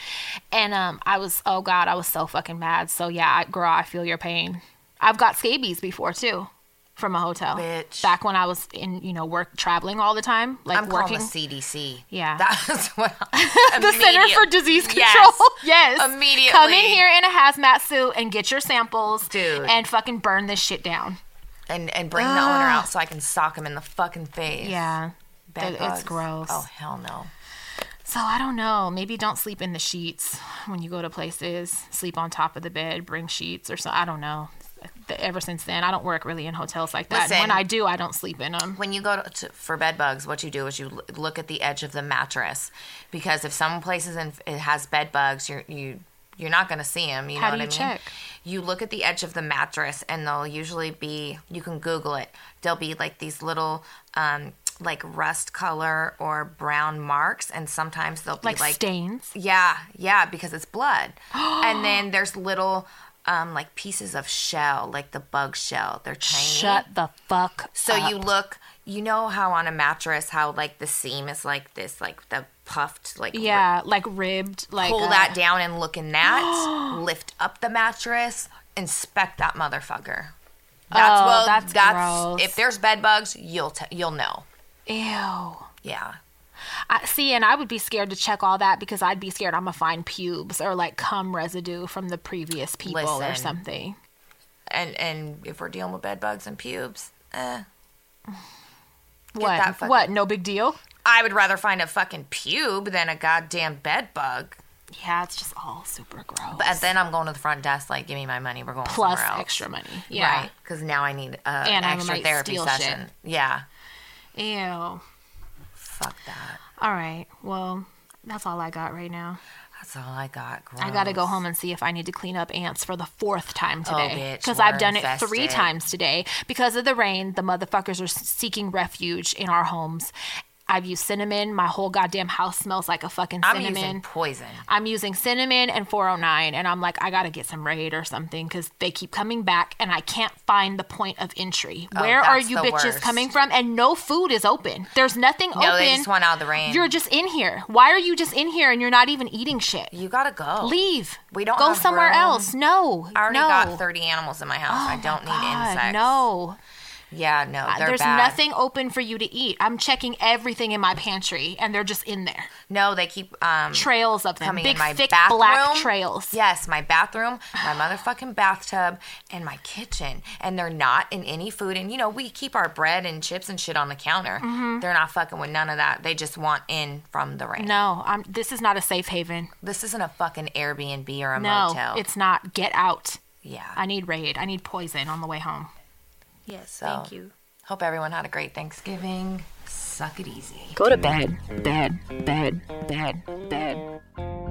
B: And um, I was oh god, I was so fucking mad. So yeah, I, girl, I feel your pain. I've got scabies before too. from a hotel.
A: Bitch.
B: Back when I was in, you know, work traveling all the time, like
A: I'm
B: working.
A: calling the CDC.
B: Yeah.
A: that's what
B: the Center for Disease Control. Yes.
A: immediately.
B: Come in here in a hazmat suit and get your samples.
A: Dude.
B: And fucking burn this shit down.
A: and and bring the owner out so I can sock him in the fucking face.
B: Yeah.
A: Bed
B: Th-
A: bugs.
B: it's gross.
A: Oh hell no.
B: So I don't know. Maybe don't sleep in the sheets when you go to places. Sleep on top of the bed. Bring sheets or so. I don't know. Th- Ever since then, I don't work really in hotels like that. And
A: Listen.
B: when I do, I don't sleep in them.
A: When you go to, to, for bed bugs, what you do is you l- look at the edge of the mattress because if some places in, it has bed bugs, you're you you're not going to see them. You
B: How
A: know
B: do
A: what
B: you
A: I mean?
B: check?
A: You look at the edge of the mattress, and they'll usually be. You can Google it. There'll be like these little. Um, like rust color or brown marks, and sometimes they'll be
B: Like,
A: like,
B: stains.
A: Yeah, yeah, because it's blood. and then there's little um like pieces of shell, like the bug shell. They're tiny.
B: Shut the fuck.
A: so you look, you know how on a mattress how like the seam is like this, like the puffed like
B: Yeah, like ribbed. Like
A: pull
B: uh,
A: that down and look in that, lift up the mattress, inspect that motherfucker. That's
B: Oh,
A: well,
B: that's
A: that's,
B: gross.
A: if there's bed bugs, you'll t- you'll know.
B: uh, Ew.
A: Yeah.
B: I, see, and I would be scared to check all that because I'd be scared I'm gonna find pubes or like cum residue from the previous people or
A: Listen.
B: something.
A: And and if we're dealing with bed bugs and pubes, eh,
B: What?
A: that fucking-
B: what? No big deal.
A: I would rather find a fucking pube than a goddamn bed bug.
B: Yeah, it's just all super gross.
A: But then I'm going to the front desk, like, give me my money. We're going
B: Plus
A: somewhere else.
B: extra money. Yeah.
A: Because now I need uh, an
B: And I
A: extra
B: might
A: therapy
B: steal
A: session. Yeah.
B: Ew.
A: Fuck that.
B: All right. Well, that's all I got right now.
A: That's all I got.
B: I got to go
A: Gross. Oh,
B: home and see if I need to clean up ants for the fourth time today.
A: bitch,
B: Because
A: we're
B: I've done it three
A: infested.
B: times today. Because of the rain, the motherfuckers are seeking refuge in our homes. I've used cinnamon. My whole goddamn house smells like a fucking
A: I'm
B: cinnamon.
A: using poison.
B: I'm using cinnamon and 409, and I'm like, I gotta get some raid or something because they keep coming back, and I can't find the point of entry. Where are
A: Oh, that's
B: you
A: the
B: bitches
A: worst.
B: coming from? And no food is open. There's nothing open.
A: No, they just want out of the rain.
B: You're just in here. Why are you just in here and you're not even eating shit?
A: You got to go.
B: Leave.
A: We don't
B: go
A: have
B: somewhere
A: room.
B: else. No.
A: I already
B: no. Oh
A: got 30 animals in my house. I don't need
B: God,
A: insects.
B: No, Uh,
A: Yeah, no. They're
B: there's
A: bad.
B: nothing open for you to eat. I'm checking everything in my pantry, and they're just in there.
A: No, they keep um,
B: Trails of them,
A: coming
B: big
A: in my
B: thick
A: bathroom.
B: black trails.
A: Yes, my bathroom, my motherfucking bathtub, and my kitchen. And they're not in any food. And you know, we keep our bread and chips and shit on the counter. They're not fucking with none of that. They just want in from the rain.
B: Mm-hmm. No, I'm, this is not a safe haven.
A: This isn't a fucking Airbnb or a
B: No,
A: motel.
B: it's not. Get out.
A: yeah.
B: I need raid. I need poison on the way home. Yes,
A: thank you. Hope everyone had a great Thanksgiving. Suck it easy.
B: Go to bed. Bed, bed, bed, bed.